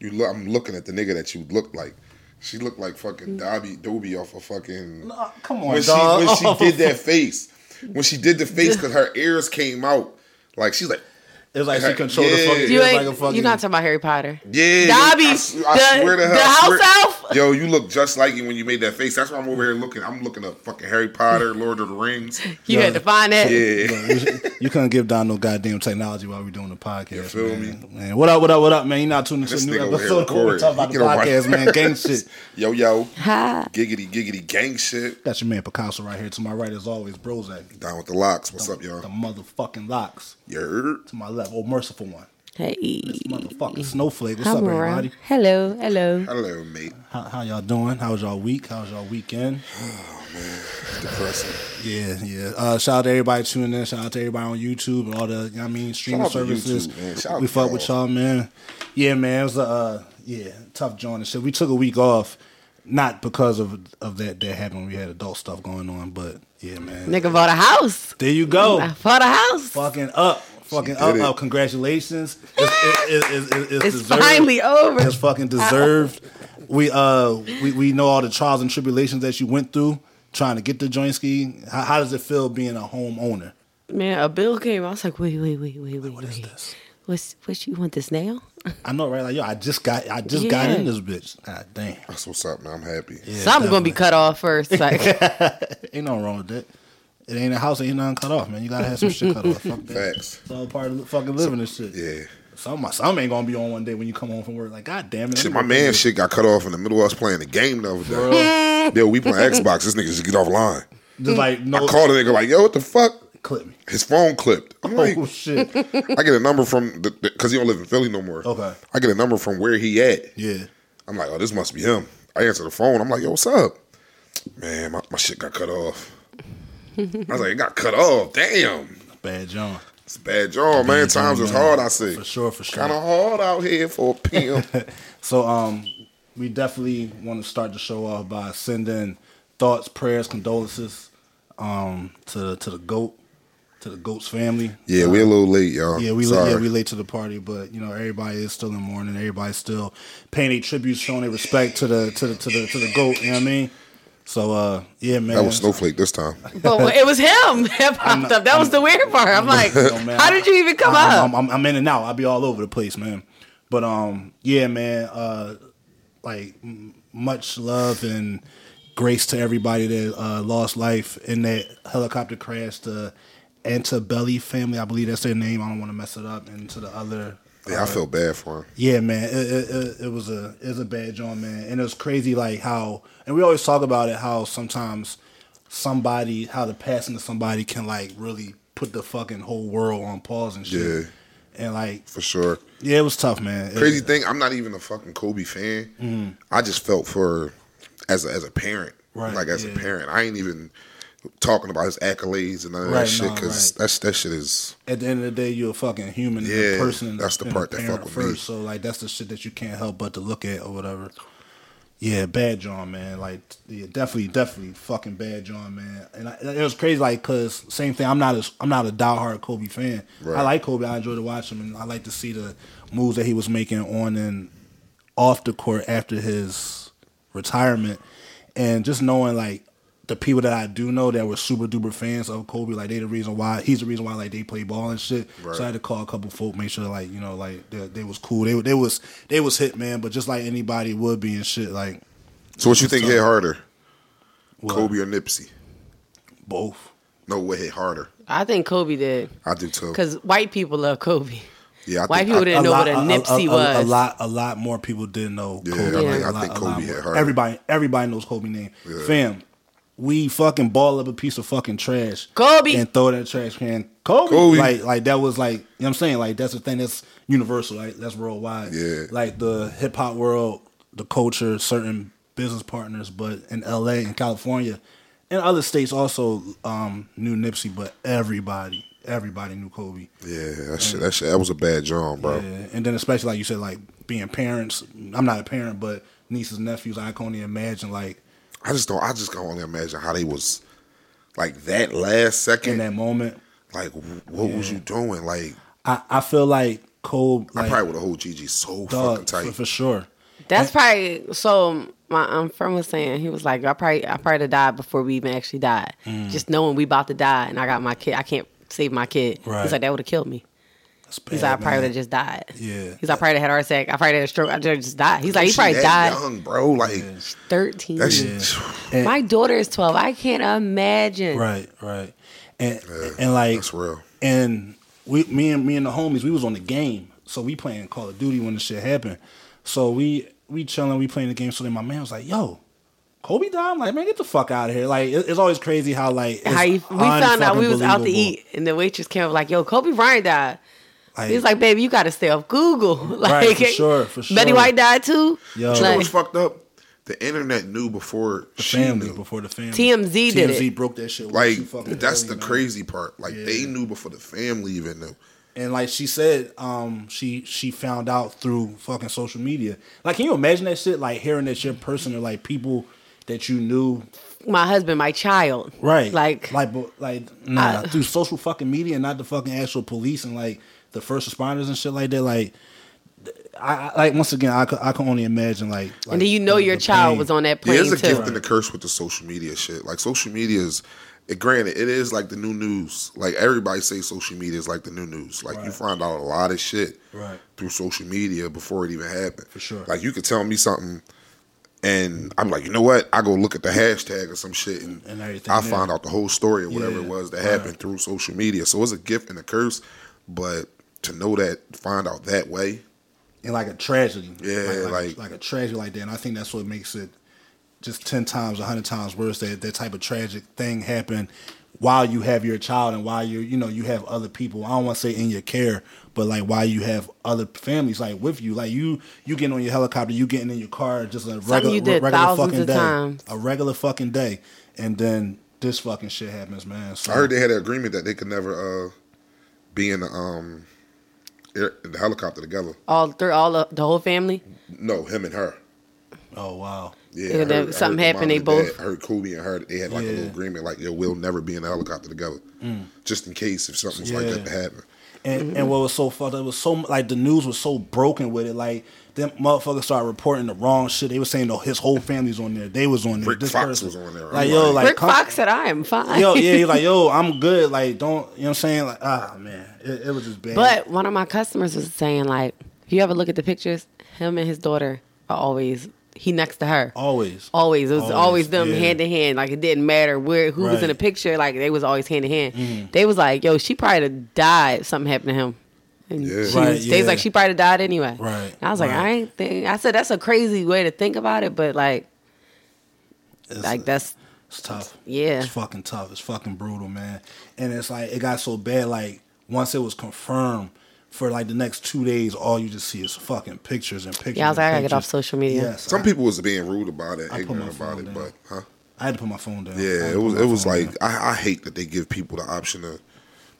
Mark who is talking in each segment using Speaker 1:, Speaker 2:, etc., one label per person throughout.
Speaker 1: You look. I'm looking at the nigga that you looked like. She looked like
Speaker 2: Mm.
Speaker 1: fucking Dobby Dobie off of fucking.
Speaker 3: Nah, come on,
Speaker 1: when she
Speaker 3: dog.
Speaker 1: when she did that face, when she did the face, because her ears came out. Like she's like,
Speaker 3: It's like she controlled the
Speaker 1: Yeah.
Speaker 3: fucking.
Speaker 1: You
Speaker 3: You
Speaker 1: It's
Speaker 3: like a fucking.
Speaker 2: you're not talking about Harry Potter.
Speaker 1: yeah,
Speaker 2: Dobby,
Speaker 1: I, s- I
Speaker 2: the-
Speaker 1: swear to her,
Speaker 2: the
Speaker 1: I swear-
Speaker 2: house elf.
Speaker 1: Yo, you look just like him when you made that face. That's why I'm over here looking. I'm looking up fucking Harry Potter, Lord of the Rings.
Speaker 2: You had to find that.
Speaker 1: Yeah,
Speaker 3: you couldn't give Don no goddamn technology while we doing the podcast. You
Speaker 1: feel
Speaker 3: man. Man, what up? What up? What up, man? You not tuning into
Speaker 1: This
Speaker 3: a new
Speaker 1: nigga over here
Speaker 3: episode. We're
Speaker 1: recording.
Speaker 3: talking about
Speaker 1: He
Speaker 3: the
Speaker 1: get on my-
Speaker 3: podcast, man. Gang shit.
Speaker 1: yo, yo,
Speaker 2: Ha.
Speaker 1: giggity, giggity, gang shit.
Speaker 3: Got your man Picasso right here. To my right, as always, Brozak.
Speaker 1: Down with the locks. What's up,
Speaker 3: The
Speaker 1: y'all?
Speaker 3: motherfucking locks.
Speaker 1: You heard?
Speaker 3: To my left, oh merciful one.
Speaker 2: Hey.
Speaker 3: Motherfucking snowflake. What's
Speaker 2: I'm
Speaker 3: up,
Speaker 2: around.
Speaker 3: everybody?
Speaker 2: Hello, hello.
Speaker 1: Hello, mate.
Speaker 3: How, how y'all doing? How was y'all week? How was y'all weekend?
Speaker 1: Depressing.
Speaker 3: Yeah, yeah. Uh, shout out to everybody tuning in. Shout out to everybody on YouTube and all the, you know what I mean, streaming
Speaker 1: Shout out to
Speaker 3: services.
Speaker 1: YouTube, man. Shout out
Speaker 3: we
Speaker 1: to
Speaker 3: fuck
Speaker 1: y'all.
Speaker 3: with y'all, man. Yeah, man. It was a, uh, yeah, tough joint and shit. We took a week off, not because of of that that happened. We had adult stuff going on, but yeah, man.
Speaker 2: Nigga bought a house.
Speaker 3: There you
Speaker 1: Oh.
Speaker 3: go.
Speaker 2: I bought a house.
Speaker 3: Fucking up. Fucking
Speaker 1: did
Speaker 3: up.
Speaker 1: it.
Speaker 3: up. Congratulations. It's, it- it- it- it's
Speaker 2: It's
Speaker 3: deserved.
Speaker 2: finally over.
Speaker 3: It's fucking deserved. we uh we, we know all the trials and tribulations that you went through trying to get the joint ski. How, how does it feel being a homeowner?
Speaker 2: Man, a bill came. I was like, wait, wait, wait, wait, wait.
Speaker 3: What is
Speaker 2: wait.
Speaker 3: this?
Speaker 2: What's what you want this now?
Speaker 3: I know, right? Like, yo, I just got I just got
Speaker 2: Yeah.
Speaker 3: in this bitch. God damn.
Speaker 1: That's what's up, man. I'm happy.
Speaker 2: Something gonna be cut off first. Like
Speaker 3: Ain't nothing wrong with that. It ain't a house, ain't nothing cut off, man. You gotta have some shit cut off. Fuck that.
Speaker 1: Facts.
Speaker 3: It's all part of fucking living and shit.
Speaker 1: Yeah.
Speaker 3: Some some ain't gonna be on one day when you come home from work. Like, god damn it.
Speaker 1: Shit,
Speaker 3: I'm
Speaker 1: my
Speaker 3: gonna-
Speaker 1: man shit got cut off in the middle of us playing the game the other day. Yo, we playing Xbox. This nigga just get offline.
Speaker 3: just like
Speaker 1: I
Speaker 3: no
Speaker 1: called the nigga like, yo, what the fuck?
Speaker 3: clip me.
Speaker 1: His phone clipped. I'm like,
Speaker 3: Oh shit.
Speaker 1: I get a number from the because he don't live in Philly no more.
Speaker 3: Okay.
Speaker 1: I get a number from where he at.
Speaker 3: Yeah.
Speaker 1: I'm like, oh, this must be him. I answer the phone. I'm like, yo, what's up? Man, my, my shit got cut off. I was like, it got cut off. Damn.
Speaker 3: Bad John.
Speaker 1: It's a bad job, man. Times is hard, I say.
Speaker 3: For sure, for sure.
Speaker 1: Kind of hard out here for a PM.
Speaker 3: So um we definitely want to start the show off by sending thoughts, prayers, condolences um to to the goat, to the goat's family.
Speaker 1: yeah, we're a little late, y'all.
Speaker 3: Uh, Yeah, we
Speaker 1: Sorry.
Speaker 3: yeah we late to the party, but you know everybody is still in mourning. Everybody's still paying their tributes, showing their respect to the to the to the to the goat. You know what I mean? So uh, yeah, man.
Speaker 1: That was Snowflake this time.
Speaker 2: But it was him that popped up. That was the weird part. I'm like,
Speaker 3: know, man.
Speaker 2: how did you even come
Speaker 3: I'm,
Speaker 2: up?
Speaker 3: I'm, I'm, I'm in and out. I'll be all over the place, man. But um, yeah, man. Uh, like m- much love and grace to everybody that uh, lost life in that helicopter crash. The Antebelli family, I believe that's their name. I don't want to mess it up. And to the other,
Speaker 1: Yeah, I felt bad for him.
Speaker 3: yeah, man, it, it, it, it was a it was a bad joint, man, and it was crazy like how and we always talk about it how sometimes somebody how the passing of somebody can like really put the fucking whole world on pause and shit.
Speaker 1: Yeah.
Speaker 3: And like,
Speaker 1: For sure.
Speaker 3: yeah, Mm-hmm. it was tough, man. It-
Speaker 1: Crazy thing, I'm not even a fucking Kobe fan. I just felt for as a, as a parent,
Speaker 3: Right,
Speaker 1: like as
Speaker 3: yeah.
Speaker 1: a parent. I ain't even talking about his accolades and none of
Speaker 3: Right,
Speaker 1: that shit
Speaker 3: nah,
Speaker 1: because
Speaker 3: right.
Speaker 1: that shit is
Speaker 3: at the end of the day, you're a fucking human, and a
Speaker 1: Yeah,
Speaker 3: person. and a-
Speaker 1: that's the
Speaker 3: and a
Speaker 1: part that
Speaker 3: parent
Speaker 1: fuck with me.
Speaker 3: first. So like, that's the shit that you can't help but to look at or whatever. Yeah, bad John, man. Like, yeah, definitely, definitely, fucking bad John, man. And I, it was crazy, like, cause same thing. I'm not a, I'm not a diehard Kobe fan.
Speaker 1: Right.
Speaker 3: I like Kobe. I enjoy to watch him, and I like to see the moves that he was making on and off the court after his retirement, and just knowing like the people that I do know that were super duper fans of Kobe, like they the reason why he's the reason why like they play ball and shit.
Speaker 1: Right.
Speaker 3: So I had to call a couple folk, make sure like you know like they, they was cool. They were- they was they was hit man, but just like anybody would be and shit like
Speaker 1: So what you think hit harder,
Speaker 3: what?
Speaker 1: Kobe or Nipsey?
Speaker 3: both.
Speaker 1: No, what hit harder?
Speaker 2: I think Kobe did
Speaker 1: I do too.
Speaker 2: because white people love Kobe.
Speaker 1: Yeah, I
Speaker 2: white
Speaker 1: think-
Speaker 2: people
Speaker 1: I-
Speaker 2: didn't know what a Nipsey
Speaker 3: a,
Speaker 2: was.
Speaker 3: A lot, a lot more people didn't know.
Speaker 1: Yeah,
Speaker 3: Kobe.
Speaker 1: I
Speaker 2: think-
Speaker 3: Like,
Speaker 1: I
Speaker 3: a lot-
Speaker 1: think
Speaker 3: a lot
Speaker 1: Kobe
Speaker 3: more.
Speaker 1: hit hard.
Speaker 3: Everybody, everybody knows Kobe name.
Speaker 1: Yeah.
Speaker 3: Fam, we fucking ball up a piece of fucking trash,
Speaker 2: Kobe.
Speaker 3: and throw that trash can. Kobe.
Speaker 1: Kobe.
Speaker 3: like like that was like you know what I'm saying like that's the thing that's universal. Like that's worldwide.
Speaker 1: Yeah.
Speaker 3: like the hip hop world, the culture, certain business partners, but in L.A. and California. And other states also um, knew Nipsey, but everybody, everybody knew Kobe.
Speaker 1: Yeah, that shit, that shit, that was a bad job, bro.
Speaker 3: Yeah, and then especially like you said, like being parents. I'm not a parent, but nieces, nephews. I can only imagine like
Speaker 1: I just don't. I just can only imagine how they was like that last
Speaker 3: in
Speaker 1: second.
Speaker 3: that moment.
Speaker 1: like, wh- what was you doing? Like,
Speaker 3: I I feel like cold.
Speaker 1: I
Speaker 3: Like,
Speaker 1: probably would have hold Gigi so fucking
Speaker 3: dog,
Speaker 1: tight.
Speaker 3: for, for sure.
Speaker 2: That's probably so. My um, friend was saying he was like, I probably I probably done died before we even actually died.
Speaker 3: Mm.
Speaker 2: Just knowing we about to die, and I got my kid. I can't save my kid.
Speaker 3: Right.
Speaker 2: He's like that would have killed me.
Speaker 3: That's
Speaker 2: He's
Speaker 3: bad,
Speaker 2: like I probably
Speaker 3: man.
Speaker 2: would have just died.
Speaker 3: Yeah.
Speaker 2: He's like I probably would've had a heart attack. I probably had a stroke. I just died. He's like he
Speaker 1: She
Speaker 2: probably
Speaker 1: that
Speaker 2: died
Speaker 1: young, bro. Like
Speaker 2: thirteen.
Speaker 1: that shit.
Speaker 3: And-
Speaker 2: My daughter is twelve. I can't imagine.
Speaker 3: Right, right. And and like
Speaker 1: that's real.
Speaker 3: And we me and me and the homies, we was on the game. So we playing Call of Duty when this shit happened. So we we chilling, we playing the game. So then my man was like, yo, Kobe died? I'm like, man, get the fuck out of here. Like it- it's always crazy how like it's
Speaker 2: How you, we found out we was out to
Speaker 3: unfucking-believable.
Speaker 2: eat, and the waitress came up like, "Yo, Kobe Bryant died."
Speaker 3: Like,
Speaker 2: He was like, "Baby, you got to stay off Google." Like,
Speaker 3: Right, for sure, for
Speaker 2: Betty
Speaker 3: sure.
Speaker 2: White died too.
Speaker 3: Yo.
Speaker 1: You know
Speaker 2: Like,
Speaker 1: what's fucked up? The internet knew before she
Speaker 3: family
Speaker 1: knew.
Speaker 3: before the family.
Speaker 2: TMZ did
Speaker 3: TMZ
Speaker 2: it.
Speaker 3: broke that shit. way
Speaker 1: Like
Speaker 3: too fucking
Speaker 1: that's
Speaker 3: early,
Speaker 1: the
Speaker 3: man.
Speaker 1: crazy part. Like they knew before the family even knew.
Speaker 3: And like she said, um, she she found out through fucking social media. Like, can you imagine that shit? Like hearing that your person or like people that you knew,
Speaker 2: my husband, my child.
Speaker 3: right?
Speaker 2: Like, uh,
Speaker 3: like, but, like nah, through social fucking media, and not the fucking actual police and like the first responders and shit like that. Like, I, I like once again, I could, I can only imagine like. like
Speaker 2: and then you know
Speaker 3: the-
Speaker 2: your
Speaker 3: the
Speaker 2: child
Speaker 3: pain.
Speaker 2: was on that plane
Speaker 1: There's a
Speaker 2: too.
Speaker 1: gift and a curse with the social media shit. Like social media is, it, granted, it is like the new news. Like everybody say social media is like the new news. Like you
Speaker 3: Right.
Speaker 1: find out a lot of shit
Speaker 3: Right.
Speaker 1: through social media before it even happened. For
Speaker 3: sure.
Speaker 1: Like you could tell me something, and I'm like, you know what? I go look at the hashtag or some shit, and,
Speaker 3: And everything
Speaker 1: I
Speaker 3: there.
Speaker 1: find out the whole story or whatever
Speaker 3: Yeah,
Speaker 1: it was that
Speaker 3: right.
Speaker 1: happened through social media. So it's a gift and a curse, but to know that, find out that way.
Speaker 3: and like a tragedy.
Speaker 1: Yeah,
Speaker 3: like,
Speaker 1: like-
Speaker 3: like a tragedy like that. And I think that's what makes it just ten times, hundred times worse that that type of tragic thing happened while you have your child and while you're you know you have other people. I don't want to say in your care, but like while you have other families like with you, like you you getting on your helicopter, you getting in your car, just a regular
Speaker 2: you did
Speaker 3: regular
Speaker 2: thousands
Speaker 3: fucking
Speaker 2: of
Speaker 3: day,
Speaker 2: times.
Speaker 3: a regular fucking day, and then this fucking shit happens, man. So
Speaker 1: I heard they had an agreement that they could never uh, be in the um air, the helicopter together.
Speaker 2: all through all of, the whole family.
Speaker 1: No, him and her.
Speaker 3: oh wow,
Speaker 1: Yeah,
Speaker 2: Yeah,
Speaker 1: I heard-
Speaker 2: that-
Speaker 1: I heard
Speaker 2: something
Speaker 1: the
Speaker 2: happened,
Speaker 1: mom
Speaker 2: they
Speaker 1: and
Speaker 2: both-
Speaker 1: dad- I heard Kobe and her. They had like a
Speaker 3: Yeah. Mm.
Speaker 1: little agreement, like yo, we'll never be in the helicopter together, just in case if something's like that
Speaker 3: Yeah.
Speaker 1: to happen.
Speaker 3: And
Speaker 2: Mm-hmm.
Speaker 3: and what was so fucked up was so like the news was so broken with it. Like them motherfuckers started reporting the wrong shit. They were saying though his whole family's on there. They was on there.
Speaker 1: Rick Fox was on there. I'm
Speaker 3: Like yo,
Speaker 1: like-
Speaker 3: like
Speaker 2: Rick
Speaker 3: come-
Speaker 2: Fox said, "I am fine."
Speaker 3: Yo, yeah, he's like yo, I'm good. Like don't you know what I'm saying? Like ah man, it, it was just bad.
Speaker 2: But one of my customers was saying, like, if you ever look at the pictures, him and his daughter are always he next to her.
Speaker 3: always,
Speaker 2: Always, it was always, them
Speaker 3: yeah.
Speaker 2: hand in hand. Like it didn't matter where who was in
Speaker 3: Right. Mm-hmm.
Speaker 2: the picture. Like they was always hand in hand. They was like, "Yo, she probably done died. if Something happened to him." And
Speaker 1: Yeah.
Speaker 2: she
Speaker 3: Right,
Speaker 2: was, they was like,
Speaker 3: yeah.
Speaker 2: "She probably died anyway."
Speaker 3: Right,
Speaker 2: And I was like,
Speaker 3: right.
Speaker 2: "I ain't think." I said, "That's a crazy way to think about it," but like,
Speaker 3: It's-
Speaker 2: like that's
Speaker 3: It's tough.
Speaker 2: Yeah.
Speaker 3: It's fucking tough. It's fucking brutal, man. And it's like it got so bad, like once it was confirmed for like the next two days, all you just see is fucking pictures and pictures.
Speaker 2: Yeah, I was
Speaker 3: and
Speaker 2: like, I gotta get
Speaker 3: pictures.
Speaker 2: off social media.
Speaker 3: Yes,
Speaker 1: Some
Speaker 3: I-
Speaker 1: people was being rude about it,
Speaker 3: I put my
Speaker 1: ignorant about
Speaker 3: phone
Speaker 1: it,
Speaker 3: down.
Speaker 1: but huh?
Speaker 3: I had to put my phone down. I had
Speaker 1: Yeah,
Speaker 3: to
Speaker 1: it
Speaker 3: put
Speaker 1: was
Speaker 3: my
Speaker 1: it was
Speaker 3: phone
Speaker 1: like
Speaker 3: down.
Speaker 1: I, I hate that they give people the option to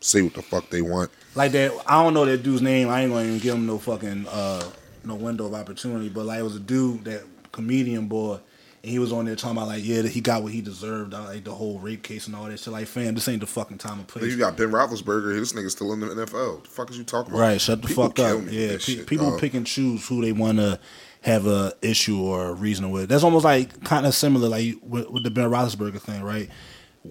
Speaker 1: say what the fuck they want.
Speaker 3: like that. I don't know that dude's name. I ain't gonna even give him no fucking uh, no window of opportunity. But like, it was a dude that comedian boy, and he was on there talking about like, yeah, that he got what he deserved. uh, Like the whole rape case and all that shit. Like, fam, this ain't the fucking time and
Speaker 1: Then
Speaker 3: place.
Speaker 1: you got Ben Roethlisberger. This nigga's still in the NFL. The fuck is you talking about?
Speaker 3: Right, shut the
Speaker 1: People
Speaker 3: fuck up.
Speaker 1: kill me with
Speaker 3: Yeah,
Speaker 1: that
Speaker 3: pe-
Speaker 1: shit,
Speaker 3: people
Speaker 1: dog.
Speaker 3: pick and choose who they want to have a issue or a reason with. That's almost like kind of similar, like with, with the Ben Roethlisberger thing, right?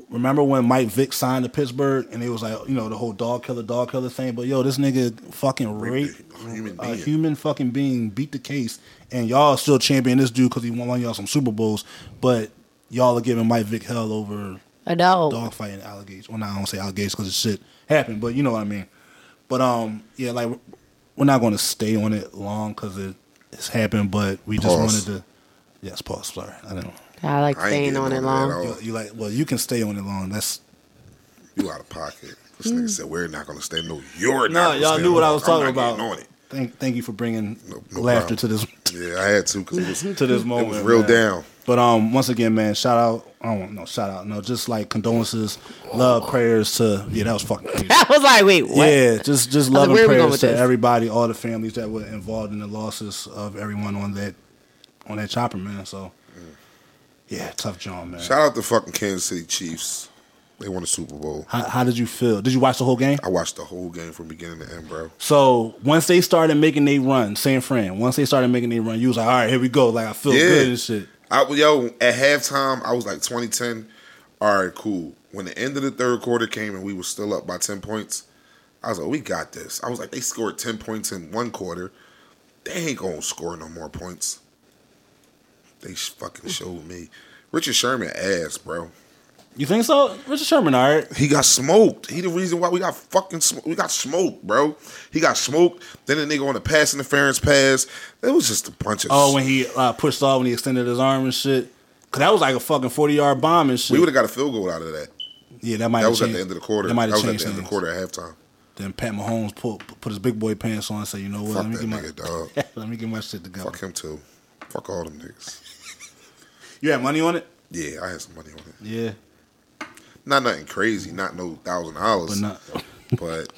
Speaker 3: Remember when Mike Vick signed to Pittsburgh and it was like you know the whole dog killer, dog killer thing. But yo, this nigga fucking raped
Speaker 1: a human
Speaker 3: a
Speaker 1: being.
Speaker 3: human fucking being, beat the case, and y'all still champion this dude because he won one of y'all some Super Bowls, but y'all are giving Mike Vick hell over
Speaker 2: adult.
Speaker 3: dog fighting allegations. Well, no, I don't say allegations because shit happened, but you know what I mean. But um, yeah, like we're not going to stay on it long because it, it's happened. But we just
Speaker 1: Pause.
Speaker 3: wanted to. Yes, pause. Sorry, I don't.
Speaker 2: I like
Speaker 1: I ain't
Speaker 2: staying
Speaker 1: getting
Speaker 2: on
Speaker 1: on
Speaker 2: it
Speaker 1: it at all.
Speaker 2: long.
Speaker 3: You, you like well, you can stay on it long. That's
Speaker 1: You out of pocket. This
Speaker 2: Hmm.
Speaker 1: nigga said we're not gonna stand. No, you're
Speaker 3: no,
Speaker 1: not. gonna
Speaker 3: y'all
Speaker 1: stand
Speaker 3: knew what
Speaker 1: on
Speaker 3: I
Speaker 1: it.
Speaker 3: was
Speaker 1: I'm
Speaker 3: talking
Speaker 1: not
Speaker 3: about.
Speaker 1: getting On it.
Speaker 3: Thank, thank you for bringing
Speaker 1: No- no
Speaker 3: laughter
Speaker 1: problem.
Speaker 3: to this
Speaker 1: Yeah, I had to because it was
Speaker 3: to this
Speaker 1: it
Speaker 3: moment.
Speaker 1: was real
Speaker 3: man.
Speaker 1: down.
Speaker 3: But um, once again, man, shout out. I don't want no shout out. No, just like condolences, love, prayers to yeah. That was fucking crazy.
Speaker 2: I was like, "Wait, what?"
Speaker 3: Yeah, just just love
Speaker 2: like, where
Speaker 3: and
Speaker 2: we going with
Speaker 3: prayers to
Speaker 2: this?
Speaker 3: everybody, all the families that were involved in the losses of everyone on that on that
Speaker 1: Mm.
Speaker 3: chopper, man. So yeah, tough John, man.
Speaker 1: Shout out to fucking Kansas City Chiefs. They won the Super Bowl.
Speaker 3: How, how did you feel? Did you watch the whole game?
Speaker 1: I watched the whole game from beginning to end, bro.
Speaker 3: So once they started making they run, San Fran. Once they started making they run, you was like, all right, here we go. Like I feel
Speaker 1: Yeah.
Speaker 3: good and shit.
Speaker 1: I yo at halftime I was like 2010. All right, cool. When the end of the third quarter came and we were still up by 10 points, I was like, we got this. I was like, they scored 10 points in one quarter. They ain't gonna score no more points. They sh- fucking showed me. Richard Sherman ass, bro.
Speaker 3: You think so? Richard Sherman, all right.
Speaker 1: He got smoked. He the reason why we got fucking sm- we got smoked, bro. He got smoked. Then the nigga on the pass interference pass. It was just a bunch of
Speaker 3: Oh, when he uh, pushed off when he extended his arm and shit. Cause that was like a fucking forty yard bomb and shit.
Speaker 1: we would have got a field goal out of that.
Speaker 3: yeah, that might
Speaker 1: That
Speaker 3: have
Speaker 1: was at
Speaker 3: changed-
Speaker 1: the end of the quarter.
Speaker 3: That
Speaker 1: That,
Speaker 3: might have
Speaker 1: was at the
Speaker 3: changed
Speaker 1: end of the
Speaker 3: things.
Speaker 1: quarter at halftime.
Speaker 3: Then Pat Mahomes put put his big boy pants on and said, you know what?
Speaker 1: Fuck
Speaker 3: let me
Speaker 1: that
Speaker 3: get my
Speaker 1: nigga, dog.
Speaker 3: let me get my shit together.
Speaker 1: Fuck him too. Fuck all them niggas.
Speaker 3: You had money on it?
Speaker 1: Yeah, I had some money on it.
Speaker 3: Yeah,
Speaker 1: Not nothing crazy. Not no thousand
Speaker 3: but
Speaker 1: dollars.
Speaker 3: not.
Speaker 1: But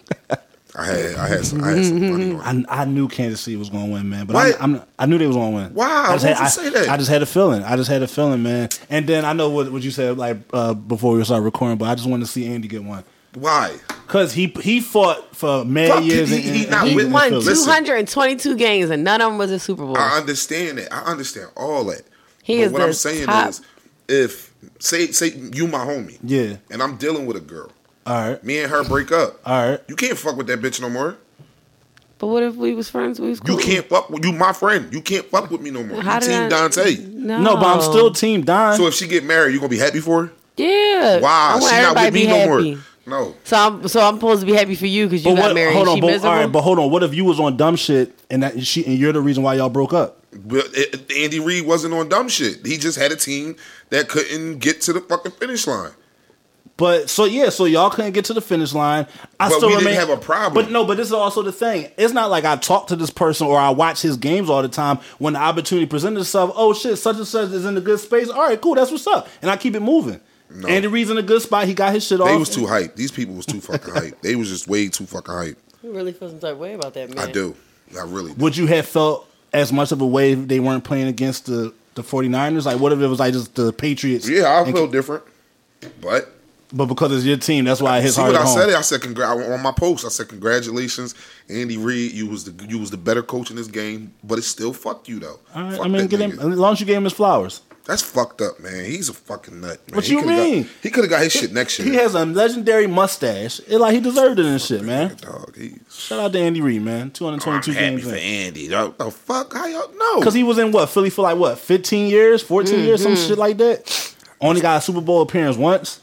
Speaker 1: I had I had some I had some money on it.
Speaker 3: I, I knew Kansas City was going to win, man. But
Speaker 1: Why-
Speaker 3: I'm, I'm, not- I knew they was going to win.
Speaker 1: Why?
Speaker 3: I just,
Speaker 1: Why
Speaker 3: had,
Speaker 1: would you
Speaker 3: I,
Speaker 1: say that?
Speaker 3: I just had a feeling. I just had a feeling, man. And then I know what, what you said like uh, before we started recording, but I just wanted to see Andy get one
Speaker 1: Why?
Speaker 3: because he he fought for many
Speaker 1: Fuck, he-
Speaker 3: years.
Speaker 1: he-
Speaker 3: and-
Speaker 1: he
Speaker 3: and-
Speaker 1: not
Speaker 3: and
Speaker 2: He
Speaker 1: with-
Speaker 3: didn't
Speaker 2: won
Speaker 3: feel it.
Speaker 1: listen.
Speaker 2: 222 games and none of them was a Super Bowl.
Speaker 1: I understand that. I understand all that.
Speaker 2: He
Speaker 1: but
Speaker 2: is
Speaker 1: what
Speaker 2: the
Speaker 1: I'm saying
Speaker 2: top-
Speaker 1: is if say say you my homie.
Speaker 3: Yeah.
Speaker 1: And I'm dealing with a girl.
Speaker 3: All right.
Speaker 1: Me and her break up.
Speaker 3: All right.
Speaker 1: You can't fuck with that bitch no more.
Speaker 2: but what if we was friends? We was
Speaker 1: You
Speaker 2: cool.
Speaker 1: can't fuck with you my friend. You can't fuck with me no more.
Speaker 2: How
Speaker 1: you
Speaker 2: did
Speaker 1: team
Speaker 2: I-
Speaker 1: Dante.
Speaker 2: No.
Speaker 3: No, but I'm still Team Don.
Speaker 1: So if she get married, you gonna be happy for her?
Speaker 2: Yeah. I
Speaker 1: Why?
Speaker 2: want
Speaker 1: She not
Speaker 2: everybody
Speaker 1: with me
Speaker 2: to be
Speaker 1: no
Speaker 2: happy.
Speaker 1: more. No.
Speaker 2: So I'm so I'm supposed to be happy for you because you
Speaker 3: but
Speaker 2: got
Speaker 3: what,
Speaker 2: married.
Speaker 3: hold
Speaker 2: She
Speaker 3: on, but,
Speaker 2: miserable.
Speaker 3: all right, but hold on. What if you was on dumb shit and that she and you're the reason why y'all broke up?
Speaker 1: But it, Andy Reid wasn't on dumb shit. He just had a team that couldn't get to the fucking finish line.
Speaker 3: But so yeah, so y'all couldn't get to the finish line. I
Speaker 1: But
Speaker 3: still
Speaker 1: we didn't
Speaker 3: remain,
Speaker 1: have a problem.
Speaker 3: But no, but this is also the thing. It's not like I talk to this person or I watch his games all the time. When the opportunity presents itself, oh shit, such and such is in a good space. All right, cool, that's what's up, and I keep it moving. Andy Reid's in a good spot. He got his shit off.
Speaker 1: They was too hype. These people was too fucking hype. They was just way too fucking hype.
Speaker 2: You really feel some type of way about that man.
Speaker 1: I do. I really do.
Speaker 3: Would you have felt as much of a way if they weren't playing against the the 49ers? Like what if it was like just the Patriots?
Speaker 1: Yeah, I
Speaker 3: And-
Speaker 1: feel different. But
Speaker 3: But because it's your team, that's why it hits
Speaker 1: see
Speaker 3: hard
Speaker 1: what
Speaker 3: at
Speaker 1: I
Speaker 3: home.
Speaker 1: said? I said congr- on my post. I said congratulations, Andy Reid. You was the you was the better coach in this game, but it still fucked you though.
Speaker 3: All right,
Speaker 1: Fuck
Speaker 3: I mean,
Speaker 1: that
Speaker 3: get him,
Speaker 1: nigga.
Speaker 3: as long as you gave him his flowers.
Speaker 1: That's fucked up, man. He's a fucking nut. Man.
Speaker 3: What
Speaker 1: He
Speaker 3: you
Speaker 1: coulda got-
Speaker 3: mean?
Speaker 1: he could have got his shit next year.
Speaker 3: He has a legendary mustache. It, like he deserved it and shit, man.
Speaker 1: dog. He's
Speaker 3: Shout out to Andy Reid, man. Two hundred
Speaker 1: I'm
Speaker 3: twenty-two
Speaker 1: happy
Speaker 3: games
Speaker 1: for
Speaker 3: in.
Speaker 1: Andy. dog. The fuck? How y'all know?
Speaker 3: Because he was in what Philly for like what fifteen years, 14 years, some
Speaker 1: Mm-hmm.
Speaker 3: shit like that. Only got a Super Bowl appearance once,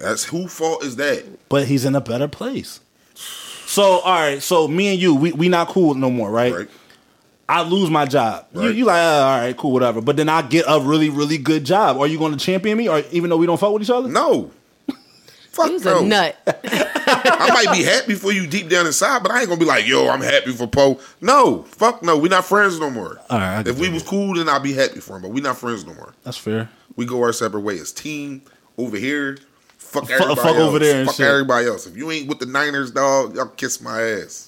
Speaker 1: That's who fault is that?
Speaker 3: but he's in a better place. So all right, so me and you, we we not cool no more, right?
Speaker 1: Right?
Speaker 3: I lose my job. You
Speaker 1: Right.
Speaker 3: you like uh, all right, cool, whatever. But then I get a really really good job. Are you going to champion me? Or even though we don't fuck with each other?
Speaker 1: No.
Speaker 2: He
Speaker 1: fuck
Speaker 2: was
Speaker 1: no.
Speaker 2: a nut.
Speaker 1: I might be happy for you deep down inside, but I ain't gonna be like, yo, I'm happy for Poe. No, fuck no. We not friends no more.
Speaker 3: All right, I get
Speaker 1: if we
Speaker 3: that.
Speaker 1: was cool, then I'd be happy for him. But we not friends no more.
Speaker 3: That's fair.
Speaker 1: We go our separate ways. Team over here. Fuck
Speaker 3: Fuck-
Speaker 1: everybody
Speaker 3: fuck
Speaker 1: else.
Speaker 3: over there and
Speaker 1: fuck
Speaker 3: shit.
Speaker 1: everybody else. If you ain't with the Niners, dog, y'all kiss my ass.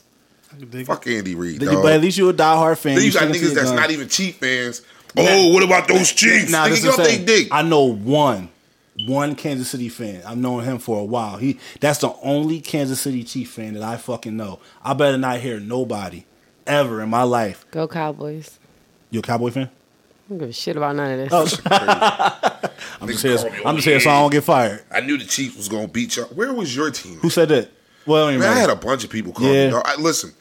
Speaker 1: Fuck Andy Reid,
Speaker 3: But
Speaker 1: dog.
Speaker 3: but at least you a diehard fan.
Speaker 1: Then you got
Speaker 3: sticking to
Speaker 1: niggas
Speaker 3: your
Speaker 1: that's
Speaker 3: guns.
Speaker 1: not even Chief fans. Oh, what about those Chiefs?
Speaker 3: Nah,
Speaker 1: Nigga,
Speaker 3: this
Speaker 1: get
Speaker 3: is
Speaker 1: off
Speaker 3: the
Speaker 1: they
Speaker 3: thing.
Speaker 1: dick.
Speaker 3: I know one, one Kansas City fan. I've known him for a while. He that's the only Kansas City Chief fan that I fucking know. I better not hear nobody ever in my life.
Speaker 2: Go Cowboys.
Speaker 3: You a Cowboy fan?
Speaker 2: I don't give a shit about none of
Speaker 3: Oh,
Speaker 2: this.
Speaker 3: I'm
Speaker 1: Niggas
Speaker 3: just here.
Speaker 1: call me
Speaker 3: I'm
Speaker 1: over
Speaker 3: just here so
Speaker 1: here.
Speaker 3: I don't get fired.
Speaker 1: I knew the Chiefs was gonna beat y'all. Where was your team?
Speaker 3: Who said that? Well, anyway,
Speaker 1: Man, I had a bunch of people call
Speaker 3: Yeah.
Speaker 1: me. dog. I, listen,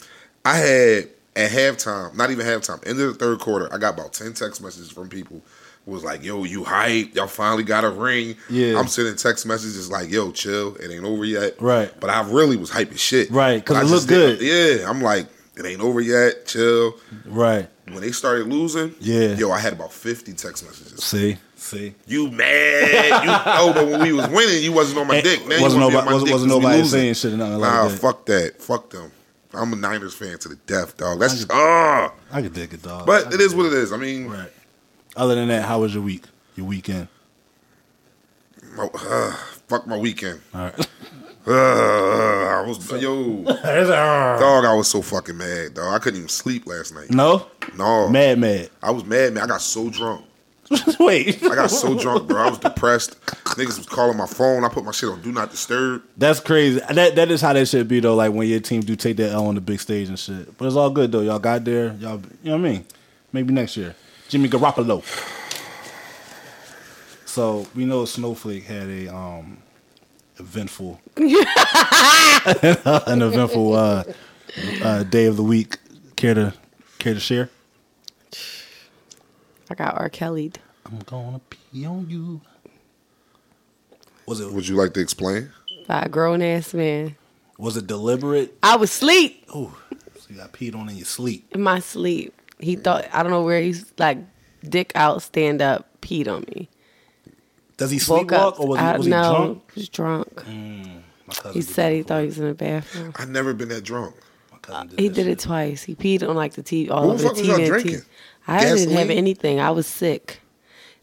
Speaker 1: I had at halftime, not even halftime, end of the third quarter, I got about ten text messages from people. who Was like, yo, you hype? Y'all finally got a ring.
Speaker 3: Yeah.
Speaker 1: I'm sending text messages like, yo, chill. It ain't over yet.
Speaker 3: Right.
Speaker 1: But I really was hype as shit.
Speaker 3: Right, 'cause
Speaker 1: I
Speaker 3: it
Speaker 1: just
Speaker 3: looked
Speaker 1: didn't- Yeah. I'm like, it ain't over yet. Chill.
Speaker 3: right.
Speaker 1: When they started losing,
Speaker 3: Yeah.
Speaker 1: Yo, I had about 50 text messages.
Speaker 3: See, see.
Speaker 1: You mad? You know, but when we was winning, you wasn't on my dick. Now you
Speaker 3: wasn't
Speaker 1: wanna be
Speaker 3: nobody,
Speaker 1: on my
Speaker 3: wasn't,
Speaker 1: dick
Speaker 3: wasn't
Speaker 1: 'cause we
Speaker 3: nobody
Speaker 1: losing.
Speaker 3: saying shit or nothing like
Speaker 1: Nah,
Speaker 3: that.
Speaker 1: fuck that. Fuck them. I'm a Niners fan to the death, dog. That's just, ah.
Speaker 3: I could dig it, dog. I
Speaker 1: But
Speaker 3: could
Speaker 1: it is
Speaker 3: dig
Speaker 1: what it is. I mean,
Speaker 3: Right. Other than that, how was your week? Your weekend?
Speaker 1: my- uh, fuck my weekend.
Speaker 3: All right.
Speaker 1: Uh, I was yo, dog. I was so fucking mad, dog. I couldn't even sleep last night.
Speaker 3: no,
Speaker 1: No,
Speaker 3: Mm, mad, mad.
Speaker 1: I was mad, man. I got so drunk.
Speaker 3: Wait,
Speaker 1: I got so drunk, bro. I was depressed. Niggas was calling my phone. I put my shit on do not disturb.
Speaker 3: that's crazy. That that is how that should be though. Like when your team do take that L on the big stage and shit. But it's all good though. Y'all got there. Y'all, you know what I mean? Maybe next year, Jimmy Garoppolo. So we know Snowflake had a um eventful, an eventful uh, uh, day of the week. Care to care to share?
Speaker 2: I got R. Kelly'd.
Speaker 3: I'm gonna pee on you. Was it
Speaker 1: Would you like to explain?
Speaker 2: by a grown ass man.
Speaker 3: was it deliberate?
Speaker 2: I was asleep
Speaker 3: Oh, so you got peed on in your sleep.
Speaker 2: in my sleep. He thought I don't know where he's like dick out, stand up, peed on me.
Speaker 3: Does he sleepwalk or was he,
Speaker 2: I-
Speaker 3: was he
Speaker 2: no,
Speaker 3: drunk? Mm.
Speaker 2: he was drunk.
Speaker 3: My cousin
Speaker 2: He
Speaker 3: did
Speaker 2: said
Speaker 3: that
Speaker 2: he
Speaker 3: before.
Speaker 2: thought he was in the bathroom.
Speaker 1: I've never been that drunk.
Speaker 3: My cousin did
Speaker 2: He
Speaker 3: that
Speaker 2: did
Speaker 3: shit.
Speaker 2: it twice. He peed on like the TV, all
Speaker 1: What the
Speaker 2: over the
Speaker 1: fuck was y'all
Speaker 2: TV. and
Speaker 1: drinking?
Speaker 2: tea. I didn't have
Speaker 1: Gasoline?
Speaker 2: anything. I was sick.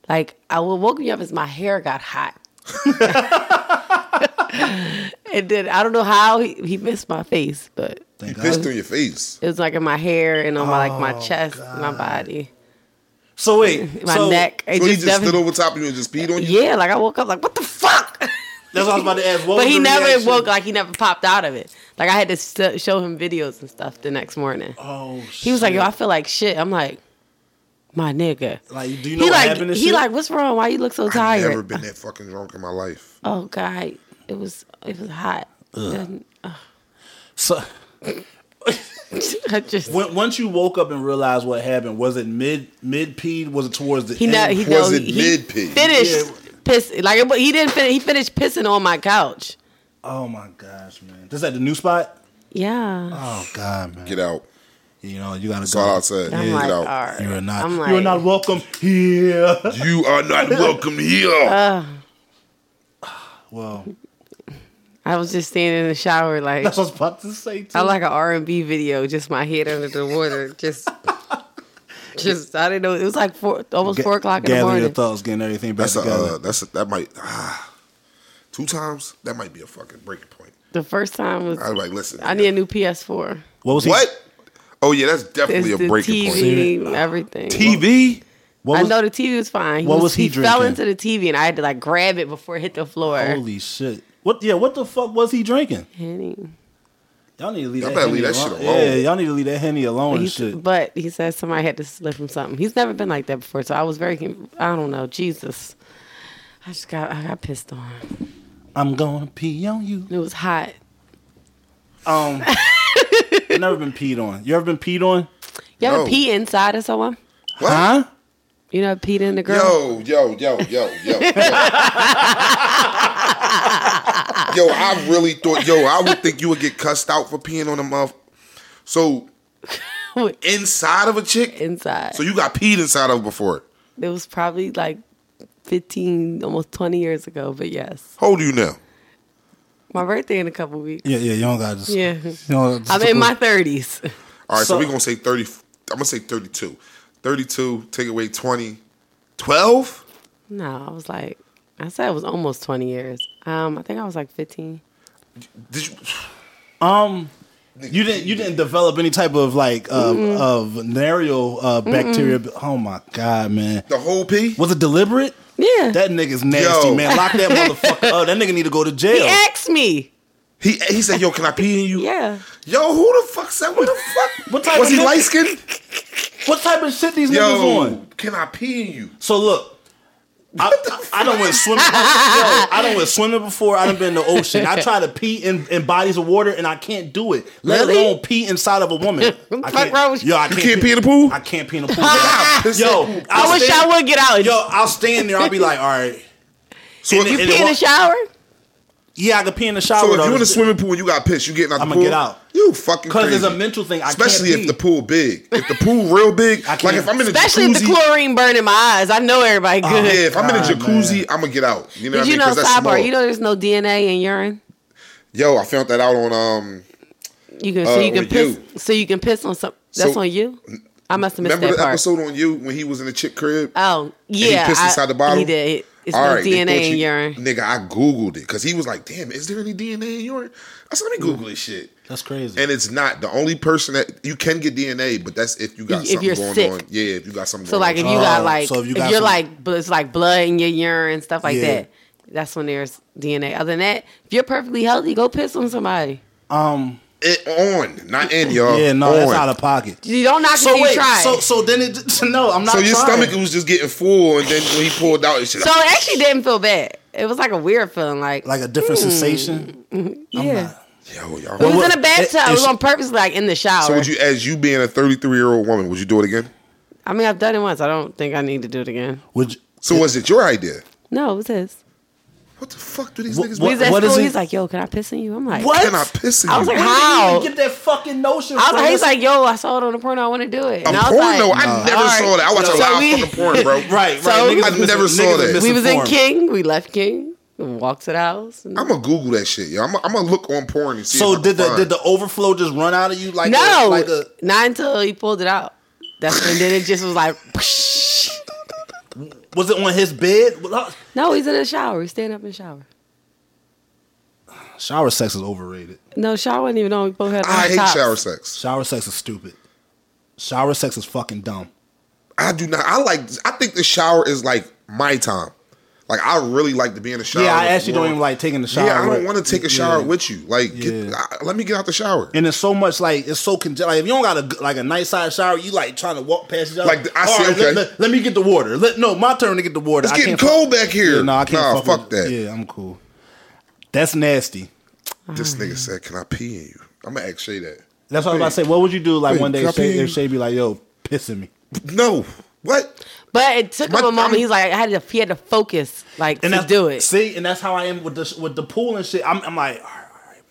Speaker 2: Like I wa- woke me up as my hair got hot. and then I don't know how he, he missed my face, but
Speaker 1: You
Speaker 3: Thank God.
Speaker 1: pissed on your face.
Speaker 2: it was like in my hair and on my like my
Speaker 3: Oh,
Speaker 2: chest, my body.
Speaker 3: So wait,
Speaker 2: my
Speaker 3: so-
Speaker 2: neck. It
Speaker 1: So he just
Speaker 2: just, definitely-
Speaker 1: stood over top of you and just peed on you.
Speaker 2: yeah, like I woke up like what the fuck.
Speaker 3: That's what I was about to ask. What
Speaker 2: but
Speaker 3: was
Speaker 2: he
Speaker 3: the
Speaker 2: never
Speaker 3: reaction?
Speaker 2: woke like he never popped out of it. Like I had to st- show him videos and stuff the next morning.
Speaker 3: Oh,
Speaker 2: he was like, "Yo, I feel like shit." I'm like, "My nigga."
Speaker 3: like, do you know
Speaker 2: He
Speaker 3: what
Speaker 2: like
Speaker 3: happened? and
Speaker 2: he
Speaker 3: shit?
Speaker 2: like, "What's wrong? Why you look so
Speaker 1: I've
Speaker 2: tired?"
Speaker 1: never been that fucking drunk in my life.
Speaker 2: Oh god, it was it was hot. And
Speaker 3: So,
Speaker 2: I just
Speaker 3: when, once you woke up and realized what happened, was it mid mid peed? Was it towards the
Speaker 2: he
Speaker 3: end?
Speaker 2: not he
Speaker 1: Was
Speaker 2: no,
Speaker 1: it
Speaker 2: he
Speaker 1: mid-pee?
Speaker 2: Finished piss like it, he didn't finish. He finished pissing on my couch.
Speaker 3: oh my gosh, man! This at the new spot.
Speaker 2: Yeah.
Speaker 3: Oh God, man!
Speaker 1: Get out.
Speaker 3: You know you gotta
Speaker 1: That's
Speaker 3: go.
Speaker 1: all I said.
Speaker 2: I'm
Speaker 1: Get
Speaker 2: like, all
Speaker 1: out.
Speaker 2: right.
Speaker 3: You are not.
Speaker 2: I'm like,
Speaker 3: you are not welcome here.
Speaker 1: You are not welcome here.
Speaker 2: Uh,
Speaker 3: well,
Speaker 2: I was just standing in the shower, like
Speaker 3: that's what I was about to say. Too.
Speaker 2: I like an R and B video, just my head under the water, just, just I didn't know. It was like four, almost
Speaker 3: Ga-
Speaker 2: four o'clock in the
Speaker 3: gathering your
Speaker 2: morning.
Speaker 3: thoughts, getting everything back
Speaker 1: That's a,
Speaker 3: together.
Speaker 1: uh, that's a, that might ah, two times. That might be a fucking breaking point.
Speaker 2: The first time was
Speaker 1: I was like, listen,
Speaker 2: I need a new PS4.
Speaker 3: what was he?
Speaker 1: what? Oh yeah, that's
Speaker 2: It's
Speaker 1: definitely
Speaker 2: the
Speaker 1: a breaking point.
Speaker 2: TV, everything.
Speaker 3: TV? What
Speaker 2: I
Speaker 3: was,
Speaker 2: know the TV was fine.
Speaker 3: what was he
Speaker 2: fell
Speaker 3: drinking?
Speaker 2: into the TV, and I had to like grab it before it hit the floor.
Speaker 3: Holy shit! What? Yeah, what the fuck was he drinking?
Speaker 2: Henny.
Speaker 3: Y'all need to leave
Speaker 1: Y'all
Speaker 3: that,
Speaker 1: better
Speaker 3: henny
Speaker 1: leave that
Speaker 3: alone.
Speaker 1: shit alone.
Speaker 3: Yeah, y'all need to leave that henny alone and
Speaker 2: He's-
Speaker 3: shit.
Speaker 2: But he said somebody had to slip him something. He's never been like that before, so I was very. con- I don't know, Jesus. I just got I got pissed on.
Speaker 3: I'm gonna pee on you.
Speaker 2: It was hot.
Speaker 3: Um, I've never been peed on. You ever been peed on?
Speaker 2: You ever
Speaker 1: No.
Speaker 2: pee inside of someone?
Speaker 1: What?
Speaker 3: Huh?
Speaker 2: You know, peed in the girl.
Speaker 1: Yo, yo, yo, yo, yo, yo. yo, I really thought, yo, I would think you would get cussed out for peeing on a mouth. So inside of a chick,
Speaker 2: inside.
Speaker 1: so you got peed inside of before.
Speaker 2: it was probably like 15, almost 20 years ago, but yes.
Speaker 1: How old are you now?
Speaker 2: My birthday in a couple weeks.
Speaker 3: Yeah, yeah. You don't gotta just.
Speaker 2: Yeah.
Speaker 3: know,
Speaker 2: I'm in my 30s.
Speaker 1: All right, so,
Speaker 3: So-
Speaker 1: we're gonna say thirty. I'm gonna say thirty-two. Thirty-two. Take away twenty. Twelve.
Speaker 2: No, I was like, I said it was almost 20 years. Um, I think I was like 15.
Speaker 1: Did you?
Speaker 3: um. You didn't. You didn't develop any type of like uh, of venereal uh, bacteria. Oh my god, man!
Speaker 1: The whole pee.
Speaker 3: Was it deliberate?
Speaker 2: Yeah.
Speaker 3: That nigga's nasty,
Speaker 1: Yo.
Speaker 3: man. Lock that motherfucker up. That nigga need to go to
Speaker 2: he
Speaker 3: jail.
Speaker 2: asked me.
Speaker 1: He he said, "Yo, can I pee in you?"
Speaker 2: Yeah.
Speaker 1: Yo, who the fuck said? What the fuck?
Speaker 3: What type
Speaker 1: was
Speaker 3: of
Speaker 1: he
Speaker 3: nigga?
Speaker 1: light skinned?
Speaker 3: What type of shit these niggas on?
Speaker 1: Yo, can I pee in you?
Speaker 3: So look, I, I, I don't went swimming. yo, I don't went swimming before. I done been in the ocean. I try to pee in, in bodies of water and I can't do it. Let
Speaker 2: Really?
Speaker 3: alone pee inside of a woman.
Speaker 2: What
Speaker 3: I
Speaker 2: the fuck
Speaker 3: can't,
Speaker 2: wrong with you?
Speaker 3: yo, I
Speaker 1: You
Speaker 3: can't,
Speaker 1: can't pee in the pool.
Speaker 3: I can't pee in the pool. yo,
Speaker 1: Piss in the pool.
Speaker 3: I'll
Speaker 2: I wish
Speaker 3: stand-
Speaker 2: I would get out.
Speaker 3: Yo, I'll stand there. I'll be like, all right.
Speaker 1: So
Speaker 3: in
Speaker 1: if
Speaker 3: the-
Speaker 1: you pee-
Speaker 3: in the-
Speaker 2: pee in the shower?
Speaker 3: Yeah, I could pee in the shower.
Speaker 1: so if
Speaker 3: though.
Speaker 1: you in a swimming pool and you got pissed, you getting out the
Speaker 3: I'ma
Speaker 1: pool.
Speaker 3: get out.
Speaker 1: You fucking
Speaker 3: Cause it's
Speaker 1: crazy.
Speaker 3: a mental thing. I
Speaker 1: Especially
Speaker 3: can't
Speaker 1: if
Speaker 3: pee.
Speaker 1: the pool big. If the pool real big, like
Speaker 3: can't.
Speaker 1: if I'm in a
Speaker 2: Especially
Speaker 1: jacuzzi.
Speaker 2: if the chlorine burned in my eyes. I know everybody good.
Speaker 1: Oh, yeah, if I'm in a
Speaker 3: God,
Speaker 1: jacuzzi, I'm gonna get out. You know
Speaker 2: Did
Speaker 1: what I
Speaker 2: you
Speaker 1: mean?
Speaker 2: know,
Speaker 1: 'Cause that's small.
Speaker 2: sidebar, you know there's no DNA in urine?
Speaker 1: Yo, I found that out on um.
Speaker 2: You can, so
Speaker 1: Uh,
Speaker 2: you can
Speaker 1: with
Speaker 2: piss.
Speaker 1: you.
Speaker 2: So you can piss on some. That's
Speaker 1: So-
Speaker 2: on you. I must have missed
Speaker 1: Remember
Speaker 2: that
Speaker 1: the
Speaker 2: part.
Speaker 1: episode on you when he was in the chick crib?
Speaker 2: Oh
Speaker 1: he
Speaker 2: yeah,
Speaker 1: pissed
Speaker 2: I-
Speaker 1: inside the bottle?
Speaker 2: He did. it's
Speaker 1: All
Speaker 2: no
Speaker 1: right, they
Speaker 2: DNA
Speaker 1: thought
Speaker 2: in
Speaker 1: you-
Speaker 2: urine.
Speaker 1: Nigga, I Googled it because he was like, damn, is there any DNA in urine? I said,
Speaker 2: Mm.
Speaker 1: let me Google this shit.
Speaker 3: That's crazy.
Speaker 1: And it's not the only person that you can get DNA, but that's if you got
Speaker 2: If
Speaker 1: something
Speaker 2: you're
Speaker 1: going
Speaker 2: sick.
Speaker 1: on. Yeah, if you got something
Speaker 2: So
Speaker 1: going
Speaker 2: like if
Speaker 1: on.
Speaker 2: you got
Speaker 3: Oh,
Speaker 2: like
Speaker 3: so if
Speaker 2: if,
Speaker 3: you got
Speaker 2: you are
Speaker 3: some-
Speaker 2: like bl- it's like blood in your urine stuff like
Speaker 3: Yeah.
Speaker 2: that. That's when there's DNA. Other than that, if you're perfectly healthy, go piss on somebody.
Speaker 3: um,
Speaker 1: it on, not in, y'all.
Speaker 3: yeah, no,
Speaker 1: on.
Speaker 3: that's out of pocket.
Speaker 2: You don't knock
Speaker 3: So
Speaker 2: until
Speaker 3: wait,
Speaker 2: you try.
Speaker 3: so
Speaker 2: So,
Speaker 3: so then it no, I'm not.
Speaker 1: So your
Speaker 3: trying.
Speaker 1: stomach was just getting full, and then when he pulled out, it's just like,
Speaker 2: it actually didn't feel bad. It was like a weird feeling, like
Speaker 3: like a different
Speaker 2: Hmm.
Speaker 3: sensation.
Speaker 2: yeah.
Speaker 1: yo, y'all.
Speaker 2: It was in
Speaker 3: what-
Speaker 2: a
Speaker 3: it-
Speaker 2: bathtub. It, was
Speaker 3: it's-
Speaker 2: on purpose, like in the shower.
Speaker 1: So would you, as you being a 33 year old woman, would you do it again?
Speaker 2: I mean, I've done it once. I don't think I need to do it again.
Speaker 3: Would you,
Speaker 1: So was it your idea?
Speaker 2: No, it was his.
Speaker 1: What the fuck do these
Speaker 3: What-
Speaker 1: niggas?
Speaker 3: what-
Speaker 2: He's at
Speaker 3: is
Speaker 2: school.
Speaker 3: it?
Speaker 2: He's like, "Yo, can I piss on you?" I'm like,
Speaker 3: What?
Speaker 1: Can I piss in
Speaker 2: I was
Speaker 1: you?
Speaker 2: like,
Speaker 3: Where did you
Speaker 2: How?
Speaker 3: even get that fucking notion?
Speaker 2: I was
Speaker 3: from?
Speaker 2: like, he's
Speaker 3: That's-
Speaker 2: like, "Yo, I saw it on the porno. I want to do it."
Speaker 1: a
Speaker 2: And I was
Speaker 1: porno?
Speaker 2: like,
Speaker 1: I never
Speaker 2: "All
Speaker 1: saw that. I watch a
Speaker 2: So
Speaker 1: lot of
Speaker 2: we-
Speaker 1: fucking porn, bro.
Speaker 3: right, right.
Speaker 2: So-
Speaker 3: niggas
Speaker 2: I
Speaker 3: is
Speaker 1: never
Speaker 3: misin-
Speaker 1: saw
Speaker 3: niggas is
Speaker 1: that.
Speaker 2: We was in
Speaker 3: misinformed.
Speaker 2: King. We left King and walked to the house. and-
Speaker 1: I'm gonna Google that shit, yo. I'm gonna I'm gonna look on porn and see.
Speaker 3: So
Speaker 1: if I can
Speaker 3: did the
Speaker 1: find
Speaker 3: did the overflow just run out of you like
Speaker 2: no,
Speaker 3: a, like a
Speaker 2: not until he pulled it out. That's and then it just was like,
Speaker 3: was it on his bed? Well,
Speaker 2: no, he's in the shower. He's standing up in the shower.
Speaker 3: uh, Shower sex is overrated.
Speaker 2: No, shower wasn't even on. We both had on
Speaker 1: I hate
Speaker 2: tops.
Speaker 1: shower sex.
Speaker 3: Shower sex is stupid. Shower sex is fucking dumb.
Speaker 1: I do not. I like. I think the shower is like my time. Like I really like to be in the shower.
Speaker 3: yeah, I
Speaker 1: with
Speaker 3: actually don't
Speaker 1: warm-
Speaker 3: even like taking the shower.
Speaker 1: Yeah, I don't
Speaker 3: with-
Speaker 1: want to take a shower
Speaker 3: Yeah.
Speaker 1: with you. Like, get,
Speaker 3: Yeah.
Speaker 1: I, let me get out the shower.
Speaker 3: And it's so much like it's so congested. Like if you don't got a g- like a nice side shower, you like trying to walk past each other.
Speaker 1: Like, I
Speaker 3: All
Speaker 1: see, okay.
Speaker 3: let, let, let me get the water. Let no, my turn to get the water.
Speaker 1: It's
Speaker 3: I
Speaker 1: getting
Speaker 3: can't fuck-
Speaker 1: cold back here.
Speaker 3: Yeah, no, I can't.
Speaker 1: Nah,
Speaker 3: fuck,
Speaker 1: fuck
Speaker 3: with-
Speaker 1: that.
Speaker 3: Yeah, I'm cool. That's nasty.
Speaker 1: This nigga said, "Can I pee in you?" I'm gonna ask Shay that.
Speaker 3: That's what I was about to say. What would you do like
Speaker 1: Wait,
Speaker 3: one day
Speaker 1: can I
Speaker 3: if Shay,
Speaker 1: pee?
Speaker 3: if Shay be like, yo, pissing me?
Speaker 1: No, what?
Speaker 2: But it took
Speaker 1: My-
Speaker 2: him a moment.
Speaker 1: I'm-
Speaker 2: He's like, I had to. He had to focus, like
Speaker 3: and
Speaker 2: to
Speaker 3: that's-
Speaker 2: do it.
Speaker 3: See, and that's how I am with the with the pool and shit. I'm, I'm like, all right, all right.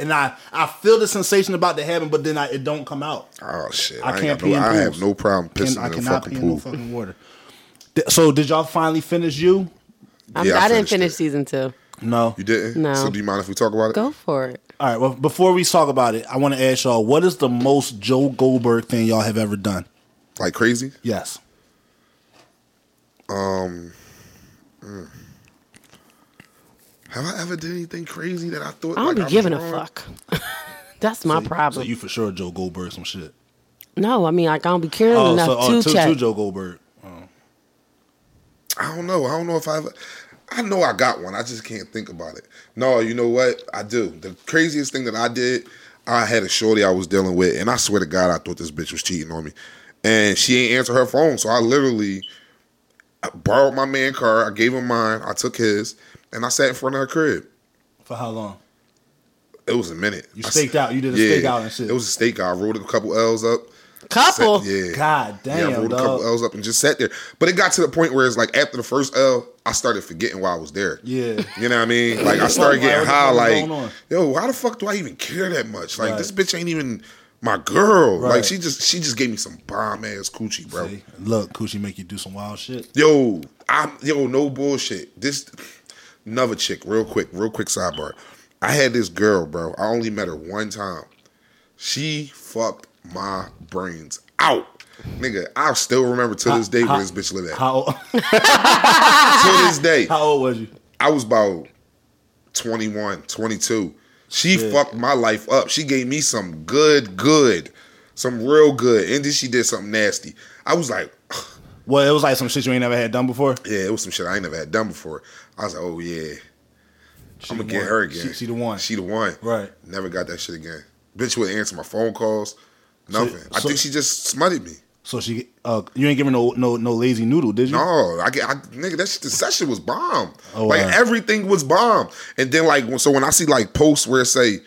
Speaker 3: and I I feel the sensation about to happen, but then I, it don't come out.
Speaker 1: Oh shit!
Speaker 3: I
Speaker 1: ain't
Speaker 3: can't
Speaker 1: got no-
Speaker 3: pee in
Speaker 1: I have
Speaker 3: pools.
Speaker 1: no problem
Speaker 3: Can-
Speaker 1: pissing
Speaker 3: I
Speaker 1: in a
Speaker 3: cannot pee
Speaker 1: fucking
Speaker 3: in no
Speaker 1: pool.
Speaker 3: fucking water. Th- So did y'all finally finish you?
Speaker 2: I'm,
Speaker 1: Yeah, I
Speaker 2: I, didn't
Speaker 1: finished
Speaker 2: finish
Speaker 1: it.
Speaker 2: season two.
Speaker 3: No.
Speaker 1: you didn't?
Speaker 2: No.
Speaker 1: So do you mind if we talk about it?
Speaker 2: Go for it.
Speaker 3: All right. Well, before we talk about it, I want to ask y'all what is the most Joe Goldberg thing y'all have ever done?
Speaker 1: Like crazy?
Speaker 3: Yes.
Speaker 1: Have I ever did anything crazy that I thought?
Speaker 2: I don't
Speaker 1: like,
Speaker 2: be
Speaker 1: was
Speaker 2: giving a
Speaker 1: wrong?
Speaker 2: fuck. That's my
Speaker 3: So
Speaker 2: problem.
Speaker 3: you for sure Joe Goldberg some shit. Oh,
Speaker 2: no, I mean, like I don't be caring
Speaker 1: Oh,
Speaker 2: enough
Speaker 3: so
Speaker 2: to check.
Speaker 3: Joe Goldberg. Oh.
Speaker 1: I don't know. I don't know if I ever. I know I got one. I just can't think about it. No, you know what? I do. The craziest thing that I did, I had a shorty I was dealing with, and I swear to God, I thought this bitch was cheating on me, and she ain't answer her phone. So I literally I borrowed my man car. I gave him mine. I took his, and I sat in front of her crib.
Speaker 3: For how long?
Speaker 1: It was a minute.
Speaker 3: You
Speaker 1: I s-
Speaker 3: staked out. You did a stakeout and shit.
Speaker 1: It was a stakeout. I rolled a couple L's up.
Speaker 2: Couple.
Speaker 1: Sat- yeah.
Speaker 3: God damn,
Speaker 1: yeah, I rolled a
Speaker 3: dog.
Speaker 1: couple L's up and just sat there. But it got to the point where it's like after the first L, I started forgetting why I was there.
Speaker 3: Yeah.
Speaker 1: You know what I mean? Like I
Speaker 3: Like,
Speaker 1: started getting
Speaker 3: what the
Speaker 1: high.
Speaker 3: fuck is
Speaker 1: Like,
Speaker 3: going on?
Speaker 1: yo, why the fuck do I even care that much? Like
Speaker 3: Right.
Speaker 1: this bitch ain't even my girl.
Speaker 3: Right.
Speaker 1: Like she just she just gave me some bomb ass coochie, bro.
Speaker 3: See? Look, Coochie make you do some wild shit.
Speaker 1: Yo, I'm yo, no bullshit. This another chick, real quick, real quick sidebar. I had this girl, bro. I only met her one time. She fucked my brains out. Nigga, I still remember to this day where this bitch live at.
Speaker 3: How
Speaker 1: to this day.
Speaker 3: how old was you?
Speaker 1: I was about 21, 22. She fucked my life up. She gave me some good, good, some real good. And then she did something nasty. I was like,
Speaker 3: Well, it was like some shit you ain't never had done before.
Speaker 1: yeah, it was some shit I ain't never had done before. I was like, oh yeah,
Speaker 3: She
Speaker 1: I'm
Speaker 3: the
Speaker 1: gonna get
Speaker 3: one.
Speaker 1: her again.
Speaker 3: She, she the one.
Speaker 1: She the one.
Speaker 3: Right.
Speaker 1: Never got that shit again. Bitch would answer my phone calls. Nothing. I
Speaker 3: so-
Speaker 1: think she just smutted me.
Speaker 3: so she uh, you ain't giving no no no lazy noodle, did you?
Speaker 1: No, I get, I, nigga, that shit, the session was bomb.
Speaker 3: Oh,
Speaker 1: like
Speaker 3: wow.
Speaker 1: everything was bomb. And then like, when- so when I see like posts where it say,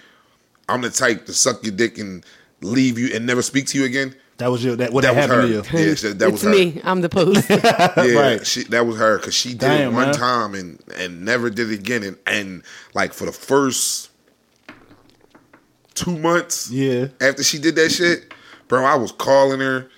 Speaker 1: "I'm the type to suck your dick and leave you and never speak to you again,"
Speaker 3: That was your that what
Speaker 1: that,
Speaker 3: that, happened
Speaker 1: was
Speaker 3: to
Speaker 1: her.
Speaker 3: you.
Speaker 1: Yeah, that, that
Speaker 2: it's
Speaker 1: was her.
Speaker 2: me. I'm the post.
Speaker 1: Yeah,
Speaker 3: Right.
Speaker 1: she, that was her because she did
Speaker 3: Damn,
Speaker 1: it one
Speaker 3: man.
Speaker 1: time and and never did it again. And and like for the first two months,
Speaker 3: Yeah.
Speaker 1: after she did that shit, bro, I was calling her,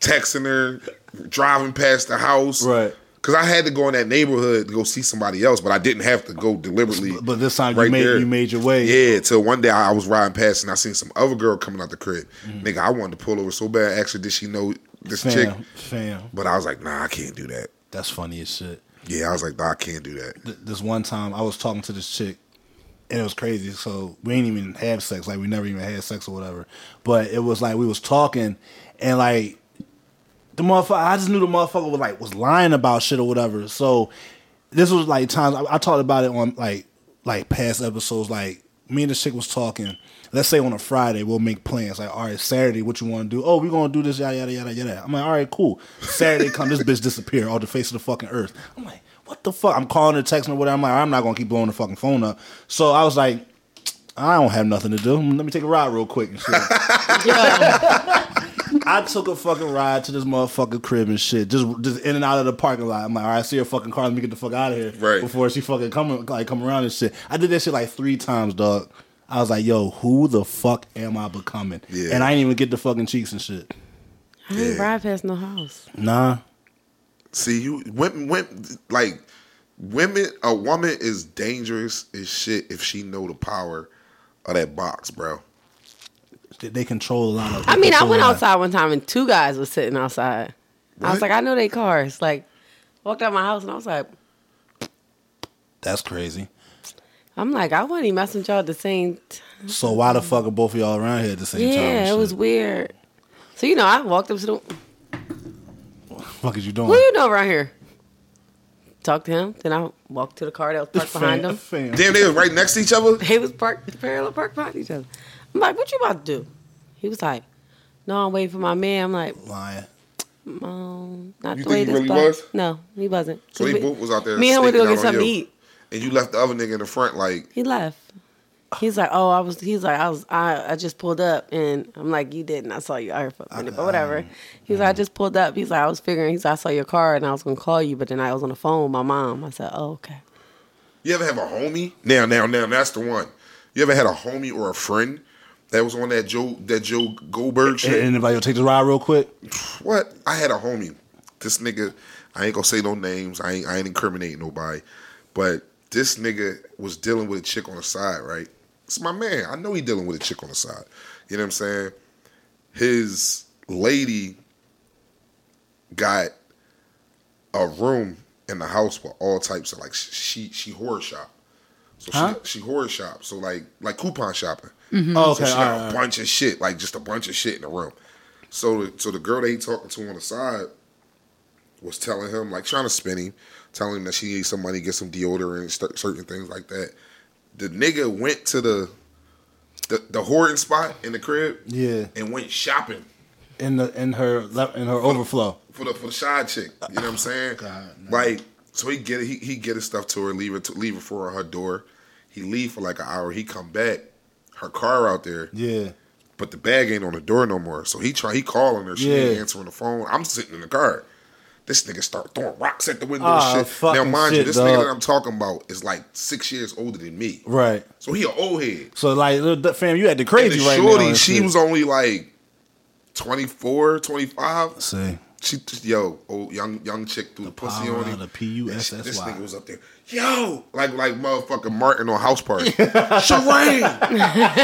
Speaker 1: texting her, driving past the house,
Speaker 3: Right.
Speaker 1: Cause I had to go in that neighborhood to go see somebody else, but I didn't have to go deliberately.
Speaker 3: But this time you
Speaker 1: right
Speaker 3: made
Speaker 1: there.
Speaker 3: you made your way.
Speaker 1: Yeah, till one day I was riding past and I seen some other girl coming out the crib.
Speaker 3: Mm.
Speaker 1: Nigga, I wanted to pull over so bad. Actually, did she know this
Speaker 3: Fam,
Speaker 1: chick?
Speaker 3: fam.
Speaker 1: But I was like, nah, I can't do that.
Speaker 3: That's funny as shit.
Speaker 1: Yeah, I was like, nah, I can't do that.
Speaker 3: th- this one time I was talking to this chick and it was crazy. So we ain't even have sex. Like we never even had sex or whatever. But it was like we was talking and like the motherfucker I just knew the motherfucker was like was lying about shit or whatever. So this was like times I, I talked about it on like like past episodes. Like me and this chick was talking. Let's say on a Friday we'll make plans. Like all right, Saturday, what you want to do? Oh, we gonna do this yada yada yada yada. I'm like, all right, cool. Saturday come, this bitch disappear off the face of the fucking earth. I'm like, what the fuck? I'm calling her, texting her, whatever. I'm like, I'm not gonna keep blowing the fucking phone up. So I was like. I don't have nothing to do. Let me take a ride real quick and shit. I took a fucking ride to this motherfucking crib and shit, just just in and out of the parking lot. I'm like, all right, see her fucking car. Let me get the fuck out of here
Speaker 1: Right.
Speaker 3: before she fucking come like come around and shit. I did that shit like three times, dog. I was like, yo, who the fuck am I becoming?
Speaker 1: Yeah.
Speaker 3: And I didn't even get the fucking cheeks and shit.
Speaker 2: I ain't
Speaker 1: Yeah.
Speaker 2: ride past no house.
Speaker 3: Nah,
Speaker 1: See, you women, women, like women, a woman is dangerous as shit if she know the power of that box, bro.
Speaker 3: they, they control a lot of.
Speaker 2: I mean, I
Speaker 3: control
Speaker 2: went
Speaker 3: a lot.
Speaker 2: outside one time and two guys were sitting outside. I
Speaker 1: What?
Speaker 2: was like, I know they cars. Like, walked out my house and I was like,
Speaker 3: That's crazy.
Speaker 2: I'm like, I wasn't even messing with y'all at the same time.
Speaker 3: So why the fuck are both of y'all around here at the same time? and
Speaker 2: Yeah, it
Speaker 3: shit?
Speaker 2: was weird. So you know, I walked up to the
Speaker 3: fuck is you doing?
Speaker 2: What do you know around here? Talked to him. Then I walked to the car that was parked behind
Speaker 3: Fam-
Speaker 2: him.
Speaker 3: fam.
Speaker 1: Damn, they was right next to each other.
Speaker 2: They was parked parallel parked behind each other. I'm like, what you about to do? He was like, no, I'm waiting for my man. I'm like,
Speaker 3: Lying.
Speaker 2: um, not
Speaker 1: You think
Speaker 2: the way
Speaker 1: he
Speaker 2: this
Speaker 1: really
Speaker 2: guy-
Speaker 1: was?
Speaker 2: No, he wasn't.
Speaker 1: So they
Speaker 2: We-
Speaker 1: both was out there.
Speaker 2: Me and him went to go
Speaker 1: sneaking
Speaker 2: get
Speaker 1: out on
Speaker 2: something to
Speaker 1: you.
Speaker 2: eat.
Speaker 1: and you left the other nigga in the front. Like,
Speaker 2: He left. He's like, oh, I was. He's like, I was. I, I just pulled up, and I'm like, you didn't. I saw you out here for a minute, but whatever. He's like, I just pulled up. He's like, I was figuring. He's like, I saw your car, and I was gonna call you, but then I was on the phone with my mom. I said, oh, okay.
Speaker 1: you ever have a homie? Now, now, now, that's the one. You ever had a homie or a friend that was on that Joe that Joe Goldberg
Speaker 3: And-
Speaker 1: shit?
Speaker 3: and if I take the ride real quick,
Speaker 1: Mm-hmm. What? I had a homie. This nigga, I ain't gonna say no names. I ain't, I ain't incriminating nobody. But this nigga was dealing with a chick on the side, right? It's my man. I know he dealing with a chick on the side. You know what I'm saying? His lady got a room in the house with all types of like sh- she she horror shop. So
Speaker 3: Huh?
Speaker 1: she she horror shop. So like like coupon shopping.
Speaker 3: oh, okay,
Speaker 1: So she got
Speaker 3: all right, all
Speaker 1: a
Speaker 3: right.
Speaker 1: bunch of shit, like just a bunch of shit in the room. So, the, so the girl they talking to on the side was telling him, like trying to spin him, telling him that she needs some money, get some deodorant, and st- certain things like that. The nigga went to the the, the hoarding spot in the crib,
Speaker 3: Yeah.
Speaker 1: and went shopping
Speaker 3: in the in her left in her overflow.
Speaker 1: for the for the side chick. You know what I'm saying?
Speaker 3: God, no.
Speaker 1: Like, so he get it, he he get his stuff to her, leave it to, leave it for her, at her door. He leave for like an hour. He come back, her car out there.
Speaker 3: Yeah.
Speaker 1: but the bag ain't on the door no more. So he try he calling her, she ain't
Speaker 3: Yeah.
Speaker 1: answering the phone. I'm sitting in the car. This nigga start throwing rocks at the window
Speaker 3: Ah,
Speaker 1: and shit. Now
Speaker 3: fucking
Speaker 1: mind you,
Speaker 3: shit,
Speaker 1: this
Speaker 3: dog.
Speaker 1: nigga that I'm talking about is like six years older than me.
Speaker 3: Right.
Speaker 1: So he an old head.
Speaker 3: So like, little d- fam, you had the
Speaker 1: And
Speaker 3: crazy
Speaker 1: the
Speaker 3: right now.
Speaker 1: shorty,
Speaker 3: and
Speaker 1: she
Speaker 3: shit.
Speaker 1: was only like 24, 25.
Speaker 3: See,
Speaker 1: She yo, old young young chick threw the pussy
Speaker 3: power
Speaker 1: on
Speaker 3: of
Speaker 1: him.
Speaker 3: the P-U-S-S-Y.
Speaker 1: This nigga was up there, yo, like like motherfucking Martin on House Party. Shawang,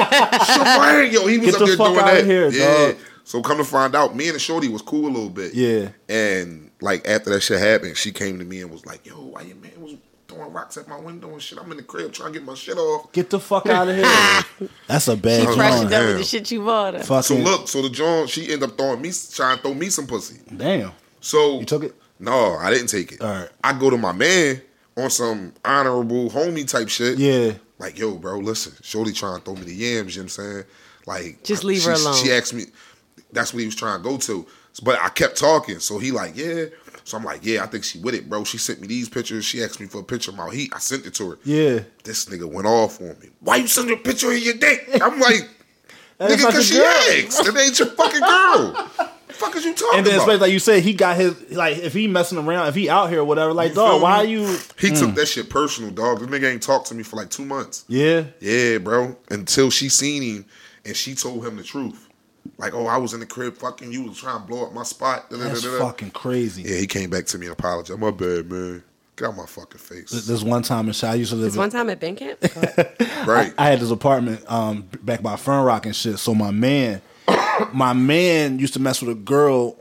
Speaker 1: Shawang, yo, he was
Speaker 3: Get
Speaker 1: up
Speaker 3: the
Speaker 1: there
Speaker 3: fuck
Speaker 1: doing
Speaker 3: outta
Speaker 1: that.
Speaker 3: here,
Speaker 1: yeah.
Speaker 3: dog.
Speaker 1: So come to find out, me and the shorty was cool a little bit.
Speaker 3: Yeah.
Speaker 1: And like after that shit happened, she came to me and was like, yo, why your man was throwing rocks at my window and shit? I'm in the crib trying to get my shit off.
Speaker 3: get the fuck out of here. That's a bad
Speaker 2: He
Speaker 1: trying
Speaker 2: crushed
Speaker 1: to go-
Speaker 3: joint.
Speaker 2: up with
Speaker 1: hell.
Speaker 2: the shit you bought. her.
Speaker 3: Fucking
Speaker 1: So look, so the John, she ended up throwing me, trying to throw me some pussy.
Speaker 3: damn.
Speaker 1: So
Speaker 3: You took it?
Speaker 1: No, I didn't take it.
Speaker 3: Alright.
Speaker 1: I go to my man on some honorable homie type shit.
Speaker 3: Yeah.
Speaker 1: Like, yo, bro, listen, Shorty trying to throw me the yams, you know what I'm saying? Like
Speaker 2: Just leave her
Speaker 1: she-
Speaker 2: alone.
Speaker 1: She asked me that's what he was trying to go to. But I kept talking. So he like, yeah. So I'm like, yeah, I think she with it, bro. She sent me these pictures. She asked me for a picture of my heat. I sent it to her.
Speaker 3: Yeah.
Speaker 1: This nigga went off on me. Why you send a picture of your dick? I'm like,
Speaker 3: That ain't
Speaker 1: nigga,
Speaker 3: not
Speaker 1: cause she
Speaker 3: your girl.
Speaker 1: asked. It ain't your fucking girl. fuck is you talking
Speaker 3: And then,
Speaker 1: about?
Speaker 3: especially like you said, he got his like if he messing around, if he out here, or whatever. Like,
Speaker 1: You feel
Speaker 3: dog, why
Speaker 1: me?
Speaker 3: you? Mm.
Speaker 1: He took that shit personal, dog. This nigga ain't talked to me for like two months.
Speaker 3: Yeah.
Speaker 1: Yeah, bro. Until she seen him and she told him the truth. Like, oh, I was in the crib fucking you, was trying to blow up my spot. Da, da, da,
Speaker 3: That's
Speaker 1: da, da.
Speaker 3: fucking crazy.
Speaker 1: Yeah, he came back to me and apologized. My bad, man. Get out my fucking
Speaker 3: Th-
Speaker 1: face.
Speaker 3: This one time in Shaw, I used to live.
Speaker 2: This
Speaker 3: in-
Speaker 2: one time at band camp,
Speaker 1: Right.
Speaker 3: I had this apartment um, back by Fern Rock and shit. So my man, my man used to mess with a girl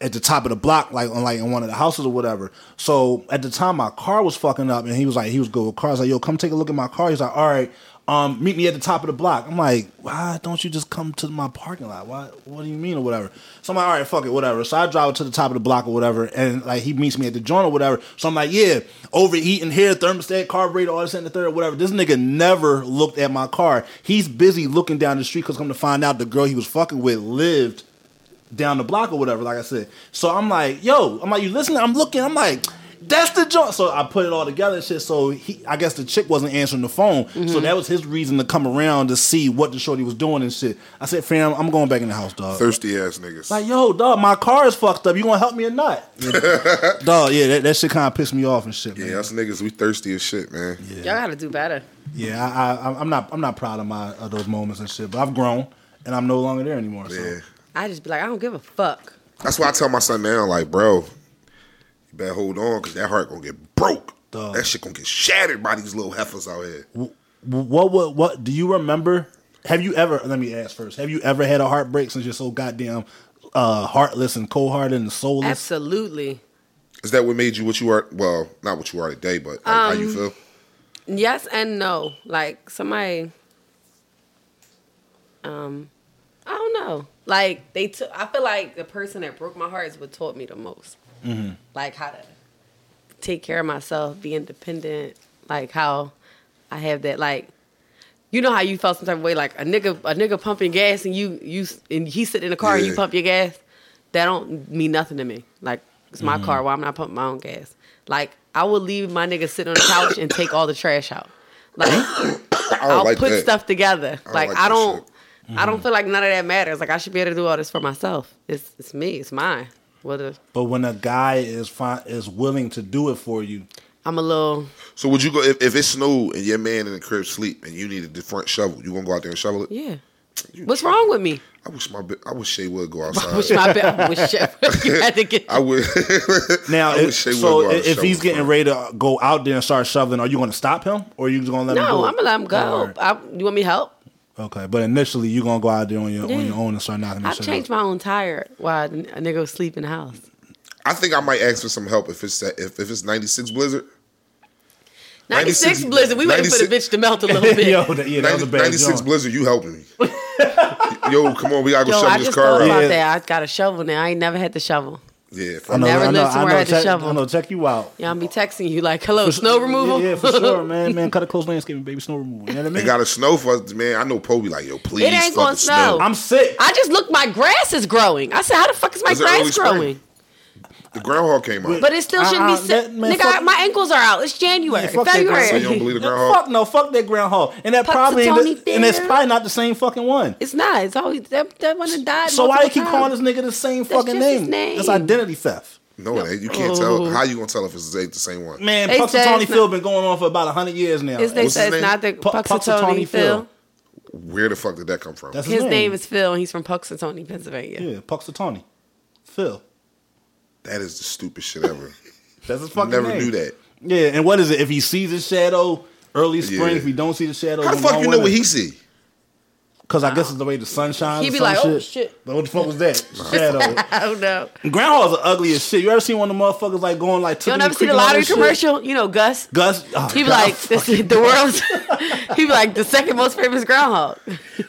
Speaker 3: at the top of the block, like on like in one of the houses or whatever. So at the time, my car was fucking up, and he was like, he was good with cars. Like, yo, come take a look at my car. He's like, all right, um, meet me at the top of the block. I'm like, why don't you just come to my parking lot? Why? What do you mean or whatever? So I'm like, all right, fuck it, whatever. So I drive to the top of the block or whatever, and like he meets me at the joint or whatever. So I'm like, yeah, overheating here, thermostat, carburetor, all this and the third, whatever. This nigga never looked at my car. He's busy looking down the street because come to find out the girl he was fucking with lived down the block or whatever, like I said. So I'm like, yo, I'm like, you listening? I'm looking, I'm like, that's the joint. So I put it all together and shit. So he I guess the chick wasn't answering the phone. So that was his reason to come around to see what the shorty was doing and shit. I said, fam, I'm going back in the house, dog.
Speaker 1: Thirsty ass niggas.
Speaker 3: like, yo, dog, my car is fucked up. You gonna help me or not? dog, yeah, that, that shit kinda pissed me off and shit, man.
Speaker 1: yeah, us niggas, we thirsty as shit, man.
Speaker 2: Y'all gotta do better.
Speaker 3: Yeah, I, I I'm not I'm not proud of my of those moments and shit, but I've grown and I'm no longer there anymore. So
Speaker 1: Yeah.
Speaker 2: I just be like, I don't give a fuck.
Speaker 1: That's why I tell my son now, like, bro, you better hold on, cause that heart gonna get broke.
Speaker 3: Dog.
Speaker 1: That shit gonna get shattered by these little heifers out here.
Speaker 3: What what what do you remember? Have you ever let me ask first, have you ever had a heartbreak since you're so goddamn uh heartless and cold hearted and soulless?
Speaker 2: Absolutely.
Speaker 1: Is that what made you what you are? Well, not what you are today, but like, how
Speaker 2: Um,
Speaker 1: you feel?
Speaker 2: Yes and no. Like somebody, um, I don't know. Like they took. I feel like the person that broke my heart is what taught me the most. Like how to take care of myself, be independent. Like how I have that. Like you know how you felt some type of way. Like a nigga, a nigga pumping gas and you you and he sit in the car and you
Speaker 1: Yeah.
Speaker 2: pump your gas. That don't mean nothing to me. Like it's my car. Why I'm not pumping my own gas? Like I would leave my nigga sit on the couch and take all the trash out. Like
Speaker 1: I don't
Speaker 2: I'll
Speaker 1: like
Speaker 2: put
Speaker 1: that.
Speaker 2: stuff together.
Speaker 1: don't
Speaker 2: like,
Speaker 1: like
Speaker 2: I
Speaker 1: that
Speaker 2: don't, I don't feel like none of that matters. Like I should be able to do all this for myself. It's it's me. It's mine. Whether
Speaker 3: But when a guy is fi- is willing to do it for you,
Speaker 2: I'm a little,
Speaker 1: So would you go if, if it snowed and your man in the crib sleep and you needed the front shovel? You gonna go out there and shovel it?
Speaker 2: yeah. What's wrong with me?
Speaker 1: I wish my bi- I wish Shay would go
Speaker 2: I wish
Speaker 1: outside.
Speaker 2: my bad. I wish shit. you had to get.
Speaker 1: I would.
Speaker 3: now
Speaker 1: I
Speaker 3: if,
Speaker 1: wish Shay would
Speaker 3: so
Speaker 1: go out
Speaker 3: i-
Speaker 1: and
Speaker 3: if
Speaker 1: shovel
Speaker 3: he's
Speaker 1: the
Speaker 3: getting
Speaker 1: front.
Speaker 3: ready to go out there and start shoveling, are you going to stop him or are you just going to let him go?
Speaker 2: No, I'm gonna let him go.
Speaker 3: Or-
Speaker 2: I, you want me help?
Speaker 3: okay, but initially you're going to go out there on your
Speaker 2: Yeah.
Speaker 3: on your own and start knocking that
Speaker 2: I've
Speaker 3: shit
Speaker 2: changed
Speaker 3: out.
Speaker 2: my own tire while a nigga was sleep in the house.
Speaker 1: I think I might ask for some help if it's that- if if it's ninety six blizzard.
Speaker 2: 96,
Speaker 1: 96
Speaker 2: blizzard. We waiting for the
Speaker 1: 96
Speaker 2: bitch to melt a little bit.
Speaker 3: Yo, that, yeah, that was a
Speaker 1: 90,
Speaker 3: bad
Speaker 1: 96
Speaker 3: joint.
Speaker 1: blizzard, you helping me? Yo, come on, we gotta go
Speaker 2: Yo, I
Speaker 1: shovel this
Speaker 2: just thought
Speaker 1: car
Speaker 2: about
Speaker 1: out.
Speaker 3: Yeah.
Speaker 2: that. I got a shovel now. I ain't never had to shovel.
Speaker 1: Yeah,
Speaker 3: I know,
Speaker 2: Never
Speaker 3: I know,
Speaker 2: lived
Speaker 3: I
Speaker 2: somewhere
Speaker 3: know,
Speaker 2: I had to
Speaker 3: check,
Speaker 2: shovel.
Speaker 3: I know, check you out.
Speaker 2: Yeah, I'll be texting you like, "Hello, snow removal."
Speaker 3: Yeah, yeah, for sure, man. Man, cut a close landscaping, baby. Snow removal. You know what I mean?
Speaker 1: It got to snow for us, man. I know Poe be like, yo, please.
Speaker 2: ain't
Speaker 1: fucking
Speaker 2: gonna snow.
Speaker 3: I'm sick.
Speaker 2: I just look, my grass is growing. I said, how the fuck is my
Speaker 1: It's early
Speaker 2: grass
Speaker 1: spring.
Speaker 2: growing?
Speaker 1: The groundhog came out.
Speaker 2: But it still shouldn't
Speaker 3: Uh-uh,
Speaker 2: be sick.
Speaker 3: that- man,
Speaker 2: Nigga,
Speaker 3: fuck-
Speaker 2: I- my ankles are out. It's January,
Speaker 3: Man, fuck that
Speaker 1: so
Speaker 3: groundhog.
Speaker 1: you don't
Speaker 2: February.
Speaker 1: believe the
Speaker 3: No,
Speaker 1: groundhog?
Speaker 3: Fuck no, fuck that groundhog, and that
Speaker 2: Fuck
Speaker 3: probably ain't
Speaker 2: Tony
Speaker 3: the- and it's
Speaker 2: Bear.
Speaker 3: probably not the same fucking one.
Speaker 2: It's not. It's always that, that one that died.
Speaker 3: So why they
Speaker 2: multiple
Speaker 3: keep
Speaker 2: times.
Speaker 3: calling this nigga the same fucking
Speaker 2: just his
Speaker 3: name?
Speaker 2: name.
Speaker 3: That's identity theft.
Speaker 1: no, it ain't. you can't
Speaker 2: Oh.
Speaker 1: tell. How you gonna tell if it's ain't the same one?
Speaker 3: Man,
Speaker 2: They
Speaker 3: Pucks
Speaker 2: say
Speaker 3: and Tony
Speaker 2: it's
Speaker 3: Phil been going on for about hundred years now.
Speaker 2: Is they
Speaker 1: What's his
Speaker 2: say it's
Speaker 1: name?
Speaker 2: not the
Speaker 3: Pu-
Speaker 2: Puxatony
Speaker 3: Puxatony
Speaker 2: Phil.
Speaker 3: Phil.
Speaker 1: Where the fuck did that come from?
Speaker 3: That's his,
Speaker 2: His name. is Phil, and he's from Puxatony, Pennsylvania.
Speaker 3: yeah, Pucks and Tony Phil.
Speaker 1: That is the stupidest shit ever.
Speaker 3: That's his fucking
Speaker 1: Never
Speaker 3: name.
Speaker 1: knew that.
Speaker 3: Yeah, and what is it? If he sees the shadow early spring,
Speaker 1: Yeah.
Speaker 3: if he don't see the shadow,
Speaker 1: How the fuck you know what he see?
Speaker 3: Because I guess it's the way the sun shines.
Speaker 2: He
Speaker 3: or
Speaker 2: be
Speaker 3: some
Speaker 2: like, oh,
Speaker 3: shit.
Speaker 2: shit.
Speaker 3: But what the fuck was that shadow?
Speaker 2: I don't know.
Speaker 3: Groundhogs are ugly as shit. You ever seen one of the motherfuckers like going like?
Speaker 2: You'll
Speaker 3: tickly
Speaker 2: never see
Speaker 3: creaking
Speaker 2: the
Speaker 3: on
Speaker 2: lottery
Speaker 3: this shit?
Speaker 2: commercial. You know, Gus.
Speaker 3: Gus, oh,
Speaker 2: He be
Speaker 3: God,
Speaker 2: like, this is the world's. he be like the second most famous groundhog.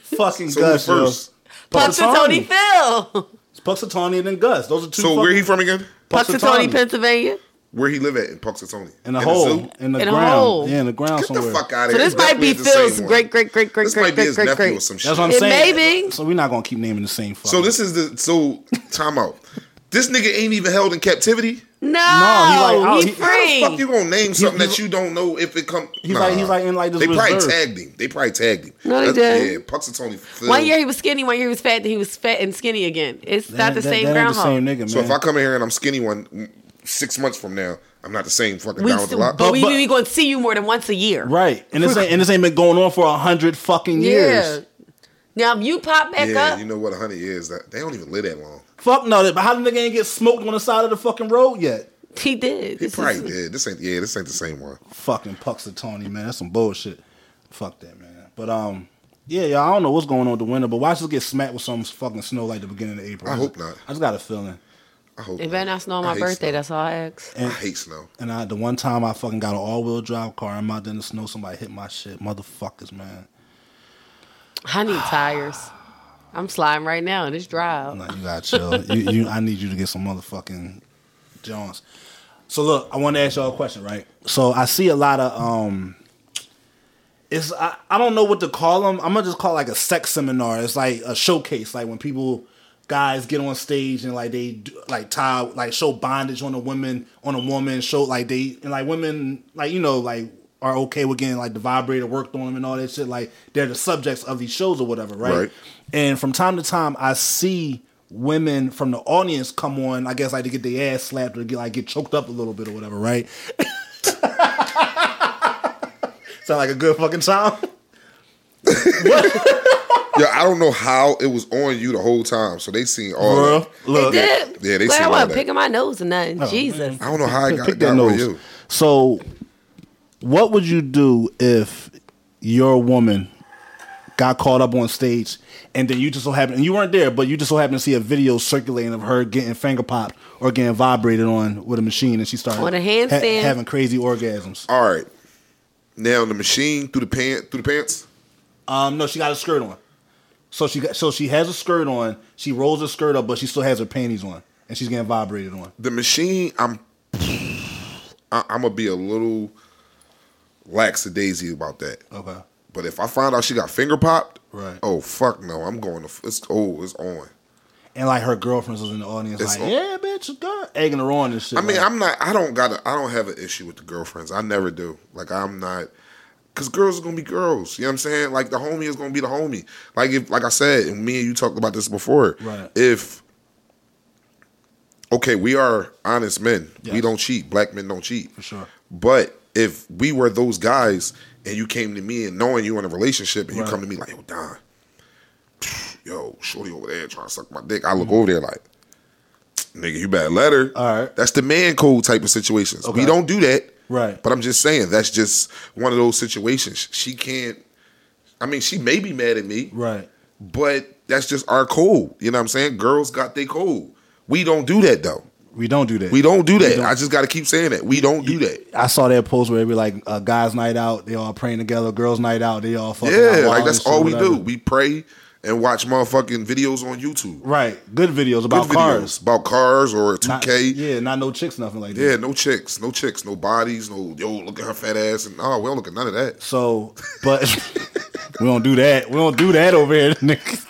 Speaker 3: fucking
Speaker 1: So
Speaker 3: Gus.
Speaker 1: who
Speaker 3: yo.
Speaker 1: first?
Speaker 2: Puxatony Phil.
Speaker 3: It's Puxatawny and then Gus. Those are two.
Speaker 1: So
Speaker 3: fuck-
Speaker 1: where he from again?
Speaker 2: Puxatony, Pennsylvania.
Speaker 1: Where he live at in Punxsutawney?
Speaker 3: in a
Speaker 1: the
Speaker 3: hole
Speaker 1: zoo?
Speaker 3: in the
Speaker 2: In a
Speaker 3: ground.
Speaker 2: hole.
Speaker 3: Yeah, in the ground
Speaker 1: Get
Speaker 3: somewhere.
Speaker 1: the fuck out of
Speaker 2: So
Speaker 1: here.
Speaker 2: this might
Speaker 1: Definitely
Speaker 2: be
Speaker 1: the same
Speaker 2: Phil's
Speaker 1: one.
Speaker 2: great, great, great, great,
Speaker 1: This might
Speaker 2: great,
Speaker 1: be
Speaker 2: great,
Speaker 1: his
Speaker 2: great,
Speaker 1: nephew or
Speaker 2: great.
Speaker 1: some shit.
Speaker 3: That's what I'm
Speaker 2: It
Speaker 3: saying.
Speaker 2: may be.
Speaker 3: So we're not gonna keep naming the same. Fuck.
Speaker 1: So this is the so time out. This nigga ain't even held in captivity.
Speaker 2: No,
Speaker 3: like, oh,
Speaker 2: he,
Speaker 3: he-
Speaker 1: How the fuck
Speaker 2: free.
Speaker 1: you gonna name something
Speaker 3: he's-
Speaker 1: that you don't know if it come?
Speaker 3: He's like- he's like in, like, this
Speaker 1: They
Speaker 3: reserve.
Speaker 1: probably tagged him. They probably tagged him.
Speaker 2: No, they
Speaker 1: That's-
Speaker 2: didn't.
Speaker 1: Yeah, Punxsutawney. Phil.
Speaker 2: One year he was skinny, one year he was fat, then he was fat and skinny again. It's not the
Speaker 3: That- that-
Speaker 2: same
Speaker 3: that ain't the
Speaker 2: groundhog.
Speaker 3: same nigga, man.
Speaker 1: So if I come in here and I'm skinny one mm, six months from now, I'm not the same fucking
Speaker 2: we
Speaker 1: down with the
Speaker 2: still,
Speaker 1: lot.
Speaker 2: but,
Speaker 3: But-
Speaker 2: we,
Speaker 3: but-
Speaker 2: we going to see you more than once a year.
Speaker 3: right, and this ain't and this ain't been going on for a hundred fucking years.
Speaker 2: Now if you pop back
Speaker 1: yeah,
Speaker 2: up.
Speaker 1: you know what? hundred years. That they don't even live that long.
Speaker 3: Fuck no, that- but how the nigga ain't get smoked on the side of the fucking road yet?
Speaker 2: he did.
Speaker 1: He
Speaker 2: This
Speaker 1: probably
Speaker 2: is-
Speaker 1: did. This ain't. Yeah, this ain't the same one.
Speaker 3: Fucking Puxatawny, man. That's some bullshit. Fuck that, man. But um. Yeah, yeah, I don't know what's going on with the winter, but watch us get smacked with some fucking snow like the beginning of April.
Speaker 1: I hope not.
Speaker 3: I just got a feeling.
Speaker 1: I hope.
Speaker 2: It better not snow on
Speaker 1: I
Speaker 2: my
Speaker 1: hate
Speaker 2: birthday.
Speaker 1: snow.
Speaker 2: That's all I ask.
Speaker 1: I hate snow.
Speaker 3: And I, the one time I fucking got an all wheel drive car, I'm out there in the snow, somebody hit my shit. Motherfuckers, man.
Speaker 2: I need tires. I'm sliding right now and it's dry.
Speaker 3: Nah, you gotta chill. you, you, I need you to get some motherfucking Jones. So look, I want to ask y'all a question, right? So I see a lot of um, it's I, I don't know what to call them. I'm gonna just call it like a sex seminar. It's like a showcase, like when people guys get on stage and like they do, like tie like show bondage on a woman on a woman show like they and like women like you know like are okay with getting like the vibrator worked on them and all that shit. Like they're the subjects of these shows or whatever, right?
Speaker 1: Right.
Speaker 3: And from time to time, I see women from the audience come on. I guess like to get their ass slapped or get like get choked up a little bit or whatever, right? Sound like a good fucking time.
Speaker 1: Yeah, I don't know how it was on you the whole time. So they seen all.
Speaker 3: Bruh,
Speaker 1: that.
Speaker 3: look,
Speaker 2: Did?
Speaker 1: Yeah, they
Speaker 2: Glad
Speaker 1: seen
Speaker 2: I
Speaker 1: all
Speaker 2: wasn't
Speaker 1: that. Oh,
Speaker 2: picking my nose or nothing. Jesus.
Speaker 1: I don't know how I got,
Speaker 3: pick
Speaker 1: it
Speaker 3: that
Speaker 1: got on
Speaker 3: nose.
Speaker 1: you.
Speaker 3: So, what would you do if your woman got caught up on stage, and then you just so happened, and you weren't there, but you just so happened to see a video circulating of her getting finger popped or getting vibrated on with a machine, and she started
Speaker 2: On a handstand.
Speaker 3: having crazy orgasms.
Speaker 1: All right. Now the machine through the pant through the pants.
Speaker 3: Um, no, she got a skirt on. So she got, so she has a skirt on. She rolls her skirt up, but she still has her panties on, and she's getting vibrated on.
Speaker 1: The machine. I'm. I, I'm gonna be a little lackadaisy about that.
Speaker 3: Okay.
Speaker 1: But if I find out she got finger popped,
Speaker 3: Right.
Speaker 1: Oh fuck no! I'm going to. f- It's oh, it's on.
Speaker 3: And like her girlfriends was in the audience,
Speaker 1: It's
Speaker 3: like,
Speaker 1: all-
Speaker 3: yeah, bitch, girl, egging her on and shit.
Speaker 1: I mean,
Speaker 3: like-
Speaker 1: I'm not. I don't got. to I don't have an issue with the girlfriends. I never do. Like I'm not. Cause girls are gonna be girls. You know what I'm saying? Like the homie is gonna be the homie. Like if, like I said, and me and you talked about this before.
Speaker 3: Right.
Speaker 1: If okay, we are honest men. We
Speaker 3: Yes.
Speaker 1: don't cheat. Black men don't cheat. For
Speaker 3: sure.
Speaker 1: But if we were those guys, and you came to me and knowing you in a relationship, and
Speaker 3: Right.
Speaker 1: you come to me like, yo, Don, yo, shorty over there trying to suck my dick. I look over there like, nigga, you better let her.
Speaker 3: All right.
Speaker 1: That's the man code type of situations.
Speaker 3: Okay.
Speaker 1: We don't do that.
Speaker 3: Right.
Speaker 1: But I'm just saying that's just one of those situations. She can't. I mean, she may be mad at me,
Speaker 3: right.
Speaker 1: but that's just our code. You know what I'm saying? Girls got their code. We don't do that though.
Speaker 3: We don't do that.
Speaker 1: We don't do that. I just got to keep saying that. We don't do that.
Speaker 3: I saw that post where it be like uh, guys' night out, they all praying together. Girls' night out, they all fucking. out
Speaker 1: Yeah,
Speaker 3: wild
Speaker 1: like
Speaker 3: and
Speaker 1: that's
Speaker 3: shit,
Speaker 1: all we
Speaker 3: whatever.
Speaker 1: do. We pray and watch motherfucking videos on YouTube.
Speaker 3: Right, good videos about
Speaker 1: Good videos
Speaker 3: cars.
Speaker 1: about cars or 2K.
Speaker 3: Not- yeah, not no chicks, nothing like that.
Speaker 1: Yeah, no chicks, no chicks, no bodies, no yo, look at her fat ass, and oh, we don't look at none of that.
Speaker 3: So, but we don't do that. We don't do that over here, nigga.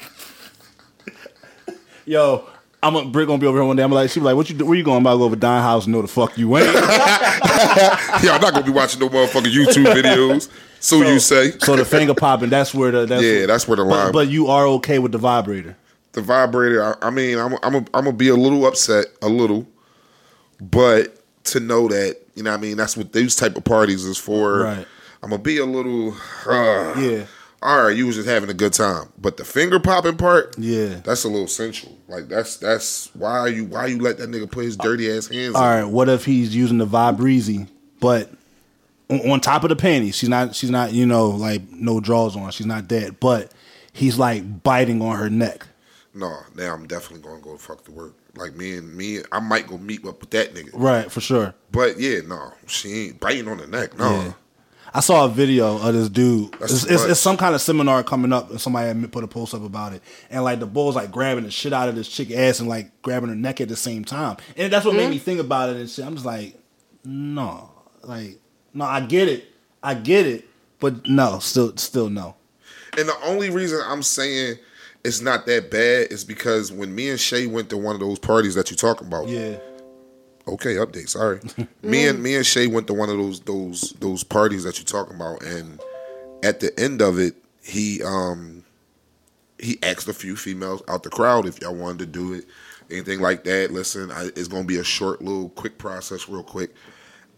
Speaker 3: Yo, I'm a brick gonna be over here one day. I'm like, she be like, what you do? Where you going? I'm about to go over to Don House. and know the fuck you ain't.
Speaker 1: yeah, I'm not gonna be watching no motherfucking YouTube videos. So, you say,
Speaker 3: so the finger popping. That's where the that's
Speaker 1: yeah, that's where the
Speaker 3: but,
Speaker 1: line.
Speaker 3: but you are okay with the vibrator.
Speaker 1: the vibrator. I, I mean, I'm I'm a, I'm gonna be a little upset, a little, but to know that you know, what I mean, that's what these type of parties is for.
Speaker 3: Right.
Speaker 1: I'm gonna be a little. Uh,
Speaker 3: Yeah.
Speaker 1: All right, you was just having a good time, but the finger popping part,
Speaker 3: Yeah.
Speaker 1: that's a little sensual. Like that's that's why you why you let that nigga put his dirty ass hands.
Speaker 3: All
Speaker 1: in.
Speaker 3: right, what if he's using the vibreezy, but on, on top of the panties, she's not. She's not. You know, like no draws on. She's not dead, but he's like biting on her neck.
Speaker 1: No, now I'm definitely gonna go fuck the work. Like me and me, I might go meet up with that nigga.
Speaker 3: Right, for sure.
Speaker 1: But yeah, no, she ain't biting on the neck. No,
Speaker 3: Yeah. I saw a video of this dude.
Speaker 1: That's
Speaker 3: It's,
Speaker 1: too
Speaker 3: it's,
Speaker 1: much.
Speaker 3: it's some kind of seminar coming up, and somebody had put a post up about it. And like the bull's like grabbing the shit out of this chick ass and like grabbing her neck at the same time. And that's what made me think about it and shit. I'm just like, no, like no, I get it, I get it, but no, still, still no.
Speaker 1: and the only reason I'm saying it's not that bad is because when me and Shay went to one of those parties that you talking about,
Speaker 3: Yeah.
Speaker 1: Okay, update. Sorry, me and me and Shay went to one of those those those parties that you talking about, and at the end of it, he um he asked a few females out the crowd if y'all wanted to do it, anything like that. Listen, I, it's gonna be a short little quick process, real quick.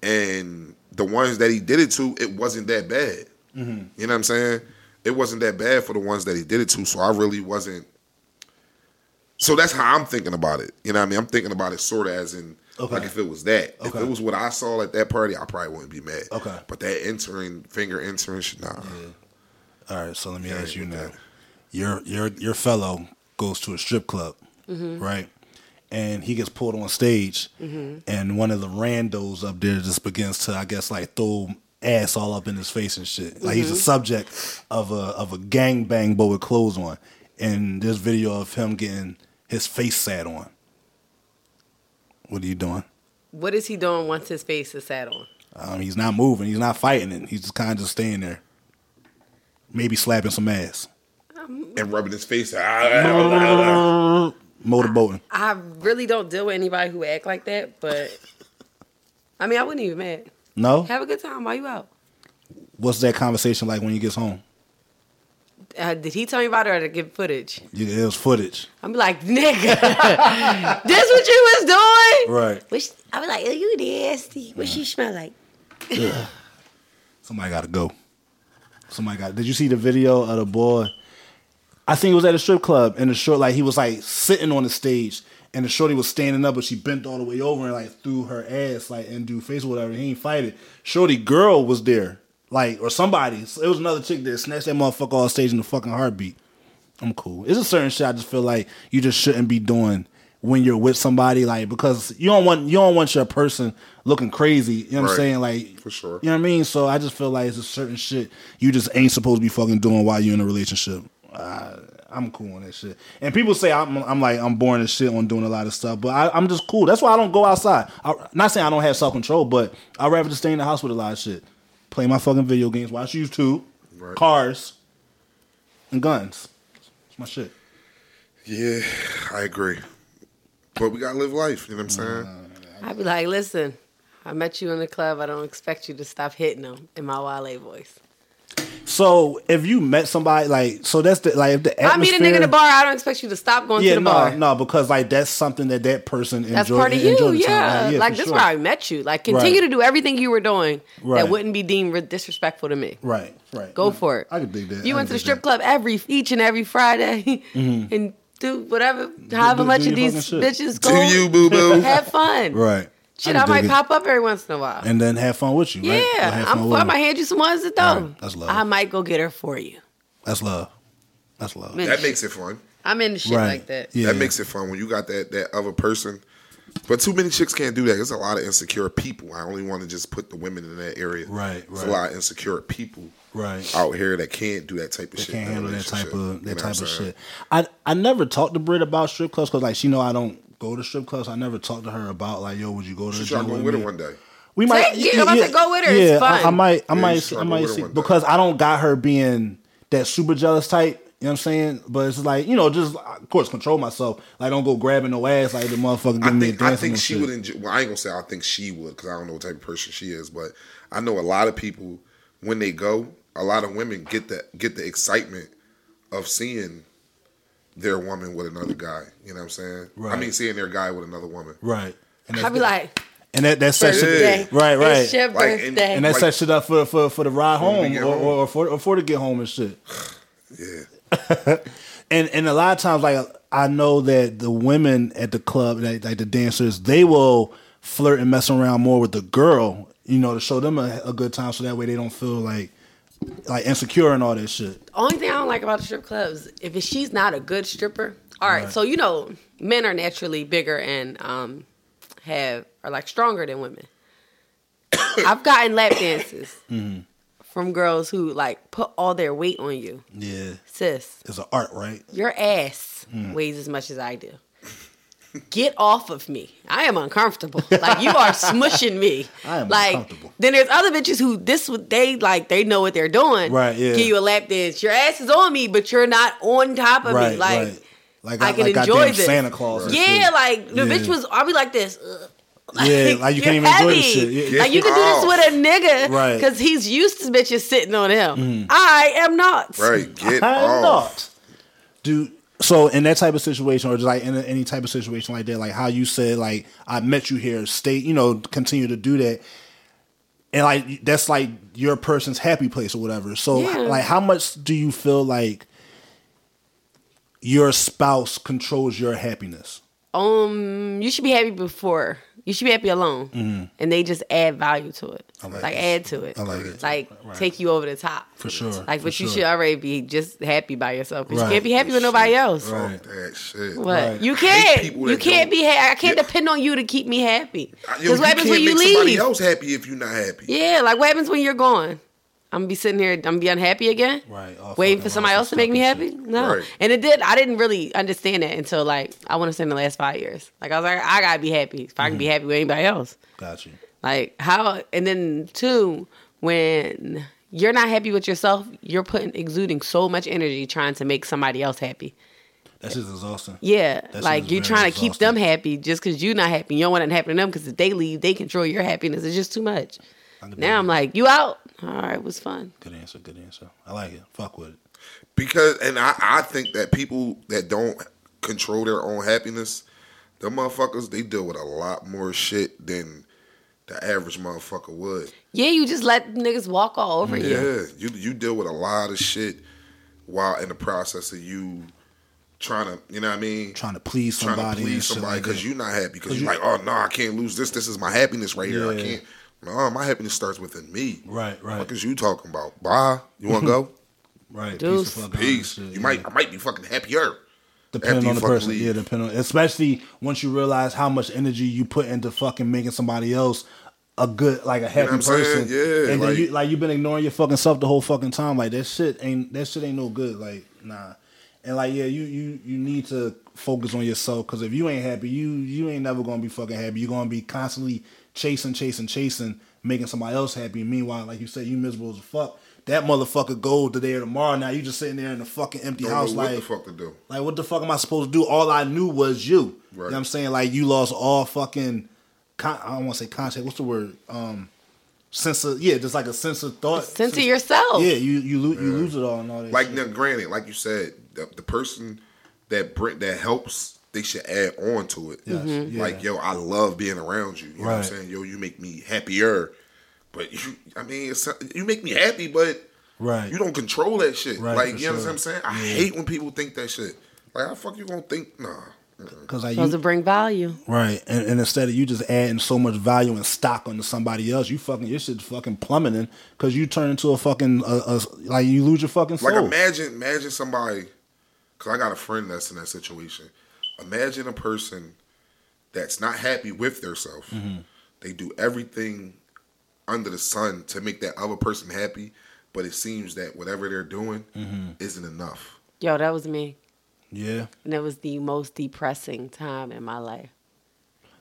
Speaker 1: And the ones that he did it to, it wasn't that bad.
Speaker 3: Mm-hmm.
Speaker 1: You know what I'm saying? It wasn't that bad for the ones that he did it to, so I really wasn't. So that's how I'm thinking about it. You know what I mean? I'm thinking about it sort of as in
Speaker 3: Okay.
Speaker 1: like if it was that. If
Speaker 3: Okay.
Speaker 1: it was what I saw at that party, I probably wouldn't be mad.
Speaker 3: Okay.
Speaker 1: But that entering finger entering shit, nah.
Speaker 3: All right, so let me ask you
Speaker 1: with
Speaker 3: now.
Speaker 1: that.
Speaker 3: Your your your fellow goes to a strip club, right? and he gets pulled on stage, and one of the randos up there just begins to, I guess, like throw ass all up in his face and shit. Like he's the subject of a of a gangbang, but with clothes on. And there's video of him getting his face sat on. What are you doing?
Speaker 2: What is he doing once his face is sat on?
Speaker 3: Um, he's not moving. He's not fighting it. He's just kind of just staying there. Maybe slapping some ass.
Speaker 1: and rubbing his face. Ah,
Speaker 3: Motorboating.
Speaker 2: I really don't deal with anybody who act like that, but I mean, I wouldn't even mad.
Speaker 3: No?
Speaker 2: Have a good time while you out.
Speaker 3: What's that conversation like when he gets home?
Speaker 2: Uh, did he tell me about it or to get footage?
Speaker 3: Yeah, it was footage.
Speaker 2: I'm like, nigga, this what you was doing?
Speaker 3: Right.
Speaker 2: Which I was like, oh, you nasty. What she smell like?
Speaker 3: Somebody gotta go. Somebody got did you see the video of the boy? I think it was at a strip club and the short like he was like sitting on the stage and the shorty was standing up but she bent all the way over and like threw her ass like and do face or whatever. He ain't fight it. Shorty girl was there. Like or somebody. So It was another chick that snatched that motherfucker off stage in the fucking heartbeat. I'm cool. It's a certain shit I just feel like you just shouldn't be doing when you're with somebody, like because you don't want you don't want your person looking crazy. You know what I'm
Speaker 1: Right.
Speaker 3: saying? Like
Speaker 1: For sure.
Speaker 3: You know what I mean? So I just feel like it's a certain shit you just ain't supposed to be fucking doing while you're in a relationship. I, I'm cool on that shit. And people say I'm I'm like I'm boring as shit on doing a lot of stuff, but I, I'm just cool. That's why I don't go outside. I, not saying I don't have self control, but I'd rather just stay in the house with a lot of shit. Play my fucking video games, watch YouTube,
Speaker 1: Right.
Speaker 3: cars, and guns. It's my shit.
Speaker 1: yeah, I agree. But we gotta live life. You know what I'm saying?
Speaker 2: I'd be like, listen, I met you in the club. I don't expect you to stop hitting them in my Wale voice.
Speaker 3: So if you met somebody like so that's the like if the
Speaker 2: I meet a
Speaker 3: atmosphere,
Speaker 2: nigga in the bar. I don't expect you to stop going
Speaker 3: Yeah,
Speaker 2: to the
Speaker 3: no,
Speaker 2: bar.
Speaker 3: no, because like that's something that that person
Speaker 2: That's
Speaker 3: enjoy-
Speaker 2: part of
Speaker 3: enjoy
Speaker 2: you,
Speaker 3: the time.
Speaker 2: yeah.
Speaker 3: for
Speaker 2: Like this
Speaker 3: sure.
Speaker 2: where I met you. Like continue
Speaker 3: Right.
Speaker 2: to do everything you were doing
Speaker 3: Right.
Speaker 2: that wouldn't be deemed re- disrespectful to me.
Speaker 3: Right, right.
Speaker 2: Go for it.
Speaker 3: I can dig that.
Speaker 2: You
Speaker 3: I
Speaker 2: went
Speaker 3: can
Speaker 2: to the
Speaker 3: dig
Speaker 2: strip
Speaker 3: that. Mm-hmm.
Speaker 2: club every each and every Friday and do whatever, however
Speaker 3: do-
Speaker 2: much
Speaker 3: do
Speaker 2: of
Speaker 3: your
Speaker 2: these
Speaker 3: fucking shit.
Speaker 2: bitches go.
Speaker 1: Do you, boo boo?
Speaker 2: Have fun.
Speaker 3: Right.
Speaker 2: Shit,
Speaker 3: can
Speaker 2: I, might
Speaker 3: dig it.
Speaker 2: pop up every once in a while.
Speaker 3: and then have fun with you.
Speaker 2: yeah,
Speaker 3: right? Or have fun
Speaker 2: I'm,
Speaker 3: with
Speaker 2: I
Speaker 3: them.
Speaker 2: might hand you some ones at though.
Speaker 3: Alright, that's love.
Speaker 2: I might go get her for you.
Speaker 3: That's love. That's love.
Speaker 2: Man,
Speaker 1: that makes it fun.
Speaker 2: I'm into shit
Speaker 3: right.
Speaker 2: like that.
Speaker 3: Yeah.
Speaker 1: That makes it fun when you got that that other person. But too many chicks can't do that. There's a lot of insecure people. I only want to just put the women in that area.
Speaker 3: Right,
Speaker 1: There's
Speaker 3: right.
Speaker 1: a lot of insecure people
Speaker 3: right.
Speaker 1: out here that can't do that type of
Speaker 3: They
Speaker 1: Oh, shit.
Speaker 3: can't
Speaker 1: in a
Speaker 3: handle that type
Speaker 1: relationship.
Speaker 3: of that
Speaker 1: You know what
Speaker 3: type
Speaker 1: I'm
Speaker 3: of
Speaker 1: saying?
Speaker 3: shit. I I never talked to Brit about strip clubs because like she know I don't go to strip clubs. I never talked to her about like yo, would you go to the
Speaker 1: Should y'all
Speaker 3: gym
Speaker 1: go
Speaker 3: with
Speaker 1: with her
Speaker 3: me?
Speaker 1: one day?
Speaker 3: We
Speaker 2: Take you. I'm about to go with her. It's
Speaker 3: Yeah, I, I
Speaker 2: fun.
Speaker 3: might, I
Speaker 1: Yeah, you
Speaker 3: might,
Speaker 1: should
Speaker 3: I
Speaker 1: go
Speaker 3: might
Speaker 1: with her
Speaker 3: see
Speaker 1: one day.
Speaker 3: because I don't got her being that super jealous type. You know what I'm saying? But it's like you know, just of course control myself. Like don't go grabbing no ass like the motherfucker.
Speaker 1: I
Speaker 3: giving me a
Speaker 1: think I
Speaker 3: dance
Speaker 1: think
Speaker 3: and
Speaker 1: she
Speaker 3: shit.
Speaker 1: would enjoy. Well, I ain't gonna say I think she would because I don't know what type of person she is, but I know a lot of people when they go, a lot of women get the get the excitement of seeing their woman with another guy. You know what I'm saying? I
Speaker 3: Right.
Speaker 1: mean, seeing their guy with another woman.
Speaker 3: Right. And
Speaker 2: I'd be like,
Speaker 3: and that that sets
Speaker 2: birthday.
Speaker 3: it right, right.
Speaker 2: It's your
Speaker 1: Like, and-
Speaker 2: birthday.
Speaker 3: and that
Speaker 1: Like-
Speaker 3: sets it up for for for the ride
Speaker 1: we
Speaker 3: home or,
Speaker 1: get
Speaker 3: or
Speaker 1: home.
Speaker 3: or for or for to get home and shit.
Speaker 1: Yeah,
Speaker 3: and and a lot of times like I know that the women at the club like, like the dancers they will flirt and mess around more with the girl you know to show them a, a good time so that way they don't feel like like insecure and all that shit
Speaker 2: only thing I don't like about the strip clubs, if it, she's not a good stripper. All right, so you know, men are naturally bigger and um, have are like stronger than women. I've gotten lap dances from girls who like put all their weight on you,
Speaker 3: yeah
Speaker 2: sis.
Speaker 3: it's an art right
Speaker 2: Your ass
Speaker 3: Mm.
Speaker 2: weighs as much as I do. Get off of me. I am uncomfortable. Like you are smushing me.
Speaker 3: I am
Speaker 2: like,
Speaker 3: uncomfortable.
Speaker 2: Then there's other bitches who this what they like they know what they're doing.
Speaker 3: Right, yeah.
Speaker 2: Give you a lap dance. Your ass is on me, but you're not on top of me.
Speaker 3: right
Speaker 2: Like
Speaker 3: right like
Speaker 2: I
Speaker 3: I
Speaker 2: can
Speaker 3: like
Speaker 2: enjoy
Speaker 3: goddamn
Speaker 2: this.
Speaker 3: Santa Claus and
Speaker 2: Yeah,
Speaker 3: shit.
Speaker 2: like the
Speaker 3: Yeah.
Speaker 2: bitch was I'll be like this. Ugh.
Speaker 3: yeah like you
Speaker 2: You're
Speaker 3: can't even enjoy this
Speaker 2: heavy.
Speaker 3: shit yeah,
Speaker 2: Like you can do
Speaker 1: Get
Speaker 2: this with a nigga,
Speaker 3: Right. Mm.
Speaker 2: Because he's used to bitches sitting on him. I am not.
Speaker 1: right. Get off.
Speaker 3: I'm not. Dude, so in that type of situation, or just like in a- any type of situation like that, like how you said, like I met you here, stay, you know, continue to do that, and like that's like your person's happy place or whatever. So,
Speaker 2: Yeah.
Speaker 3: like, how much do you feel like your spouse controls your happiness?
Speaker 2: Um, you should be happy before You should be happy alone, and they just add value to it,
Speaker 3: Mm-hmm. like
Speaker 2: like
Speaker 3: this.
Speaker 2: add to it,
Speaker 3: I like it.
Speaker 2: like
Speaker 3: Right.
Speaker 2: take you over the top
Speaker 3: For sure.
Speaker 2: Like,
Speaker 3: For
Speaker 2: but you
Speaker 3: sure.
Speaker 2: should already be just happy by yourself. 'cause
Speaker 3: Right.
Speaker 2: You can't be happy with nobody else.
Speaker 1: Fuck
Speaker 3: Right.
Speaker 1: that shit.
Speaker 2: What
Speaker 3: Right.
Speaker 2: you
Speaker 1: Hate
Speaker 2: can't,
Speaker 1: people
Speaker 2: you
Speaker 1: that
Speaker 2: can't
Speaker 1: don't-
Speaker 2: be happy. I can't
Speaker 1: Yeah.
Speaker 2: depend on you to keep me happy.
Speaker 1: Yo,
Speaker 2: Because what happens when
Speaker 1: can't
Speaker 2: you
Speaker 1: make Somebody
Speaker 2: leave?
Speaker 1: else happy if you're not happy.
Speaker 2: Yeah, like what happens when you're gone? I'm gonna be sitting here. I'm gonna be unhappy again.
Speaker 3: Right, all
Speaker 2: Waiting
Speaker 3: fucking
Speaker 2: for somebody
Speaker 3: lost
Speaker 2: else to make me
Speaker 3: and
Speaker 2: happy.
Speaker 3: shit.
Speaker 2: No.
Speaker 1: Right.
Speaker 2: And it did. I didn't really understand that until like I want to say in the last five years. Like I was like, I gotta be happy. If I can be
Speaker 3: Mm-hmm.
Speaker 2: happy with anybody else,
Speaker 3: Got you.
Speaker 2: like how? And then two, when you're not happy with yourself, you're putting exuding so much energy trying to make somebody else happy.
Speaker 3: That's just exhausting.
Speaker 2: Yeah,
Speaker 3: That shit
Speaker 2: like
Speaker 3: is
Speaker 2: you're
Speaker 3: very
Speaker 2: trying to keep them happy just because you're not happy. You don't want nothing happening to them because if they leave, they control your happiness. It's just too much.
Speaker 3: I can do
Speaker 2: Now
Speaker 3: that.
Speaker 2: I'm like, you out? All right, it was fun.
Speaker 3: Good answer. Good answer. I like it. Fuck with it.
Speaker 1: Because and I, I think that people that don't control their own happiness, them motherfuckers, they deal with a lot more shit than the average motherfucker would.
Speaker 2: Yeah, you just let niggas walk all over
Speaker 1: Yeah.
Speaker 2: you.
Speaker 1: You you deal with a lot of shit while in the process of you trying to you know what I mean?
Speaker 3: Trying to please
Speaker 1: Trying
Speaker 3: somebody.
Speaker 1: to
Speaker 3: and
Speaker 1: please
Speaker 3: shit
Speaker 1: somebody
Speaker 3: like
Speaker 1: because
Speaker 3: that.
Speaker 1: you're not happy because
Speaker 3: you-
Speaker 1: you're like, oh no, I can't lose this. This is my happiness right here. I
Speaker 3: Yeah.
Speaker 1: can't. No, my happiness starts within me.
Speaker 3: Right, right.
Speaker 1: What is you talking about? Bye. You want to go?
Speaker 3: right. Peace.
Speaker 2: Deuce.
Speaker 3: the fuck out and
Speaker 1: Peace.
Speaker 3: shit,
Speaker 1: You
Speaker 3: yeah.
Speaker 1: might. I might be fucking happier.
Speaker 3: depending
Speaker 1: after you
Speaker 3: on the
Speaker 1: fucking
Speaker 3: person.
Speaker 1: leave.
Speaker 3: Yeah, depending. On, especially once you realize how much energy you put into fucking making somebody else a good, like a happy
Speaker 1: what I'm saying?
Speaker 3: person.
Speaker 1: Yeah,
Speaker 3: and then
Speaker 1: like-
Speaker 3: you like you've been ignoring your fucking self the whole fucking time. Like that shit ain't that shit ain't no good. Like nah. And like yeah, you you you need to focus on yourself because if you ain't happy, you you ain't never gonna be fucking happy. You're gonna be constantly chasing, chasing, chasing, making somebody else happy. Meanwhile, like you said, you miserable as fuck. That motherfucker go today or tomorrow. Now you just sitting there in the fucking empty
Speaker 1: Don't know
Speaker 3: house.
Speaker 1: what
Speaker 3: like
Speaker 1: the fuck to do.
Speaker 3: like, what the fuck am I supposed to do? All I knew was you. You know
Speaker 1: Right.
Speaker 3: what I'm saying? Like, you lost all fucking, con- I don't want to say contact. What's the word? Um, sense of, yeah, just like a sense of thought.
Speaker 2: Sense of yourself.
Speaker 3: Yeah, you you, lo- you lose it all and all that
Speaker 1: Like
Speaker 3: shit.
Speaker 1: now, granted, like you said, the, the person that bring, that helps, they should add on to it.
Speaker 3: Yes, Mhm.
Speaker 1: Like
Speaker 3: yeah.
Speaker 1: yo, I love being around you. You know what I'm
Speaker 3: Right.
Speaker 1: saying? Yo, you make me happier. But you, I mean, it's, you make me happy, but
Speaker 3: Right.
Speaker 1: you don't control that shit.
Speaker 3: Right,
Speaker 1: like
Speaker 3: for
Speaker 1: you know what
Speaker 3: sure.
Speaker 1: I'm saying? I hate when people think that shit. Like how the fuck you gonna think? Nah. Mm-mm.
Speaker 3: Cause like
Speaker 2: Supposed
Speaker 3: you,
Speaker 2: to bring value.
Speaker 3: right, and, and instead of you just adding so much value and stock onto somebody else, you fucking your shit's fucking plummeting because you turn into a fucking uh uh like you lose your fucking soul.
Speaker 1: Like imagine, imagine somebody. Cause I got a friend that's in that situation. Imagine a person that's not happy with themselves.
Speaker 3: Mm-hmm.
Speaker 1: They do everything under the sun to make that other person happy, but it seems that whatever they're doing
Speaker 3: Mm-hmm.
Speaker 1: isn't enough.
Speaker 2: Yo, that was me.
Speaker 3: yeah.
Speaker 2: And it was the most depressing time in my life.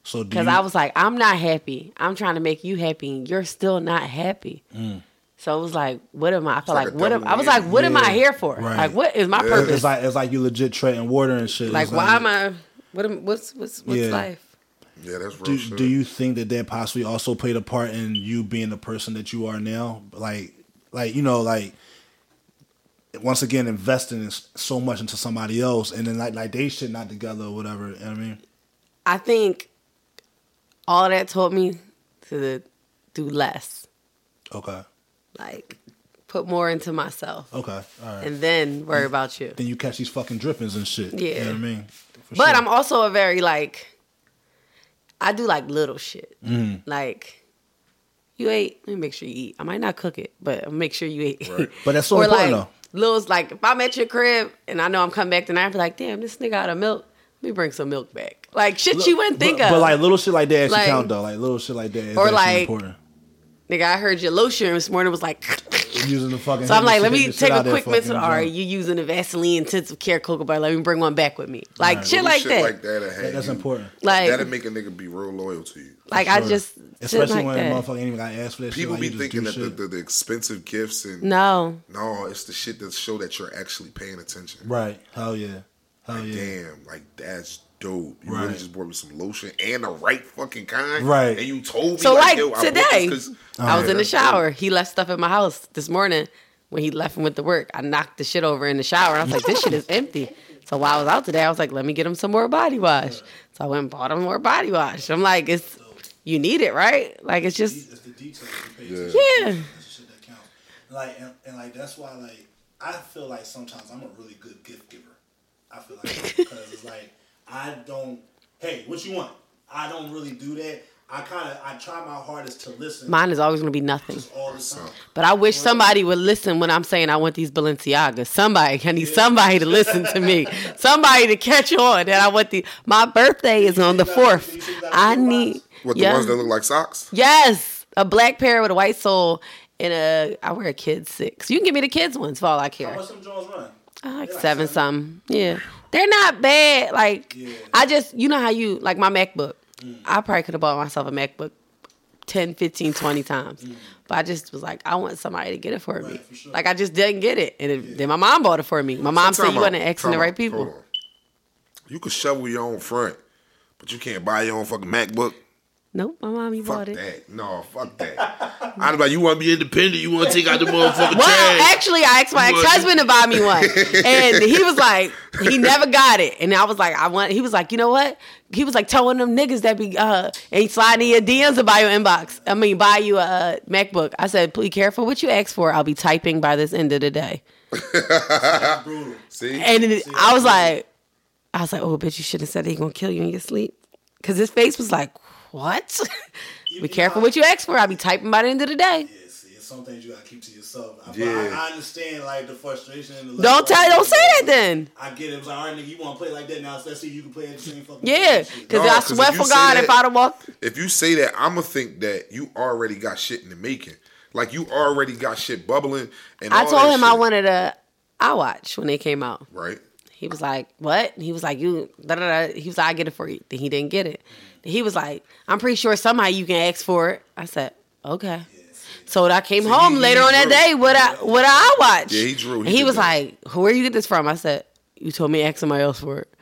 Speaker 3: So do
Speaker 2: Because
Speaker 3: you,
Speaker 2: I was like, I'm not happy. I'm trying to make you happy, and you're still not happy.
Speaker 3: Mm.
Speaker 2: So it was like, what am I? I felt
Speaker 1: like
Speaker 2: like,
Speaker 1: a
Speaker 2: what? Am,
Speaker 1: double
Speaker 2: I was like,
Speaker 1: whammy.
Speaker 2: what am I
Speaker 3: Yeah.
Speaker 2: here for?
Speaker 3: Right.
Speaker 2: Like, what is my
Speaker 1: Yeah.
Speaker 2: purpose?
Speaker 3: it's like it's like you legit treading water and shit.
Speaker 2: Like,
Speaker 3: It's
Speaker 2: why am I? What am? What's what's what's
Speaker 3: Yeah.
Speaker 2: life?
Speaker 1: Yeah, that's real
Speaker 3: do,
Speaker 1: shit.
Speaker 3: do you think that that possibly also played a part in you being the person that you are now like like you know like once again investing in s- so much into somebody else and then like like they shit not together or whatever you know what i mean
Speaker 2: I think all that taught me to do less,
Speaker 3: okay
Speaker 2: like put more into myself,
Speaker 3: okay all right
Speaker 2: and then worry about you.
Speaker 3: then you catch these fucking drippings and shit you know
Speaker 2: Yeah.
Speaker 3: what i mean For
Speaker 2: But
Speaker 3: sure.
Speaker 2: I'm also a very like, I do like little shit.
Speaker 3: Mm-hmm.
Speaker 2: Like, you ate. Let me make sure you eat. I might not cook it, but I'll make sure you eat.
Speaker 1: Right.
Speaker 3: But that's so important,
Speaker 2: like, Little's like, if I'm at your crib and I know I'm coming back tonight, I'd be like, damn, this nigga out of milk. Let me bring some milk back. Like shit you wouldn't think
Speaker 3: but,
Speaker 2: of.
Speaker 3: but like little shit like that actually
Speaker 2: Like-
Speaker 3: count though like little shit like that is
Speaker 2: Or
Speaker 3: actually
Speaker 2: like-
Speaker 3: important
Speaker 2: nigga, I heard your lotion this morning was like.
Speaker 3: using the fucking
Speaker 2: So I'm
Speaker 3: hand to
Speaker 2: like, let
Speaker 3: get
Speaker 2: me
Speaker 3: the shit
Speaker 2: take
Speaker 3: out
Speaker 2: a
Speaker 3: of that
Speaker 2: quick minute.
Speaker 3: fucking
Speaker 2: All right,
Speaker 3: junk.
Speaker 2: you using the Vaseline intensive care cocoa butter. Let me bring one back with me. Like
Speaker 3: Right.
Speaker 2: shit
Speaker 1: Little
Speaker 2: like
Speaker 1: shit
Speaker 2: that.
Speaker 1: Like that, I had
Speaker 3: that's
Speaker 1: you-
Speaker 3: important
Speaker 2: Like-
Speaker 1: that'll make a nigga be real loyal to you.
Speaker 2: like I
Speaker 3: Sure.
Speaker 2: just shit
Speaker 3: especially
Speaker 2: like
Speaker 3: when
Speaker 2: that.
Speaker 3: motherfucker ain't even got asked for that
Speaker 1: People
Speaker 3: shit, like,
Speaker 1: be
Speaker 3: you just
Speaker 1: thinking
Speaker 3: do
Speaker 1: that the,
Speaker 3: shit.
Speaker 1: the, the expensive gifts and
Speaker 2: No,
Speaker 1: no, it's the shit that show that you're actually paying attention.
Speaker 3: Right. Hell yeah. Hell Oh, yeah.
Speaker 1: Damn, like that's dope. You
Speaker 3: Right.
Speaker 1: really just bought me some lotion and the right fucking kind.
Speaker 3: Right.
Speaker 1: And
Speaker 3: Oh,
Speaker 1: you told me
Speaker 2: So like,
Speaker 1: yo, I bought
Speaker 2: today,
Speaker 1: this 'cause-
Speaker 2: I was in the
Speaker 1: Oh, Yeah,
Speaker 2: shower. He left stuff in my house this morning when he left and went to work. I knocked the shit over in the shower. I was like, this shit is empty. So while I was out today, I was like, let me get him some more body wash. So I went and bought him more body wash. I'm like, it's you need it, right? Like it's just
Speaker 3: It's the details
Speaker 1: Yeah.
Speaker 2: yeah.
Speaker 3: shit that counts. Like and, and like that's why like I feel like sometimes I'm a really good gift giver. I feel like because it's like I don't. Hey, what you want? I don't really do that. I kind of I try my hardest to listen
Speaker 2: Mine is always gonna be nothing.
Speaker 3: all the time.
Speaker 2: But I wish somebody would listen when I'm saying I want these Balenciagas. Somebody, I need somebody to listen to me. Somebody to catch on that I want the. My birthday is on the fourth. I need.
Speaker 1: What the
Speaker 2: yeah.
Speaker 1: ones that look like socks?
Speaker 2: Yes, a black pair with a white sole and a. I wear a kid six. You can give me the kids ones for all I care.
Speaker 3: What's them Jones run?
Speaker 2: I like seven something. Yeah. They're not bad. Like I just you know how you like my MacBook. I probably could have bought myself a MacBook 10, 15, 20 times. But I just was like, I want somebody to get it for me.
Speaker 3: for sure.
Speaker 2: Like I just didn't get it. And it, then my mom bought it for me. My mom
Speaker 1: Time
Speaker 2: said you
Speaker 1: out,
Speaker 2: wasn't asking
Speaker 1: time
Speaker 2: the right
Speaker 1: out, hold
Speaker 2: people.
Speaker 1: on. You could shovel your own front, but you can't buy your own fucking MacBook.
Speaker 2: Nope, my mom you
Speaker 1: Fuck
Speaker 2: bought it.
Speaker 1: that. No, fuck that. I'm like, you want to be independent? You want to take out the motherfucking
Speaker 2: Well,
Speaker 1: trash?
Speaker 2: actually, I asked my
Speaker 1: What?
Speaker 2: ex husband to buy me one, and he was like, he never got it, and I was like, I want. He was like, you know what? He was like telling them niggas that be uh ain't sliding in your DMs to buy your inbox. I mean, buy you a uh, MacBook. I said, please careful what you ask for. I'll be typing by this end of the day,
Speaker 1: Ah.
Speaker 3: Brutal.
Speaker 1: See?
Speaker 2: and it- I was like, I was like, oh, bitch, you should have said they gonna kill you in your sleep, because his face was like, what? be careful what you ask for. I'll be typing by the end of the day.
Speaker 3: Yeah, see, it's some things you gotta keep to yourself. I,
Speaker 1: Yeah.
Speaker 3: I, I understand like the frustration. And the
Speaker 2: Don't tell. Don't say that then.
Speaker 3: I get it. It's like, all right, nigga, you want to play like that now? So let's see if you can play at the same fucking.
Speaker 2: Yeah,
Speaker 3: time. Shit.
Speaker 2: because
Speaker 1: No,
Speaker 2: I
Speaker 1: 'cause if
Speaker 2: swear
Speaker 1: you
Speaker 2: for
Speaker 1: say
Speaker 2: God,
Speaker 1: that-
Speaker 2: if I'd have walked,
Speaker 1: If you say that, I'm going to think that you already got shit in the making. Like, you already got shit bubbling. And
Speaker 2: I
Speaker 1: all
Speaker 2: told
Speaker 1: that
Speaker 2: him I
Speaker 1: shit.
Speaker 2: wanted a iWatch when they came out.
Speaker 1: Right?
Speaker 2: He was like, "What?" And he was like, "You." Da, da, da. He was like, "I get it for you." Then he didn't get it.
Speaker 1: Mm-hmm.
Speaker 2: He was like, "I'm pretty sure somehow you can ask for it." I said, "Okay." So I came home
Speaker 1: he-
Speaker 2: later
Speaker 1: he
Speaker 2: on that
Speaker 1: drew.
Speaker 2: day. What I what I watch?
Speaker 1: Yeah, he drew. He
Speaker 2: He, he
Speaker 1: did
Speaker 2: was
Speaker 1: that.
Speaker 2: like, "Where you get this from?" I said, "You told me ask somebody else for it."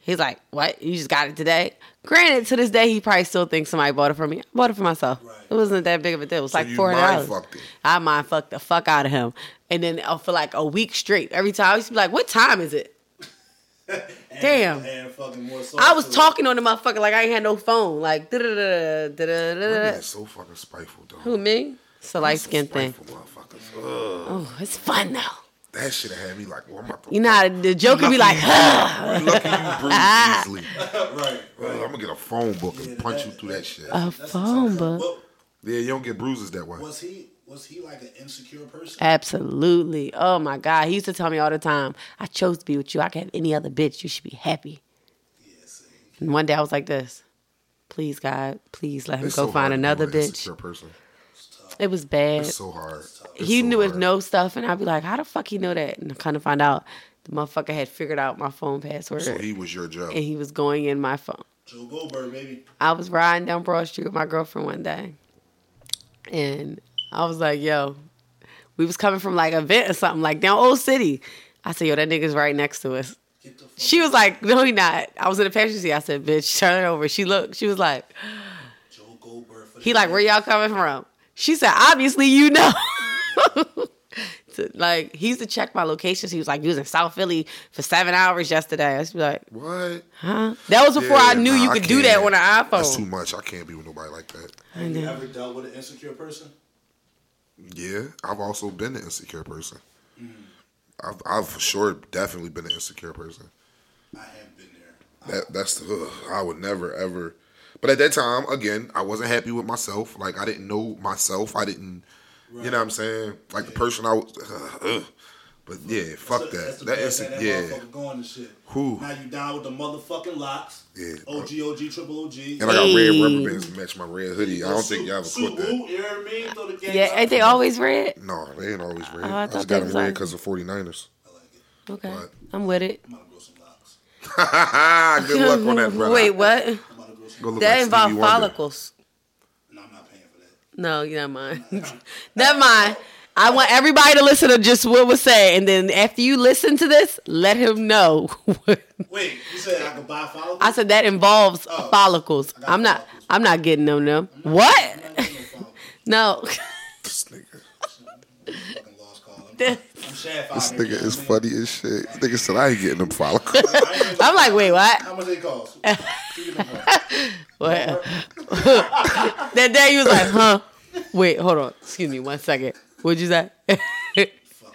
Speaker 2: He's like, "What? You just got it today?" Granted, to this day, he probably still thinks somebody bought it for me. I bought it for myself.
Speaker 3: Right.
Speaker 2: It wasn't that big of a deal. It was like
Speaker 1: you
Speaker 2: four dollars.
Speaker 1: mind-fucked it.
Speaker 2: I mind fucked the fuck out of him, and then uh, for like a week straight, every time I used to be like, "What time is it?" Damn.
Speaker 3: And fucking more sauce
Speaker 2: I was
Speaker 3: to it.
Speaker 2: talking on the motherfucker like I ain't had no phone. Like da da da da da da da.
Speaker 1: That's so fucking spiteful, dog.
Speaker 2: Who me? It's a light skin thing.
Speaker 1: Spiteful motherfuckers. Ugh.
Speaker 2: Oh, it's fun though.
Speaker 1: That shit had me like, well, I'm about to
Speaker 2: You know how the Joker be like, huh?
Speaker 1: lucky you breathe easily.
Speaker 3: Right.
Speaker 1: Ugh, I'm gonna get a phone book and punch you through that shit.
Speaker 2: a phone book.
Speaker 3: Well,
Speaker 1: Yeah, you don't get bruises that way.
Speaker 3: was he was he like an insecure person?
Speaker 2: Absolutely. Oh my God. He used to tell me all the time, I chose to be with you. I could have any other bitch. You should be happy.
Speaker 3: Yes.
Speaker 2: And one day I was like this. Please, God, please let him
Speaker 1: It's
Speaker 2: go
Speaker 1: so hard
Speaker 2: find
Speaker 1: to be
Speaker 2: another
Speaker 1: with an
Speaker 2: bitch.
Speaker 1: insecure person.
Speaker 2: It was bad.
Speaker 1: It's so hard. It's
Speaker 2: he
Speaker 1: so
Speaker 2: knew his
Speaker 1: hard.
Speaker 2: no stuff, and I'd be like, "How the fuck he know that?" And kind of find out the motherfucker had figured out my phone password,
Speaker 1: So he was your job.
Speaker 2: and he was going in my phone.
Speaker 3: Joe Goldberg, baby.
Speaker 2: I was riding down Broad Street with my girlfriend one day, and I was like, "Yo, we was coming from like an event or something, like down Old City." I said, "Yo, that nigga's right next to us."
Speaker 3: Get the fuck.
Speaker 2: She was like, "No, he not." I was in the passenger seat. I said, "Bitch, turn it over." She looked. She was like,
Speaker 3: Joe Goldberg. For the
Speaker 2: "He like, where y'all coming from?" She said, "Obviously, you know." To- like he used to check my locations. He was like, "You was in South Philly for seven hours yesterday." I was like,
Speaker 1: what?
Speaker 2: "Huh?" That was before I
Speaker 1: Yeah,
Speaker 2: knew
Speaker 1: nah,
Speaker 2: you
Speaker 1: I
Speaker 2: could do that
Speaker 1: can't.
Speaker 2: on an iPhone.
Speaker 1: That's too much. I can't be with nobody like that.
Speaker 3: Have you ever dealt with an insecure person?
Speaker 1: Yeah, I've also been an insecure person. I've, I've for sure definitely been an insecure person.
Speaker 3: I have been there.
Speaker 1: That that's ugh, I would never ever. But at that time, again, I wasn't happy with myself. Like I didn't know myself. I didn't, you know what I'm saying? Like the person I was. Ugh, ugh. But yeah, fuck
Speaker 3: So
Speaker 1: that.
Speaker 3: the
Speaker 1: That
Speaker 3: bad
Speaker 1: is
Speaker 3: thing that
Speaker 1: yeah.
Speaker 3: motherfucker Going and shit.
Speaker 1: Whew.
Speaker 3: Now you down with the motherfucking locks.
Speaker 1: Yeah.
Speaker 3: OG, OG, triple OG.
Speaker 1: And I got red
Speaker 2: Hey.
Speaker 1: rubber bands to match my red hoodie. I don't think y'all ever
Speaker 3: Suit
Speaker 1: caught that.
Speaker 3: Wu, You know what I mean? Throw the gang
Speaker 2: yeah, ain't they always red?
Speaker 1: No, they ain't always red.
Speaker 2: Oh, I
Speaker 1: I,
Speaker 2: thought
Speaker 1: just
Speaker 2: they
Speaker 1: got them
Speaker 2: was
Speaker 1: red
Speaker 2: like-
Speaker 1: because of 49ers.
Speaker 3: I like it.
Speaker 2: Okay,
Speaker 1: What?
Speaker 2: I'm with it.
Speaker 3: I'm about to grow some locks.
Speaker 1: Good luck on that, brother.
Speaker 2: Wait, what?
Speaker 3: I'm about to grow some
Speaker 1: Go
Speaker 3: locks.
Speaker 1: look
Speaker 2: That
Speaker 1: like
Speaker 2: involved
Speaker 1: Stevie Wonder.
Speaker 2: follicles.
Speaker 3: No, I'm not paying for that.
Speaker 2: No, you never mind. never mind. I want everybody to listen to just what was said, and then after you listen to this, let him know.
Speaker 3: Wait, you said I could buy follicles?
Speaker 2: I said that involves
Speaker 3: Oh.
Speaker 2: follicles.
Speaker 3: got
Speaker 2: I'm not.
Speaker 3: follicles.
Speaker 2: I'm not getting them. Them.
Speaker 3: I'm not
Speaker 2: What?
Speaker 3: getting no follicles.
Speaker 2: No.
Speaker 1: This nigga,
Speaker 3: Fucking lost call. I'm, I'm Shad
Speaker 1: this
Speaker 3: Fire, you know
Speaker 1: nigga is
Speaker 3: what
Speaker 1: funny as shit. This nigga said I ain't getting them follicles.
Speaker 3: I mean? I ain't-
Speaker 2: I'm like, wait, what?
Speaker 3: How much they cost? Give me the price.
Speaker 2: What? that day you was like, huh? Wait, hold on. Excuse me, one second. What'd you say?
Speaker 3: Fucking follicles.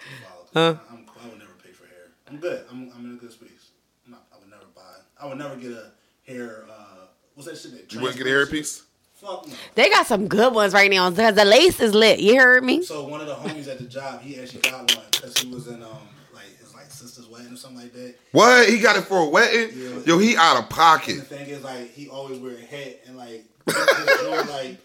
Speaker 3: I'm, I would never pay for hair. I'm good. I'm, I'm in a good space. I'm not, I would never buy. I would never get a hair. Uh, what's that shit? That
Speaker 1: you wouldn't get a hairpiece?
Speaker 3: Fuck no.
Speaker 2: They got some good ones right now because the lace is lit. You heard me?
Speaker 3: So one of the homies at the job, he actually got one because he was in um like his like sister's wedding or something like that.
Speaker 1: What? He got it for a wedding?
Speaker 3: Yeah.
Speaker 1: Yo, he out of
Speaker 3: And the
Speaker 1: pocket.
Speaker 3: thing is, like, he always wear a hat and like, his joint, like,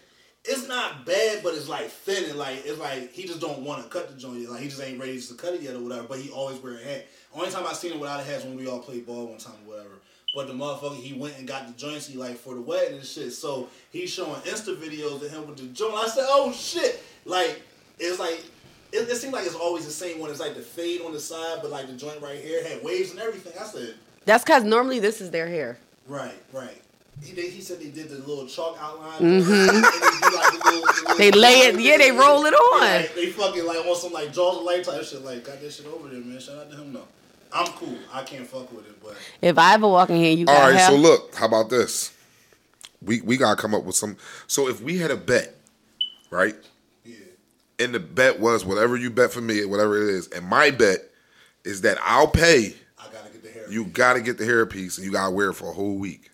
Speaker 3: it's not bad, but it's like thin and like, it's like he just don't want to cut the joint yet. Like, he just ain't ready to cut it yet or whatever. But he always wear a hat. Only time I seen him without a hat is when we all played ball one time or whatever. But the motherfucker, he went and got the joints he like for the wedding and shit. So he's showing Insta videos of him with the joint. I said, oh shit, like it's like. It, it seems like it's always the same one. It's like the fade on the side, but like the joint right here had waves and everything. I said,
Speaker 2: That's because normally this is their hair.
Speaker 3: Right, right. He, they, he said they did the little chalk outline. And they, do, like, the little- the little-
Speaker 2: Mm-hmm. They lay it- yeah, they roll it on.
Speaker 3: They, like, they fucking like on some like Jaws of Light type shit. Like got that shit over there, man. Shout out to him though. I'm cool. I can't fuck with it, but
Speaker 2: If I ever walk in here, you got
Speaker 1: All right,
Speaker 2: hair.
Speaker 1: so look, how about this? We we gotta come up with some. So if we had a bet, right?
Speaker 3: yeah,
Speaker 1: And the bet was whatever you bet for me, whatever it is, and my bet is that I'll pay.
Speaker 3: I gotta get the hair.
Speaker 1: You gotta get the hair piece and you gotta wear it for a whole week.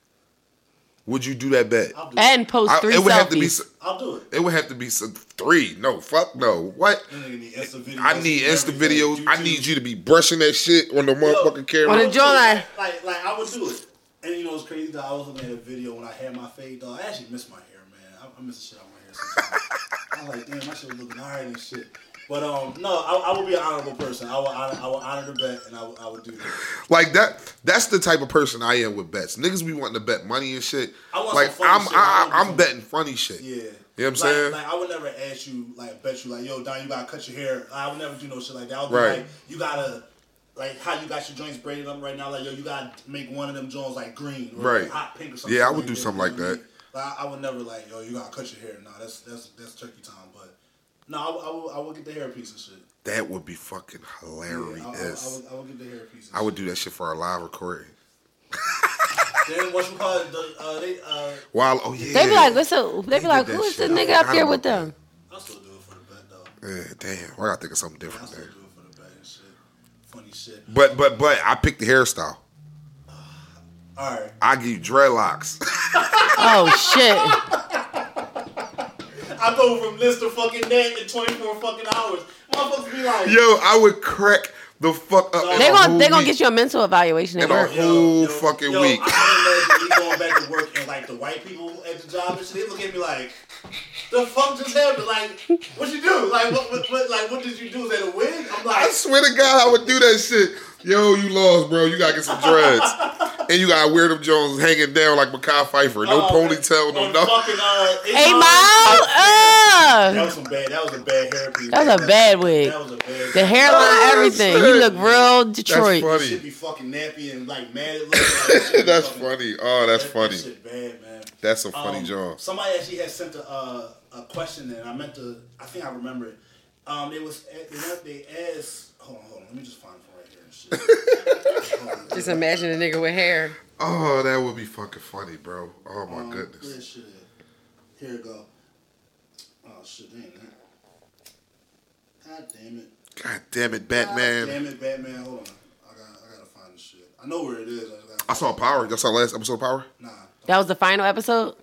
Speaker 1: Would you do that bet?
Speaker 3: I'll do it.
Speaker 2: and post
Speaker 1: I-
Speaker 2: three
Speaker 1: it would
Speaker 2: selfies.
Speaker 1: have to be. s-
Speaker 3: I'll do it.
Speaker 1: It would have to be some three. No, fuck no. What?
Speaker 3: That nigga need Insta videos.
Speaker 1: I need Insta
Speaker 3: Everything.
Speaker 1: videos. I
Speaker 3: YouTube.
Speaker 1: need you to be brushing that shit on the motherfucking
Speaker 2: On
Speaker 1: camera.
Speaker 2: the- jawline.
Speaker 3: Like, like I would do it. And you know what's crazy? Though? I was looking at a video when I had my fade. Dog, I actually miss my hair, man. I, I miss the shit out my hair. Sometimes. I'm like, damn, my shit was looking alright and shit. But um, no, I, I would be an honorable person. I would, honor, I would honor the bet, and I would, I would do that.
Speaker 1: Like that. That's the type of person I am with bets. Niggas be wanting to bet money and shit.
Speaker 3: I want
Speaker 1: Like
Speaker 3: some funny
Speaker 1: I'm,
Speaker 3: shit. I
Speaker 1: I,
Speaker 3: want
Speaker 1: I'm
Speaker 3: some-
Speaker 1: betting funny shit.
Speaker 3: Yeah.
Speaker 1: You know what I'm
Speaker 3: like,
Speaker 1: saying?
Speaker 3: Like, I would never ask you, like, bet you, like, yo, Don, you gotta cut your hair. I would never do no shit like that. I would be
Speaker 1: Right.
Speaker 3: like, you gotta, like, how you got your joints braided up right now, like, yo, you gotta make one of them joints, like, green or
Speaker 1: Right.
Speaker 3: hot pink or something.
Speaker 1: Yeah, I would do
Speaker 3: that,
Speaker 1: something
Speaker 3: you
Speaker 1: like
Speaker 3: know what I
Speaker 1: that.
Speaker 3: mean? Like, I I would never, like, yo, you gotta cut your hair. No, that's that's that's turkey time. But, no, I, would- I, would, I would get the hair piece and shit.
Speaker 1: That would be fucking
Speaker 3: Yeah, I, I, I,
Speaker 1: hilarious.
Speaker 3: would, I would get the hair piece. And
Speaker 1: Oh, I would do that shit for a live recording.
Speaker 3: Shit. Then what you call it? The, uh, they, uh,
Speaker 1: While oh yeah.
Speaker 2: They be like, what's up? They be
Speaker 1: did
Speaker 2: like,
Speaker 1: that
Speaker 2: who is the
Speaker 1: shit. I
Speaker 2: nigga up
Speaker 1: forgot
Speaker 2: there
Speaker 1: about
Speaker 2: with
Speaker 1: that.
Speaker 2: them?
Speaker 3: I still do it for the bet though.
Speaker 1: Yeah, damn. I gotta think of something
Speaker 3: I
Speaker 1: different
Speaker 3: still
Speaker 1: there.
Speaker 3: do it for the bet and shit. Funny shit.
Speaker 1: But but but I picked the hairstyle.
Speaker 3: All right.
Speaker 1: I give you dreadlocks.
Speaker 2: Oh shit!
Speaker 3: I go from this to fucking that in 24 fucking hours. Motherfuckers be like,
Speaker 1: Yo, I would crack the fuck up. in
Speaker 2: They
Speaker 1: a
Speaker 2: gonna
Speaker 1: whole
Speaker 2: they gonna
Speaker 1: week.
Speaker 2: get you a mental evaluation at
Speaker 1: And a
Speaker 2: work.
Speaker 1: whole fucking week.
Speaker 3: I can imagine me going back to work and like the white people at the job and shit, they look at me like, the fuck just happened? Like, what you do? Like, what, what, what like, what did you do? Is that a wig? I'm like,
Speaker 1: I swear to God, I would do that shit. Yo, you lost, bro. You gotta get some dreads, and you gotta wear them Jones hanging down like Makai Pfeiffer. No
Speaker 3: oh,
Speaker 1: ponytail, no
Speaker 3: on
Speaker 1: nothing.
Speaker 3: Fucking, uh, eight
Speaker 2: Hey,
Speaker 3: Mile.
Speaker 2: mile,
Speaker 3: That
Speaker 2: uh,
Speaker 3: was some bad. That was a bad hairpiece.
Speaker 2: that was a bad wig.
Speaker 3: That was a bad.
Speaker 2: The hairline,
Speaker 1: Oh,
Speaker 2: everything.
Speaker 1: shit.
Speaker 2: You look real
Speaker 1: That's
Speaker 2: Detroit.
Speaker 3: Should
Speaker 1: funny.
Speaker 3: be fucking nappy and like mad. At looking. Like,
Speaker 1: That's
Speaker 3: fucking-
Speaker 1: funny. Oh, that's
Speaker 3: that- that
Speaker 1: funny.
Speaker 3: Shit bad, man.
Speaker 1: That's a funny
Speaker 3: Um,
Speaker 1: job.
Speaker 3: Somebody actually had sent a, uh, a question and I meant to. I think I remember it. Um, it was a- they went- they asked. Hold on, hold on. Let me just find it right here. And shit. Hold on.
Speaker 2: Just imagine a nigga with hair.
Speaker 1: Oh, that would be fucking funny, bro. Oh my
Speaker 3: Um, where
Speaker 1: goodness.
Speaker 3: this shit at? Here it go. Oh shit! Damn it. God damn it.
Speaker 1: God damn it,
Speaker 3: God
Speaker 1: Batman.
Speaker 3: damn it, Batman. Hold on. I got. I gotta find this shit. I know where it is. I, just gotta,
Speaker 1: I saw Power. Y'all saw last episode of Power?
Speaker 3: Nah.
Speaker 2: That was the final episode.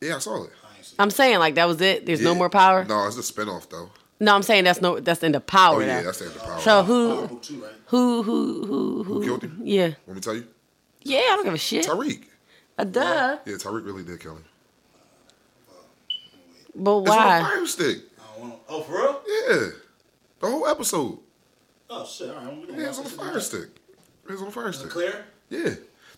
Speaker 1: Yeah, I saw it.
Speaker 3: I ain't seen it.
Speaker 2: I'm saying like that was it. There's no
Speaker 1: Yeah.
Speaker 2: more power. No.
Speaker 1: No, it's a spinoff though.
Speaker 2: I'm saying that's no that's in the power.
Speaker 1: Oh yeah,
Speaker 2: now.
Speaker 1: that's the end of Power.
Speaker 2: so
Speaker 3: Comic
Speaker 2: who
Speaker 3: book too, right?
Speaker 2: who who who who?
Speaker 1: killed him?
Speaker 2: Yeah,
Speaker 1: Let me to tell you,
Speaker 2: yeah. I don't give a shit.
Speaker 1: Tariq.
Speaker 2: A duh.
Speaker 1: Yeah, Tariq really did kill him.
Speaker 2: But
Speaker 1: It's on a
Speaker 2: why?
Speaker 1: fire stick.
Speaker 3: I don't want. Oh, for real?
Speaker 1: Yeah, the whole episode.
Speaker 3: Oh shit! All right, I'm gonna
Speaker 1: Yeah, it's
Speaker 3: watch
Speaker 1: on a
Speaker 3: this shit
Speaker 1: fire
Speaker 3: back.
Speaker 1: stick. It's on a fire
Speaker 3: Is it
Speaker 1: stick.
Speaker 3: clear?
Speaker 1: Yeah.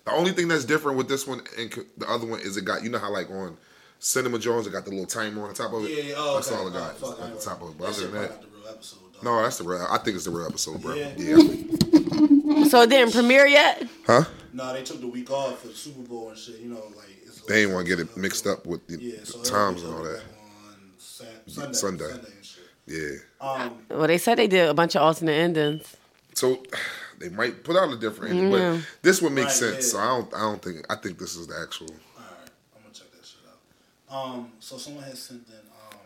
Speaker 1: The only thing that's different with this one and c- the other one is it got you know how like on Cinema Jones it got the little timer on the top of it.
Speaker 3: Yeah, yeah. Oh,
Speaker 1: that's
Speaker 3: okay.
Speaker 1: all it
Speaker 3: Oh,
Speaker 1: got.
Speaker 3: fuck,
Speaker 1: It's at
Speaker 3: I
Speaker 1: the top of it. But
Speaker 3: that
Speaker 1: other
Speaker 3: shit
Speaker 1: than that,
Speaker 3: probably not the real episode, dog.
Speaker 1: no, that's the real. I think it's the real episode, bro.
Speaker 3: Yeah.
Speaker 1: Yeah.
Speaker 2: So it didn't premiere yet.
Speaker 1: Huh?
Speaker 3: Nah, they took the week off for the Super Bowl and shit. You know, like it's
Speaker 1: They ain't want to get it mixed up with the,
Speaker 3: Yeah,
Speaker 1: the
Speaker 3: so
Speaker 1: times and
Speaker 3: it'll
Speaker 1: all
Speaker 3: be
Speaker 1: that.
Speaker 3: back On Sa- Sunday, Sunday.
Speaker 1: Sunday.
Speaker 3: and shit.
Speaker 1: Yeah.
Speaker 3: Um,
Speaker 2: Well, they said they did a bunch of alternate endings.
Speaker 1: So they might put out a different ending, but this would make
Speaker 3: Right,
Speaker 1: sense.
Speaker 3: yeah.
Speaker 1: So I don't. I don't think. I think this is the actual.
Speaker 3: all right, I'm gonna check that shit out. Um, so someone has sent in um,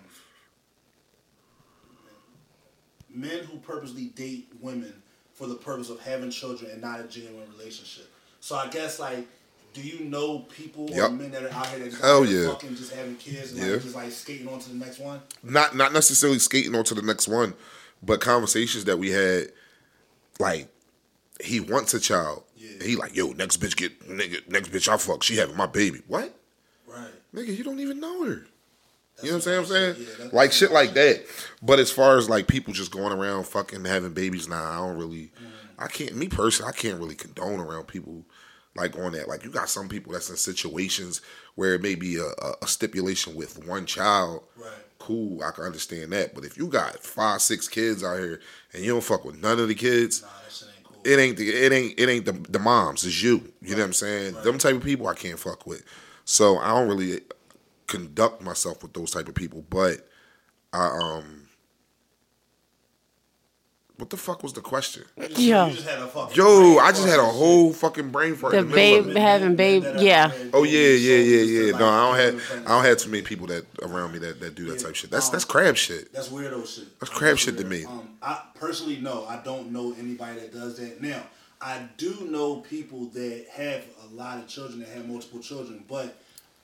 Speaker 3: men who purposely date women for the purpose of having children and not a genuine relationship. So I guess like Do you know people
Speaker 1: Yep.
Speaker 3: or men that are out here that just,
Speaker 1: Hell yeah.
Speaker 3: fucking just having kids and
Speaker 1: Yeah.
Speaker 3: like, just like skating on to the next one?
Speaker 1: not not necessarily skating on to the next one, but conversations that we had, like he wants a child.
Speaker 3: Yeah.
Speaker 1: He like, yo, next bitch get nigga, next bitch I fuck, she having my baby. What?
Speaker 3: Right.
Speaker 1: Nigga, you don't even know her. you know what I'm
Speaker 3: what I'm
Speaker 1: saying? I'm
Speaker 3: saying.
Speaker 1: saying?
Speaker 3: Yeah, that's-
Speaker 1: like shit like that. But as far as like people just going around fucking having babies, nah, I don't really
Speaker 3: Mm.
Speaker 1: I can't me personally, I can't really condone around people like on that. Like you got some people that's in situations where it may be a, a, a stipulation with one child.
Speaker 3: Right.
Speaker 1: Cool, I can understand that. But if you got five, six kids out here and you don't fuck with none of the kids,
Speaker 3: Nah, that shit ain't cool.
Speaker 1: it ain't the, it ain't it ain't the, the moms. It's you. You know what I'm saying? Them type of people I can't fuck with. So I don't really conduct myself with those type of people. But I um, what the fuck was the question?
Speaker 2: Yo.
Speaker 3: You just had a fucking
Speaker 1: Yo,
Speaker 3: brain
Speaker 1: I just had a
Speaker 3: fart.
Speaker 1: whole fucking brain fart. In
Speaker 2: The
Speaker 1: the middle of
Speaker 2: babe-
Speaker 1: it.
Speaker 2: Having
Speaker 3: Men
Speaker 2: babe-
Speaker 3: that are
Speaker 2: yeah.
Speaker 3: out here
Speaker 1: Oh yeah,
Speaker 3: doing
Speaker 1: yeah,
Speaker 3: shows
Speaker 1: yeah,
Speaker 3: just
Speaker 1: yeah. No, I
Speaker 3: to, like,
Speaker 1: don't
Speaker 3: doing
Speaker 1: have
Speaker 3: the
Speaker 1: I don't have too many people that around me that, that do that type shit.
Speaker 3: Um,
Speaker 1: That's that's crab shit.
Speaker 3: That's weirdo shit.
Speaker 1: That's crab shit to
Speaker 3: weird.
Speaker 1: me.
Speaker 3: Um, I personally no, I don't know anybody that does that. Now, I do know people that have a lot of children that have multiple children, but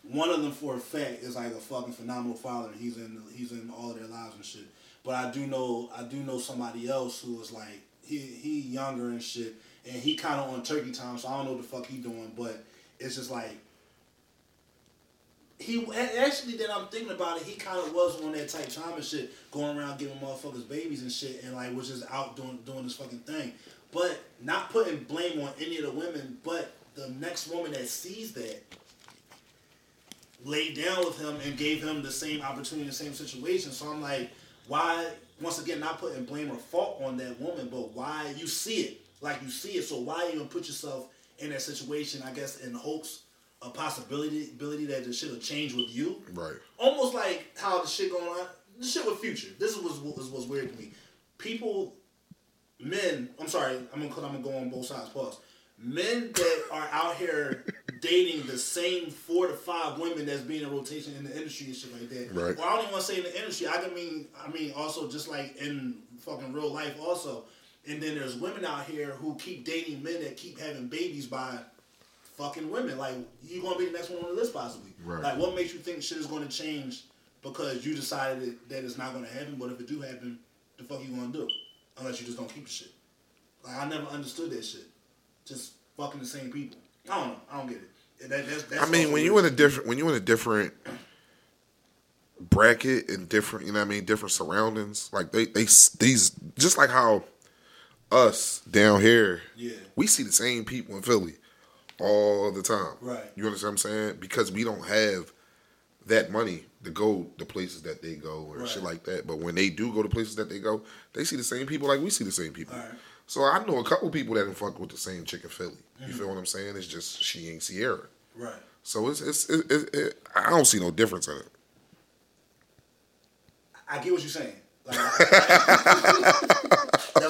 Speaker 3: one of them for a fact is like a fucking phenomenal father, and he's in he's in all their lives and shit. But I do know I do know somebody else who is like he he younger and shit, and he kind of on turkey time, so I don't know what the fuck he doing, but it's just like. He a- actually, that I'm thinking about it, he kind of was on that type time and shit, going around giving motherfuckers babies and shit, and like was just out doing doing this fucking thing, but not putting blame on any of the women. But the next woman that sees that laid down with him and gave him the same opportunity, the same situation. So I'm like, why? Once again, not putting blame or fault on that woman, but why you see it like you see it? So why even put yourself in that situation? I guess in hopes of possibility ability that the shit will change with you.
Speaker 1: Right.
Speaker 3: Almost like how the shit going on. The shit with Future. This was what was was weird to me. People, men. I'm sorry. I'm gonna I'm gonna go on both sides. Pause. Men that are out here dating the same four to five women that's being in rotation in the industry and shit like that.
Speaker 1: Right.
Speaker 3: Or I don't even want to say in the industry. I can mean I mean also just like in fucking real life also. And then there's women out here who keep dating men that keep having babies by fucking women. Like you gonna be the next one on the list possibly.
Speaker 1: Right.
Speaker 3: Like what makes you think shit is gonna change because you decided it- that it's not gonna happen? But if it do happen, the fuck you gonna do? Unless you just don't keep the shit. Like I never understood that shit. Just fucking the same people. I don't know. I don't get it. And That, that's, that's
Speaker 1: I mean,
Speaker 3: also
Speaker 1: when you in
Speaker 3: weird.
Speaker 1: a different when you in a different bracket and different, you know what I mean, different surroundings, like they they s- these just like how us down here,
Speaker 3: Yeah.
Speaker 1: we see the same people in Philly all the time.
Speaker 3: Right.
Speaker 1: You understand what I'm saying? Because we don't have that money to go the places that they go or shit
Speaker 3: Right.
Speaker 1: like that. But when they do go to places that they go, they see the same people like we see the same people.
Speaker 3: Right.
Speaker 1: So I know a couple people that done fuck with the same chick in Philly.
Speaker 3: Mm-hmm.
Speaker 1: You feel what I'm saying? It's just she ain't Sierra.
Speaker 3: right.
Speaker 1: So it's it's it, it, it, I don't see no difference in it.
Speaker 3: I get what you're saying. Like, that's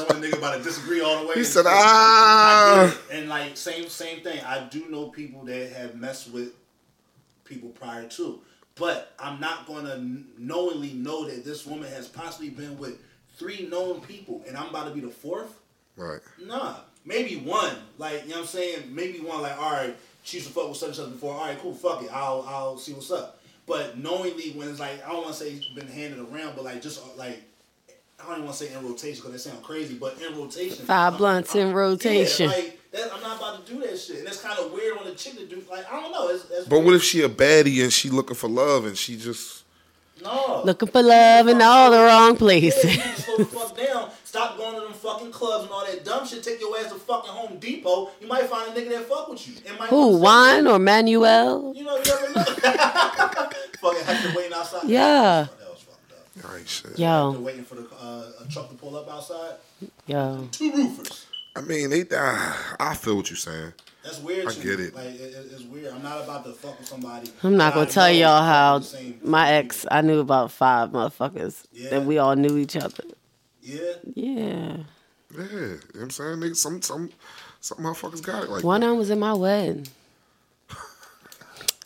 Speaker 3: when a nigga about to disagree all the way.
Speaker 1: He said, ah,
Speaker 3: And like same same thing. I do know people that have messed with people prior to, but I'm not gonna kn- knowingly know that this woman has possibly been with three known people, and I'm about to be the fourth.
Speaker 1: right,
Speaker 3: Nah, maybe one. Like you know what I'm saying? Maybe one. Like all right, she used to fuck with such and such before. All right, cool. Fuck it. I'll I'll see what's up. But knowingly, when it's like I don't want to say it's been handed around, but like just uh, like I don't even want to say in rotation because that sounds crazy. But in rotation,
Speaker 2: Five
Speaker 3: I'm-
Speaker 2: blunts in
Speaker 3: I'm-
Speaker 2: rotation.
Speaker 3: Yeah, like that, I'm not about to do that shit, and it's kind of weird on the chick to do. Like I don't know. It's, it's
Speaker 1: but what if she a baddie and she looking for love and she just
Speaker 3: no
Speaker 2: Looking for love in all the wrong
Speaker 3: Yeah,
Speaker 2: places.
Speaker 3: you need to slow the fuck down. Stop going to them fucking clubs and all that dumb shit. Take your ass to fucking Home Depot. You might find a nigga that fuck with you. It might
Speaker 2: Who,
Speaker 3: Wine?
Speaker 2: Juan or Manuel?
Speaker 3: You know, you never know. fucking have to waiting outside.
Speaker 2: Yeah.
Speaker 3: That was fucked up.
Speaker 1: all right shit?
Speaker 3: They're
Speaker 2: Yo,
Speaker 3: waiting for the uh, a truck to pull up outside.
Speaker 2: yo.
Speaker 3: Two roofers.
Speaker 1: I mean, they ah, I feel what you're saying.
Speaker 3: That's weird.
Speaker 1: I
Speaker 3: to
Speaker 1: get
Speaker 3: me.
Speaker 1: it.
Speaker 3: Like it, it- it's weird. I'm not about to fuck with somebody.
Speaker 2: I'm
Speaker 3: that
Speaker 2: not gonna
Speaker 3: I
Speaker 2: tell
Speaker 3: know
Speaker 2: y'all how
Speaker 3: is fucking the same
Speaker 2: my
Speaker 3: people.
Speaker 2: ex. I knew about five motherfuckers,
Speaker 3: Yeah.
Speaker 2: and we all knew each other.
Speaker 3: Yeah.
Speaker 2: Yeah,
Speaker 1: Yeah, you know what I'm saying they, some some some motherfuckers got it like
Speaker 2: one of them was in my wedding.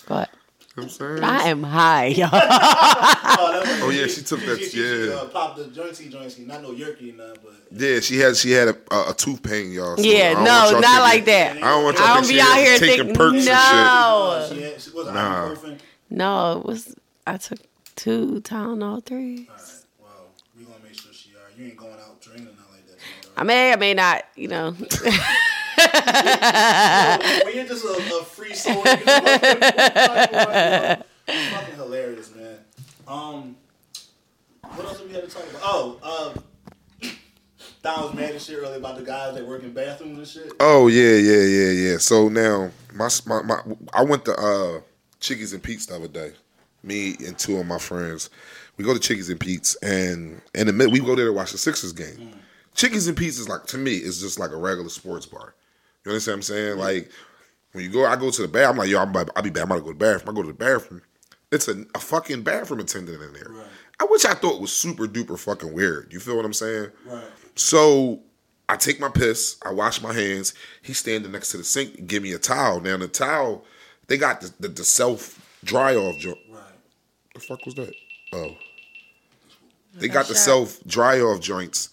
Speaker 2: Go ahead.
Speaker 1: know what I'm saying?
Speaker 2: I am high, y'all.
Speaker 1: Oh, yeah, she took that- yeah.
Speaker 3: uh, popped the jointy jointy, not no yerky, nah, but
Speaker 1: Yeah, she had she had a, a, a tooth pain, y'all. so I
Speaker 2: Yeah,
Speaker 1: don't
Speaker 2: no,
Speaker 1: want y'all
Speaker 2: not
Speaker 1: thinking-
Speaker 2: like that.
Speaker 1: I don't want y'all
Speaker 2: I don't
Speaker 1: thinking
Speaker 2: be
Speaker 1: she
Speaker 2: out
Speaker 1: was
Speaker 2: here
Speaker 1: taking
Speaker 2: thinking-
Speaker 1: perks and
Speaker 2: No.
Speaker 3: uh, she, had, she was
Speaker 1: Nah.
Speaker 3: ibuprofen.
Speaker 2: No, it was I took two Tylenol three.
Speaker 3: All right, well, we gonna make sure she all right. You ain't going out drinking or nothing like that. you know, all
Speaker 2: I may, I may not, you know.
Speaker 3: right? When you're just a, a free soul, you know, it's fucking hilarious, man. Um, what else did we have to talk about? Oh, uh, Don was mad and shit earlier about the guys that work in bathrooms and shit.
Speaker 1: Oh yeah, yeah, yeah, yeah. So now my my, my I went to uh Chickies and Pete's the other day. Me and two of my friends, we go to Chickies and Pete's, and in the mid, we go there to watch the Sixers game. Chickies and Pete's is like to me, it's just like a regular sports bar. You understand what I'm saying? Like when you go, I go to the bathroom. I'm like, yo, I'm about, I'll be back. I'm about to go to the bathroom. I go to the bathroom. It's a, a fucking bathroom attendant in there. I which I thought was super duper fucking weird. You feel what I'm saying?
Speaker 3: Right.
Speaker 1: So I take my piss, I wash my hands. He's standing next to the sink, give me a towel. Now the towel, they got the the, the self dry off joint.
Speaker 3: Right.
Speaker 1: The fuck was that? Oh, they got the
Speaker 2: shot.
Speaker 1: self dry off joints,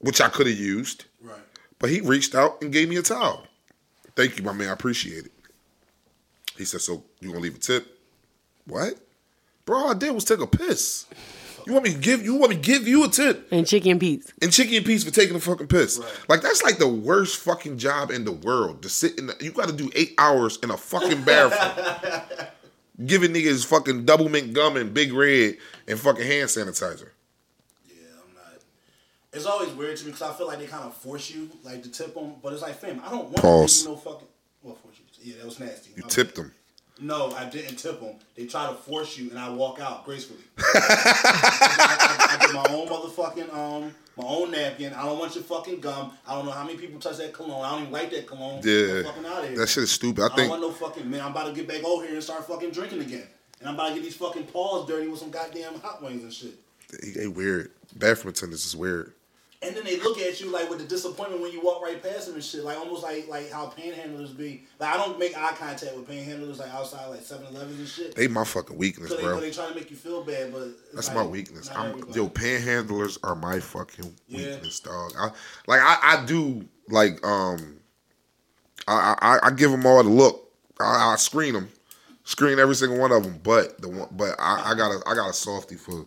Speaker 1: which I could have used,
Speaker 3: Right.
Speaker 1: but he reached out and gave me a towel. Thank you, my man. I appreciate it. He said, "So you gonna leave a tip?" What, bro? All I did was take a piss. You want me to give you want me to give you a tip?
Speaker 2: and chicken pizza.
Speaker 1: and Chicky and Pete's for taking a fucking piss.
Speaker 3: Right.
Speaker 1: Like that's like the worst fucking job in the world. To sit in, the, you got to do eight hours in a fucking bathroom, giving niggas fucking double mint gum and big red and fucking hand sanitizer.
Speaker 3: Yeah, I'm not. It's always weird to me because I feel like they kind of force you, like to tip them. But it's like, fam, I don't want
Speaker 1: Pause.
Speaker 3: to give you no fucking. Well, force you. Yeah, that was nasty.
Speaker 1: You tipped them.
Speaker 3: No, I didn't tip them. They try to force you, and I walk out gracefully. I, I, I did my own motherfucking um, my own napkin. I don't want your fucking gum. I don't know how many people touch that cologne. I don't even like that cologne.
Speaker 1: Yeah,
Speaker 3: I'm fucking out of here.
Speaker 1: that shit is stupid. I
Speaker 3: I don't
Speaker 1: think
Speaker 3: want no fucking man. I'm about to get back over here and start fucking drinking again, and I'm about to get these fucking paws dirty with some goddamn hot wings and shit.
Speaker 1: they, they weird. Bathroom attendants is weird.
Speaker 3: And then they look at you like with the disappointment when you walk right past them and shit, like almost like like how panhandlers be. Like I don't make eye contact with panhandlers like outside like 7-Elevens and shit.
Speaker 1: They my fucking weakness,
Speaker 3: Cause they, cause
Speaker 1: bro.
Speaker 3: they try to make you feel bad, but it's
Speaker 1: That's
Speaker 3: like,
Speaker 1: my weakness.
Speaker 3: not
Speaker 1: I'm
Speaker 3: everybody.
Speaker 1: yo, panhandlers are my fucking
Speaker 3: Yeah.
Speaker 1: weakness, dog. I like I, I do like um I, I I give them all the look. I, I screen them, screen every single one of them. But the one, but I, I got a I got a softy for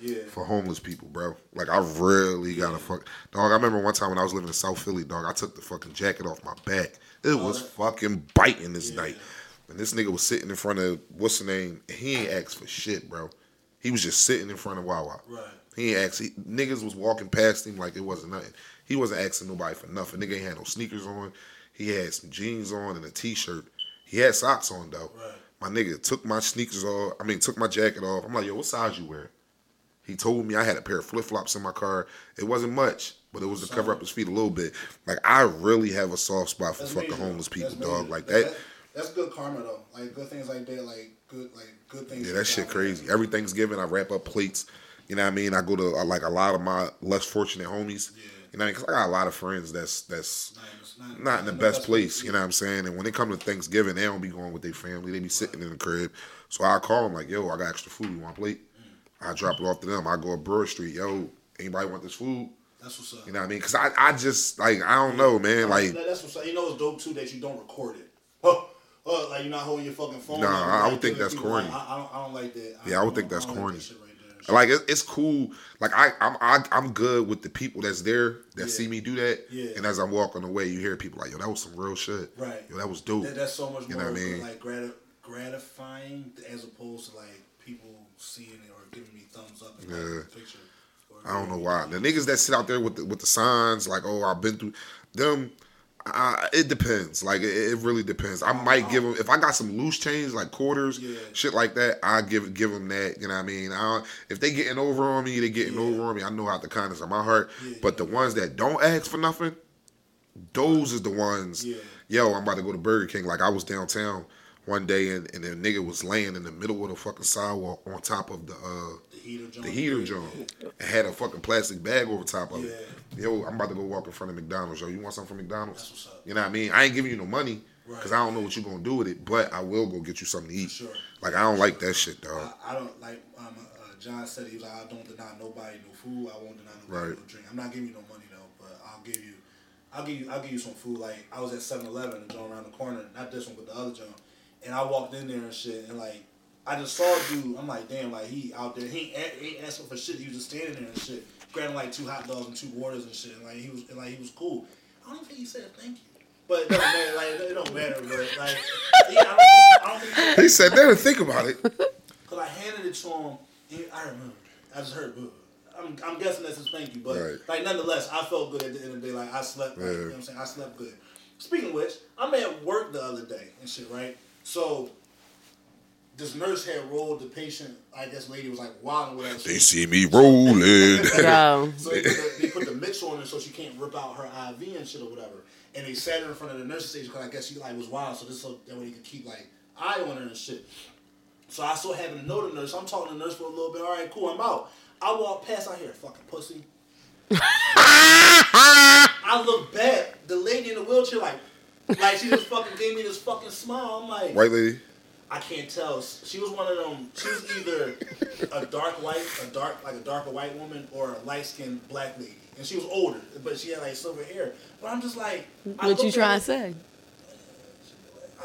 Speaker 3: yeah,
Speaker 1: for homeless people, bro. Like I really got a fuck dog. I remember one time when I was living in South Philly, dog. I took the fucking jacket off my back. It
Speaker 3: Oh,
Speaker 1: was fucking biting this night. And this nigga was sitting in front of what's the name? and He ain't asked for shit, bro. He was just sitting in front of Wawa.
Speaker 3: Right.
Speaker 1: He ain't asked. He, niggas was walking past him like it wasn't nothing. He wasn't asking nobody for nothing. Nigga ain't had no sneakers on. He had some jeans on and a t-shirt. He had socks on though.
Speaker 3: Right.
Speaker 1: My nigga took my sneakers off. I mean, took my jacket off. I'm like, yo, what size you wearing? He told me I had a pair of flip flops in my car. It wasn't much, but it was to cover up his feet a little bit. Like I really have a soft spot for
Speaker 3: that's
Speaker 1: fucking
Speaker 3: major.
Speaker 1: homeless people,
Speaker 3: That's
Speaker 1: dog.
Speaker 3: major.
Speaker 1: Like that.
Speaker 3: That's good karma though. Like good things like that. Like good, like good things.
Speaker 1: Yeah,
Speaker 3: like
Speaker 1: that shit crazy. Every Thanksgiving, I wrap up plates. You know what I mean? I go to uh, like a lot of my less fortunate homies. You know, because I got a lot of friends that's that's
Speaker 3: Nah, it's not-
Speaker 1: not in the best place. You know what I'm saying? And when they come to Thanksgiving, they don't be going with their family. They be sitting in the crib. So I call them like, "Yo, I got extra food. You want a plate?" I drop it off to them. I go up Brewer Street. Yo, anybody want this food?
Speaker 3: That's what's up.
Speaker 1: You know what I mean? Because I, I just like I don't know, man. Like
Speaker 3: That- that's what's up. You know, it's dope too that you don't record it. Huh. Uh, like you're not holding your fucking phone.
Speaker 1: Nah,
Speaker 3: Like,
Speaker 1: I- I
Speaker 3: like,
Speaker 1: would think
Speaker 3: good
Speaker 1: that's
Speaker 3: people,
Speaker 1: corny.
Speaker 3: Like, I, I, don't, I don't like that.
Speaker 1: Yeah, I would
Speaker 3: don't-
Speaker 1: think that's
Speaker 3: don't like
Speaker 1: corny.
Speaker 3: that shit right there.
Speaker 1: Like it, it's cool. Like I, I'm, I, I'm good with the people that's there that see me do that.
Speaker 3: Yeah.
Speaker 1: And as I'm walking away, you hear people like, "Yo, that was some real shit.
Speaker 3: Right.
Speaker 1: Yo, that was dope.
Speaker 3: That, that's so much
Speaker 1: You
Speaker 3: more
Speaker 1: know what I mean?
Speaker 3: like grati- gratifying as opposed to like people seeing it or giving me thumbs up and
Speaker 1: Yeah.
Speaker 3: like, a picture. Or-
Speaker 1: I don't know why the niggas that sit out there with the, with the signs like, "Oh, I've been through them." I, it depends. Like it, it really depends. I might give them if I got some loose change, like quarters,
Speaker 3: Yeah.
Speaker 1: shit like that. I give give them that. You know what I mean? I don't, if they getting over on me, they getting over on me. I know out the kindness of my heart. But the ones that don't ask for nothing, those is the ones.
Speaker 3: Yeah.
Speaker 1: Yo, I'm about to go to Burger King. Like I was downtown one day, and and the nigga was laying in the middle of the fucking sidewalk on top of the uh
Speaker 3: The heater joint.
Speaker 1: the heater joint. It had a fucking plastic bag over top of it.
Speaker 3: Yeah.
Speaker 1: Yo, I'm about to go walk in front of McDonald's. Yo, you want something from McDonald's?
Speaker 3: That's what's up.
Speaker 1: You know what I mean? I ain't giving you no money, because I don't know what you're gonna do with it, but I will go get you something to eat.
Speaker 3: Sure.
Speaker 1: Like I don't like that shit, dog.
Speaker 3: I, I don't like um, uh, John said. He was like, I don't deny nobody no food. I won't deny nobody
Speaker 1: Right.
Speaker 3: no drink. I'm not giving you no money though, but I'll give you, I'll give you, I'll give you some food. Like I was at 7-Eleven, the joint around the corner, not this one, but the other joint, and I walked in there and shit, and like I just saw a dude. I'm like, damn, like he out there. He ain't, a- ain't asking for shit. He was just standing there and shit, grabbing like two hot dogs and two waters and shit. And, like he was, and, like he was cool. I don't think he said thank you. But it don't matter, like it don't matter, but like yeah, I don't think, I don't think
Speaker 1: He said that and think about it.
Speaker 3: Cause I handed it to him. And I remember. I just heard boo. I'm, I'm guessing that's his thank you, but
Speaker 1: Right.
Speaker 3: like nonetheless, I felt good at the end of the day. Like I slept. Like, you know what I'm saying I slept good. Speaking of which, I'm at work the other day and shit. Right. So this nurse had rolled the patient. I guess lady was like wild or whatever.
Speaker 1: They see me rolling.
Speaker 2: Yo.
Speaker 3: So they put, the, they put the mix on her so she can't rip out her IV and shit or whatever. And they sat her in front of the nursing station because I guess she like was wild, so this so that way they could keep like eye on her and shit. So I still happen to know the nurse. I'm talking to the nurse for a little bit. All right, cool. I'm out. I walk past. I hear fucking pussy. I look back. The lady in the wheelchair like. Like she just fucking gave me this fucking smile. I'm like,
Speaker 1: White lady.
Speaker 3: I can't tell. She was one of them. She was either a dark white, a dark like a darker white woman, or a light skinned black lady. And she was older, but she had like silver hair. But I'm just like, I
Speaker 2: What you
Speaker 3: looked at
Speaker 2: trying
Speaker 3: her,
Speaker 2: to say?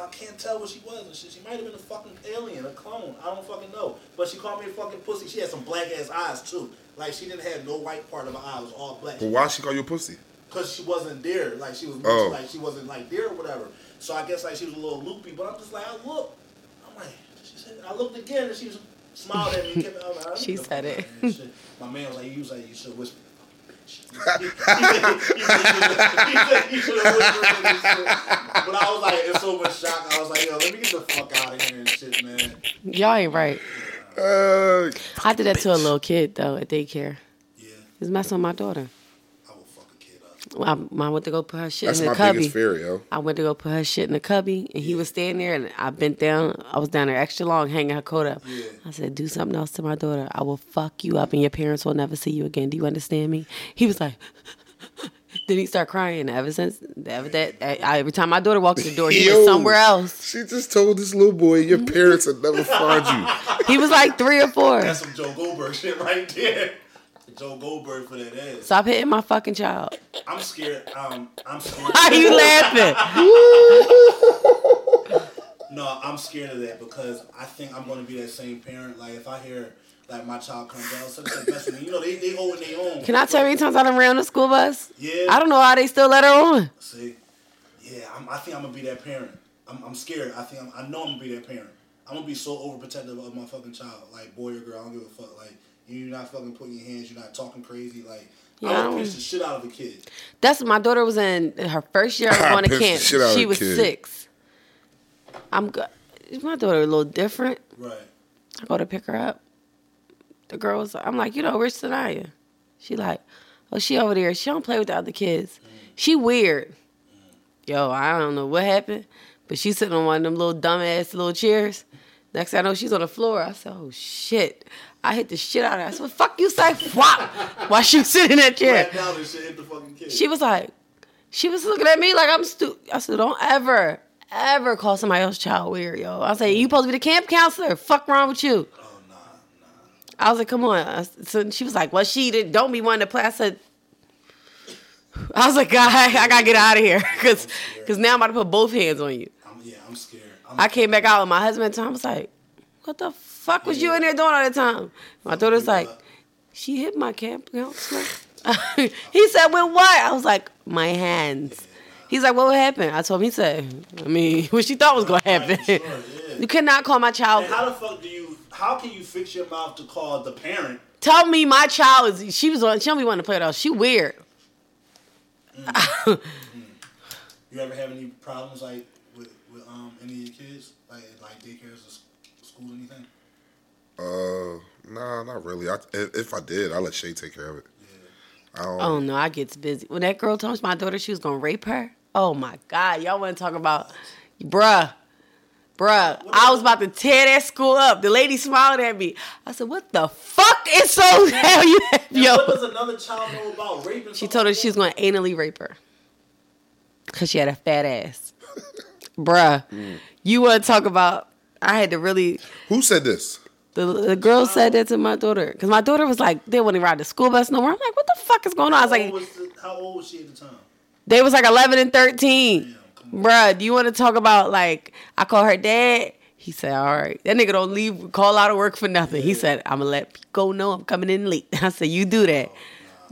Speaker 3: I can't tell what she was and shit. She might have been a fucking alien, a clone. I don't fucking know. But she called me a fucking pussy. She had some black ass eyes too. Like she didn't have no white part of her eye. It was all black
Speaker 1: But why she call you a pussy?
Speaker 3: because she wasn't there. Like she was
Speaker 1: Oh.
Speaker 3: like she wasn't like there or whatever. So I guess like she was a little loopy. But I'm just like I look. I'm like she said. I looked again and she was smiled at me. and kept, I'm like, I don't
Speaker 2: She
Speaker 3: give a
Speaker 2: said
Speaker 3: fuck
Speaker 2: it.
Speaker 3: about shit. My man was like, "You was like you should whisper." he said, he said, "You should have whispered and shit." But I was like in so much shock. I was like, "Yo, let me get the fuck out of here and shit, man."
Speaker 2: Y'all ain't right.
Speaker 1: Uh,
Speaker 2: I did that to a little kid though at daycare.
Speaker 3: Yeah,
Speaker 2: He's messing with my
Speaker 3: I
Speaker 2: daughter.
Speaker 3: will fuck a kid up.
Speaker 2: I, I went to go put her shit
Speaker 1: that's
Speaker 2: in the
Speaker 1: my
Speaker 2: cubby.
Speaker 1: biggest fear, yo.
Speaker 2: I went to go put her shit in the cubby, and he was standing there, and I bent down. I was down there extra long, hanging her coat up.
Speaker 3: Yeah.
Speaker 2: I said, "Do something else to my daughter. I will fuck you up, and your parents will never see you again. Do you understand me?" He was like. Then he started crying. Ever since, ever that, I, every time my daughter walked through the door, he
Speaker 1: Yo,
Speaker 2: was somewhere else.
Speaker 1: She just told this little boy, your parents will never find you.
Speaker 2: He was like three or four.
Speaker 3: That's some Joe Goldberg shit right there. Joe Goldberg for that ass.
Speaker 2: Stop hitting my fucking child.
Speaker 3: I'm scared. Um, I'm scared.
Speaker 2: Why are you laughing?
Speaker 3: No, I'm scared of that because I think I'm going to be that same parent. Like if I hear like my child comes out, such a best friend, you know, they they holding their own.
Speaker 2: Can I tell you how many times I done ran the school bus?
Speaker 3: Yeah.
Speaker 2: I don't know how they still let her on.
Speaker 3: See, yeah, I'm, I think I'm gonna be that parent. I'm, I'm scared. I think I'm, I know I'm gonna be that parent. I'm gonna be so overprotective of my fucking child, like boy or girl. I don't give a fuck. Like you're not fucking putting your hands. You're not talking crazy. Like I
Speaker 2: Yeah, I
Speaker 3: would pinch
Speaker 2: don't-
Speaker 3: the shit out of a kid.
Speaker 2: That's my daughter was in her first year of going to
Speaker 1: Pissed the
Speaker 2: camp.
Speaker 1: shit out of
Speaker 2: She
Speaker 1: the
Speaker 2: was
Speaker 1: kid.
Speaker 2: six. I'm go- my daughter a little different.
Speaker 3: Right.
Speaker 2: I go to pick her up. The girls, I'm like, you know, where's Sanaya? She like, oh, she over there. She don't play with the other kids. She weird. Yo, I don't know what happened, but she's sitting on one of them little dumbass little chairs. Next thing I know, she's on the floor. I said, oh shit. I hit the shit out of her. I said, fuck you, say whop while she was sitting in that chair.
Speaker 3: Right now, this shit hit the fucking kid.
Speaker 2: She was like, she was looking at me like I'm stupid. I said, don't ever, ever call somebody else's child weird, yo. I said, you supposed to be the camp counselor. Fuck wrong with you.
Speaker 3: oh nah, nah.
Speaker 2: I was like, come on. I s- So she was like, well, she did, don't be one to play. I said, I was like, God, I gotta get out of here because now I'm about to put both hands on you.
Speaker 3: I'm, yeah, I'm scared. I'm,
Speaker 2: I came back out with my husband at the time. I was like, what the fuck was you in there doing all the time? My daughter's like, she hit my camp counselor. he said, with what? I was like, my hands. He's like, what happened? I told him, he said, I mean, what she thought was going to
Speaker 3: Sure,
Speaker 2: happen.
Speaker 3: yeah.
Speaker 2: You cannot call my child.
Speaker 3: And how the fuck do you? How can you fix your mouth to call the parent?
Speaker 2: Tell me my child is, she was on, she don't be wanting to play with us. She weird.
Speaker 3: You ever have any problems like with, with um any of your kids like at, like daycares or s- school or anything?
Speaker 1: Uh, nah, not really. I, if if I did, I let Shay take care of it. I don't.
Speaker 2: Oh no, I gets busy. When that girl told my daughter she was gonna rape her, oh my god, y'all want to talk about, bruh, bruh. I was about to tear that school up. The lady smiled at me. I said, "What the fuck is so hell you have, yo?"
Speaker 3: What does another child know about raping?
Speaker 2: She told her she was gonna anally rape her because she had a fat ass. bruh. You want to talk about? I had to really.
Speaker 1: Who said this?
Speaker 2: The, the girl said that to my daughter because my daughter was like, they wouldn't ride the school bus no more. I'm like, what the fuck is going on? I was
Speaker 3: How old
Speaker 2: like,
Speaker 3: was, the- how old was she at the time?
Speaker 2: they was like 11 and 13. Bruh, do you want to talk about like, I call her dad? He said, all right. That nigga don't leave, call out of work for nothing. He said, I'm going to let Pico know I'm coming in late. I said, you do that.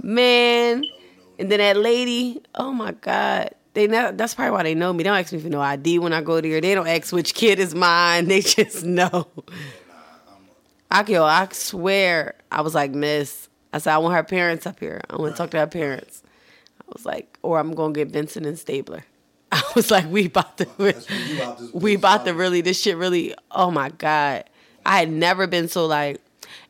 Speaker 2: Man. And then that lady, oh my God. They know, that's probably why they know me. They don't ask me for no ID when I go there. They don't ask which kid is mine. They just know. I yo, I swear, I was like, Miss, I said, I want her parents up here. I want to talk to her parents. I was like, or I'm gonna get Benson and Stabler. I was like, we about to,
Speaker 3: when you out this
Speaker 2: we
Speaker 3: bitch,
Speaker 2: about to
Speaker 3: huh?
Speaker 2: really, this shit really. Oh my god, I had never been so like.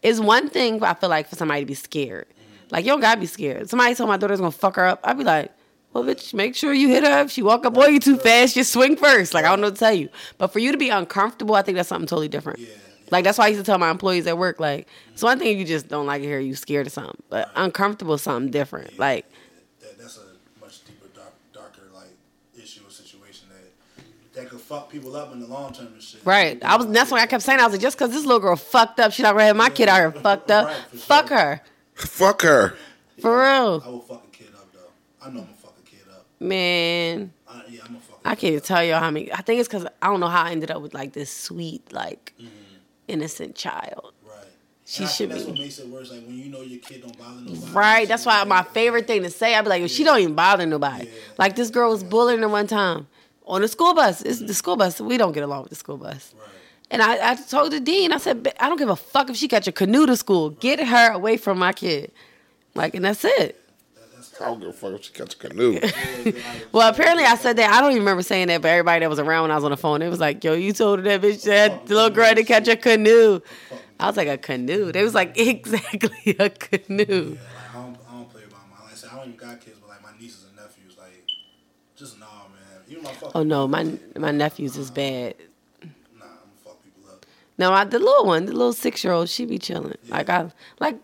Speaker 2: It's one thing I feel like for somebody to be scared. Like you don't gotta be scared. Somebody told my daughter's gonna fuck her up. I'd be like, well, bitch, make sure you hit her. If she walk up on you too fast, just swing first. Like I don't know what to tell you. But for you to be uncomfortable, I think that's something totally different. Like that's why I used to tell my employees at work, like it's one thing if you just don't like it here, you scared of something, but uncomfortable, is something different. Like
Speaker 3: That, that's a much deeper, dark, darker like issue or situation that that could fuck people up in the long term and shit.
Speaker 2: Right. I was. That's why I kept saying I was like, just because this little girl fucked up, she not gonna have my kid out here fucked up.
Speaker 3: Right, for sure.
Speaker 2: Fuck her,
Speaker 1: Fuck her.
Speaker 2: for
Speaker 3: I
Speaker 2: real,
Speaker 3: will fuck a kid up though. I know I'm gonna fuck a kid up.
Speaker 2: man.
Speaker 3: I, yeah, I'm gonna fuck. a
Speaker 2: I
Speaker 3: kid
Speaker 2: can't even tell y'all how many. I think it's because I don't know how I ended up with like this sweet, like
Speaker 3: Mm-hmm.
Speaker 2: innocent child.
Speaker 3: up. Right.
Speaker 2: She
Speaker 3: And I
Speaker 2: should
Speaker 3: think that's
Speaker 2: be.
Speaker 3: what makes it worse. Like when you know your kid don't bother nobody.
Speaker 2: Right. That's why my favorite thing to say, I'd be like, she don't even bother nobody.
Speaker 3: Yeah.
Speaker 2: Like this girl was bullying her one time on the school bus. It's the school bus. We don't get along with the school bus.
Speaker 3: Right.
Speaker 2: And I, I told the dean, I said, "Ba- I don't give a fuck if she got your canoe to school. Get her away from my kid. Like, and that's it.
Speaker 3: That, that's
Speaker 1: I don't give a fuck if she catch a canoe.
Speaker 2: Well, apparently I said that. I don't even remember saying that, but everybody that was around when I was on the phone, it was like, yo, you told that bitch that little girl to catch a canoe. I was like, a canoe? They was like, exactly, a canoe.
Speaker 3: Yeah, like, I don't, I don't play about my. Like I said, I don't even got kids, but like my nieces and nephews, like, just nah, man. Even my fucking.
Speaker 2: Oh, no, my my nephews is bad.
Speaker 3: Nah, I'm gonna fuck people up.
Speaker 2: No, I, the little one, the little six year old, she be chilling. Like I, like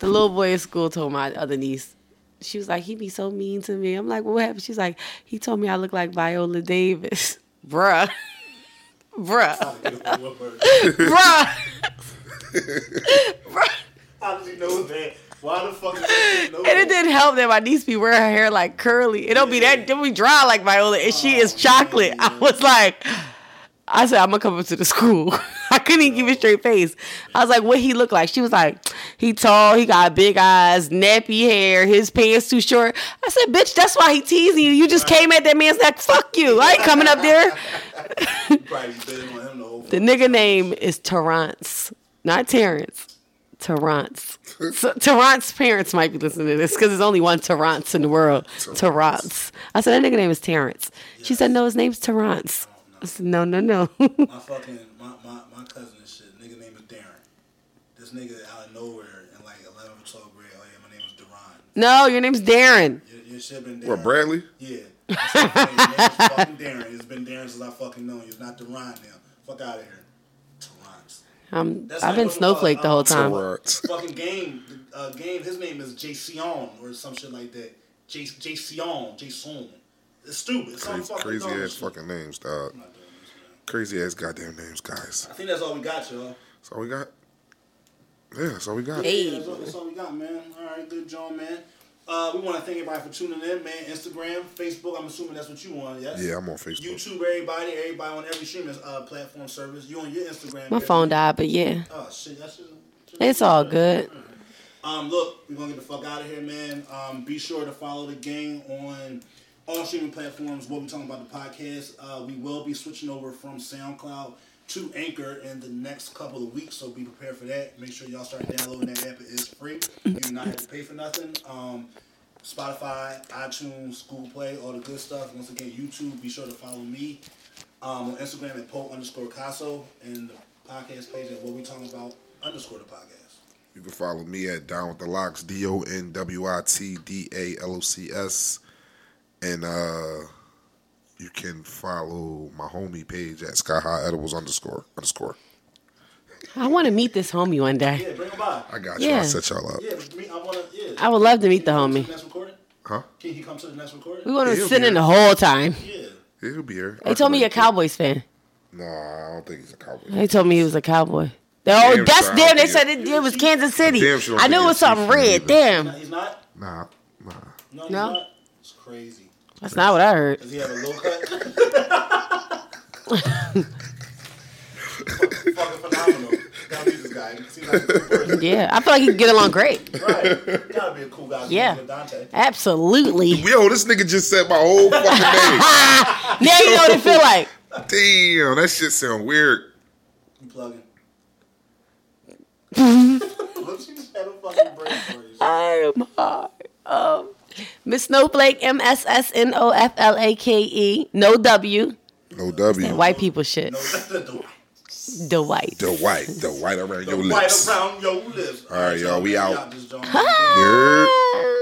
Speaker 2: the little boy at school told my other niece, she was like, he be so mean to me. I'm like, what happened? She's like, he told me I look like Viola Davis, bruh, bruh,
Speaker 3: I
Speaker 2: bruh, bruh.
Speaker 3: don't even know that. Why the fuck? Is that know
Speaker 2: And it didn't help that my niece be wearing her hair like curly. It don't be that, don't be dry like Viola, and she is chocolate. I was like. I said, I'm gonna come up to the school. I couldn't even give a straight face. I was like, what he look like? She was like, he tall, he got big eyes, nappy hair, his pants too short. I said, bitch, that's why he teasing you. You just came at that man's neck. Fuck you. I ain't coming up there.
Speaker 3: You probably been on him the whole.
Speaker 2: The nigga name is Terrence, not Terrence. Terrence. So, Terrence's parents might be listening to this because there's only one Terrence in the world. Terrence. I said, that nigga name is Terrence. She said, no, his name's Terrence. I said, no, no, no.
Speaker 3: My fucking my, my, my cousin and shit. Nigga named Darren. This nigga out of nowhere in like 11 or 12 grade. Oh yeah, my name is Deron.
Speaker 2: no, your name's Darren.
Speaker 3: Your, your shit been Darren.
Speaker 1: What, Bradley?
Speaker 3: Yeah. That's what I'm saying. Your name's fucking Darren. It's been Darren since I fucking known you. It's not Deron now. Fuck out of here. Deron's.
Speaker 2: I'm,
Speaker 3: That's
Speaker 2: I've
Speaker 3: like
Speaker 2: been
Speaker 3: what it was,
Speaker 2: snowflake the whole
Speaker 3: um,
Speaker 2: time.
Speaker 1: Terrence.
Speaker 3: fucking game, uh, game. His name is Jason or some shit like that. J- Jason, Jason. It's stupid. It's
Speaker 1: Crazy,
Speaker 3: crazy, fucking
Speaker 1: uh, crazy
Speaker 3: dumb
Speaker 1: ass
Speaker 3: shit.
Speaker 1: fucking names, dog.
Speaker 3: I'm not doing this, man.
Speaker 1: Crazy ass goddamn names, guys.
Speaker 3: I think that's all we got, y'all.
Speaker 1: That's all we got. Yeah, that's all we got.
Speaker 2: Hey.
Speaker 3: Yeah, that's, all, that's all we got, man. All right, good job, man. Uh, we want to thank everybody for tuning in, man. Instagram, Facebook. I'm assuming that's what you on, yes.
Speaker 1: Yeah, I'm on Facebook.
Speaker 3: YouTube, everybody, everybody on every streaming uh, platform service. You on your Instagram?
Speaker 2: My
Speaker 3: Gary?
Speaker 2: phone died, but yeah,
Speaker 3: Oh shit, that's just.
Speaker 2: it's all good.
Speaker 3: Um, look, we're gonna get the fuck out of here, man. Um, be sure to follow the game on all streaming platforms. What we're talking about the podcast. Uh, we will be switching over from SoundCloud to Anchor in the next couple of weeks, so be prepared for that. Make sure y'all start downloading that app. It is free. You do not have to pay for nothing. Um, Spotify, iTunes, Google Play, all the good stuff. Once again, YouTube. Be sure to follow me um, on Instagram at Pope underscore Caso and the podcast page at What We Talking About underscore the podcast.
Speaker 1: You can follow me at Down with the Locks, D O N W I T D A L O C S. And uh you can follow my homie page at Sky High Edibles underscore underscore.
Speaker 2: I want to meet this homie one day.
Speaker 3: Yeah, bring them by.
Speaker 1: I got you.
Speaker 2: Yeah.
Speaker 1: I'll set y'all up.
Speaker 3: Yeah, me, I wanna. Yeah.
Speaker 2: I would love to meet the
Speaker 3: Can he come to
Speaker 2: homie.
Speaker 3: the next recording?
Speaker 1: Huh?
Speaker 3: Can he come to the next
Speaker 2: We
Speaker 3: recording?
Speaker 2: want
Speaker 1: Yeah,
Speaker 2: to
Speaker 1: he'll
Speaker 2: sit
Speaker 1: be
Speaker 2: in the
Speaker 1: here.
Speaker 2: whole time.
Speaker 3: Yeah.
Speaker 1: He'll be here.
Speaker 2: They told me you're a Cowboys fan.
Speaker 1: No, I don't think he's a Cowboy.
Speaker 2: They told me he was a Cowboy. They- oh,
Speaker 1: Damn, sure,
Speaker 2: that's
Speaker 1: I
Speaker 2: damn.
Speaker 1: don't
Speaker 2: They
Speaker 1: think
Speaker 2: said it, it was Kansas City.
Speaker 1: Damn sure don't
Speaker 2: I knew
Speaker 1: think
Speaker 2: it was
Speaker 1: it's Chiefs
Speaker 2: something
Speaker 1: fan
Speaker 2: red.
Speaker 1: either.
Speaker 2: Damn.
Speaker 3: He's not.
Speaker 1: Nah, nah.
Speaker 3: No, he's
Speaker 2: No?
Speaker 3: not. It's crazy.
Speaker 2: That's not what I heard.
Speaker 3: Does he have a low cut? Fucking phenomenal. Gotta be this guy. He seems like a cool person.
Speaker 2: Yeah, I feel like he'd get along great.
Speaker 3: Right. Gotta be a cool guy.
Speaker 2: Yeah.
Speaker 3: With Dante.
Speaker 2: Absolutely.
Speaker 1: Yo, this nigga just said my whole fucking name.
Speaker 2: Now you know what it feel like.
Speaker 1: Damn, that shit sound weird.
Speaker 3: You plugging. Look, she just had a fucking break for you.
Speaker 2: I am hard. Um, Miss Snowflake, M S S N O F L A K E, no W.
Speaker 1: No W.
Speaker 2: White people shit.
Speaker 3: The
Speaker 2: Dwight.
Speaker 1: The white, the white around your
Speaker 3: white
Speaker 1: lips.
Speaker 3: around your lips.
Speaker 1: All right, y'all, we out.
Speaker 3: Just joined.
Speaker 1: Nerd.
Speaker 2: Ah.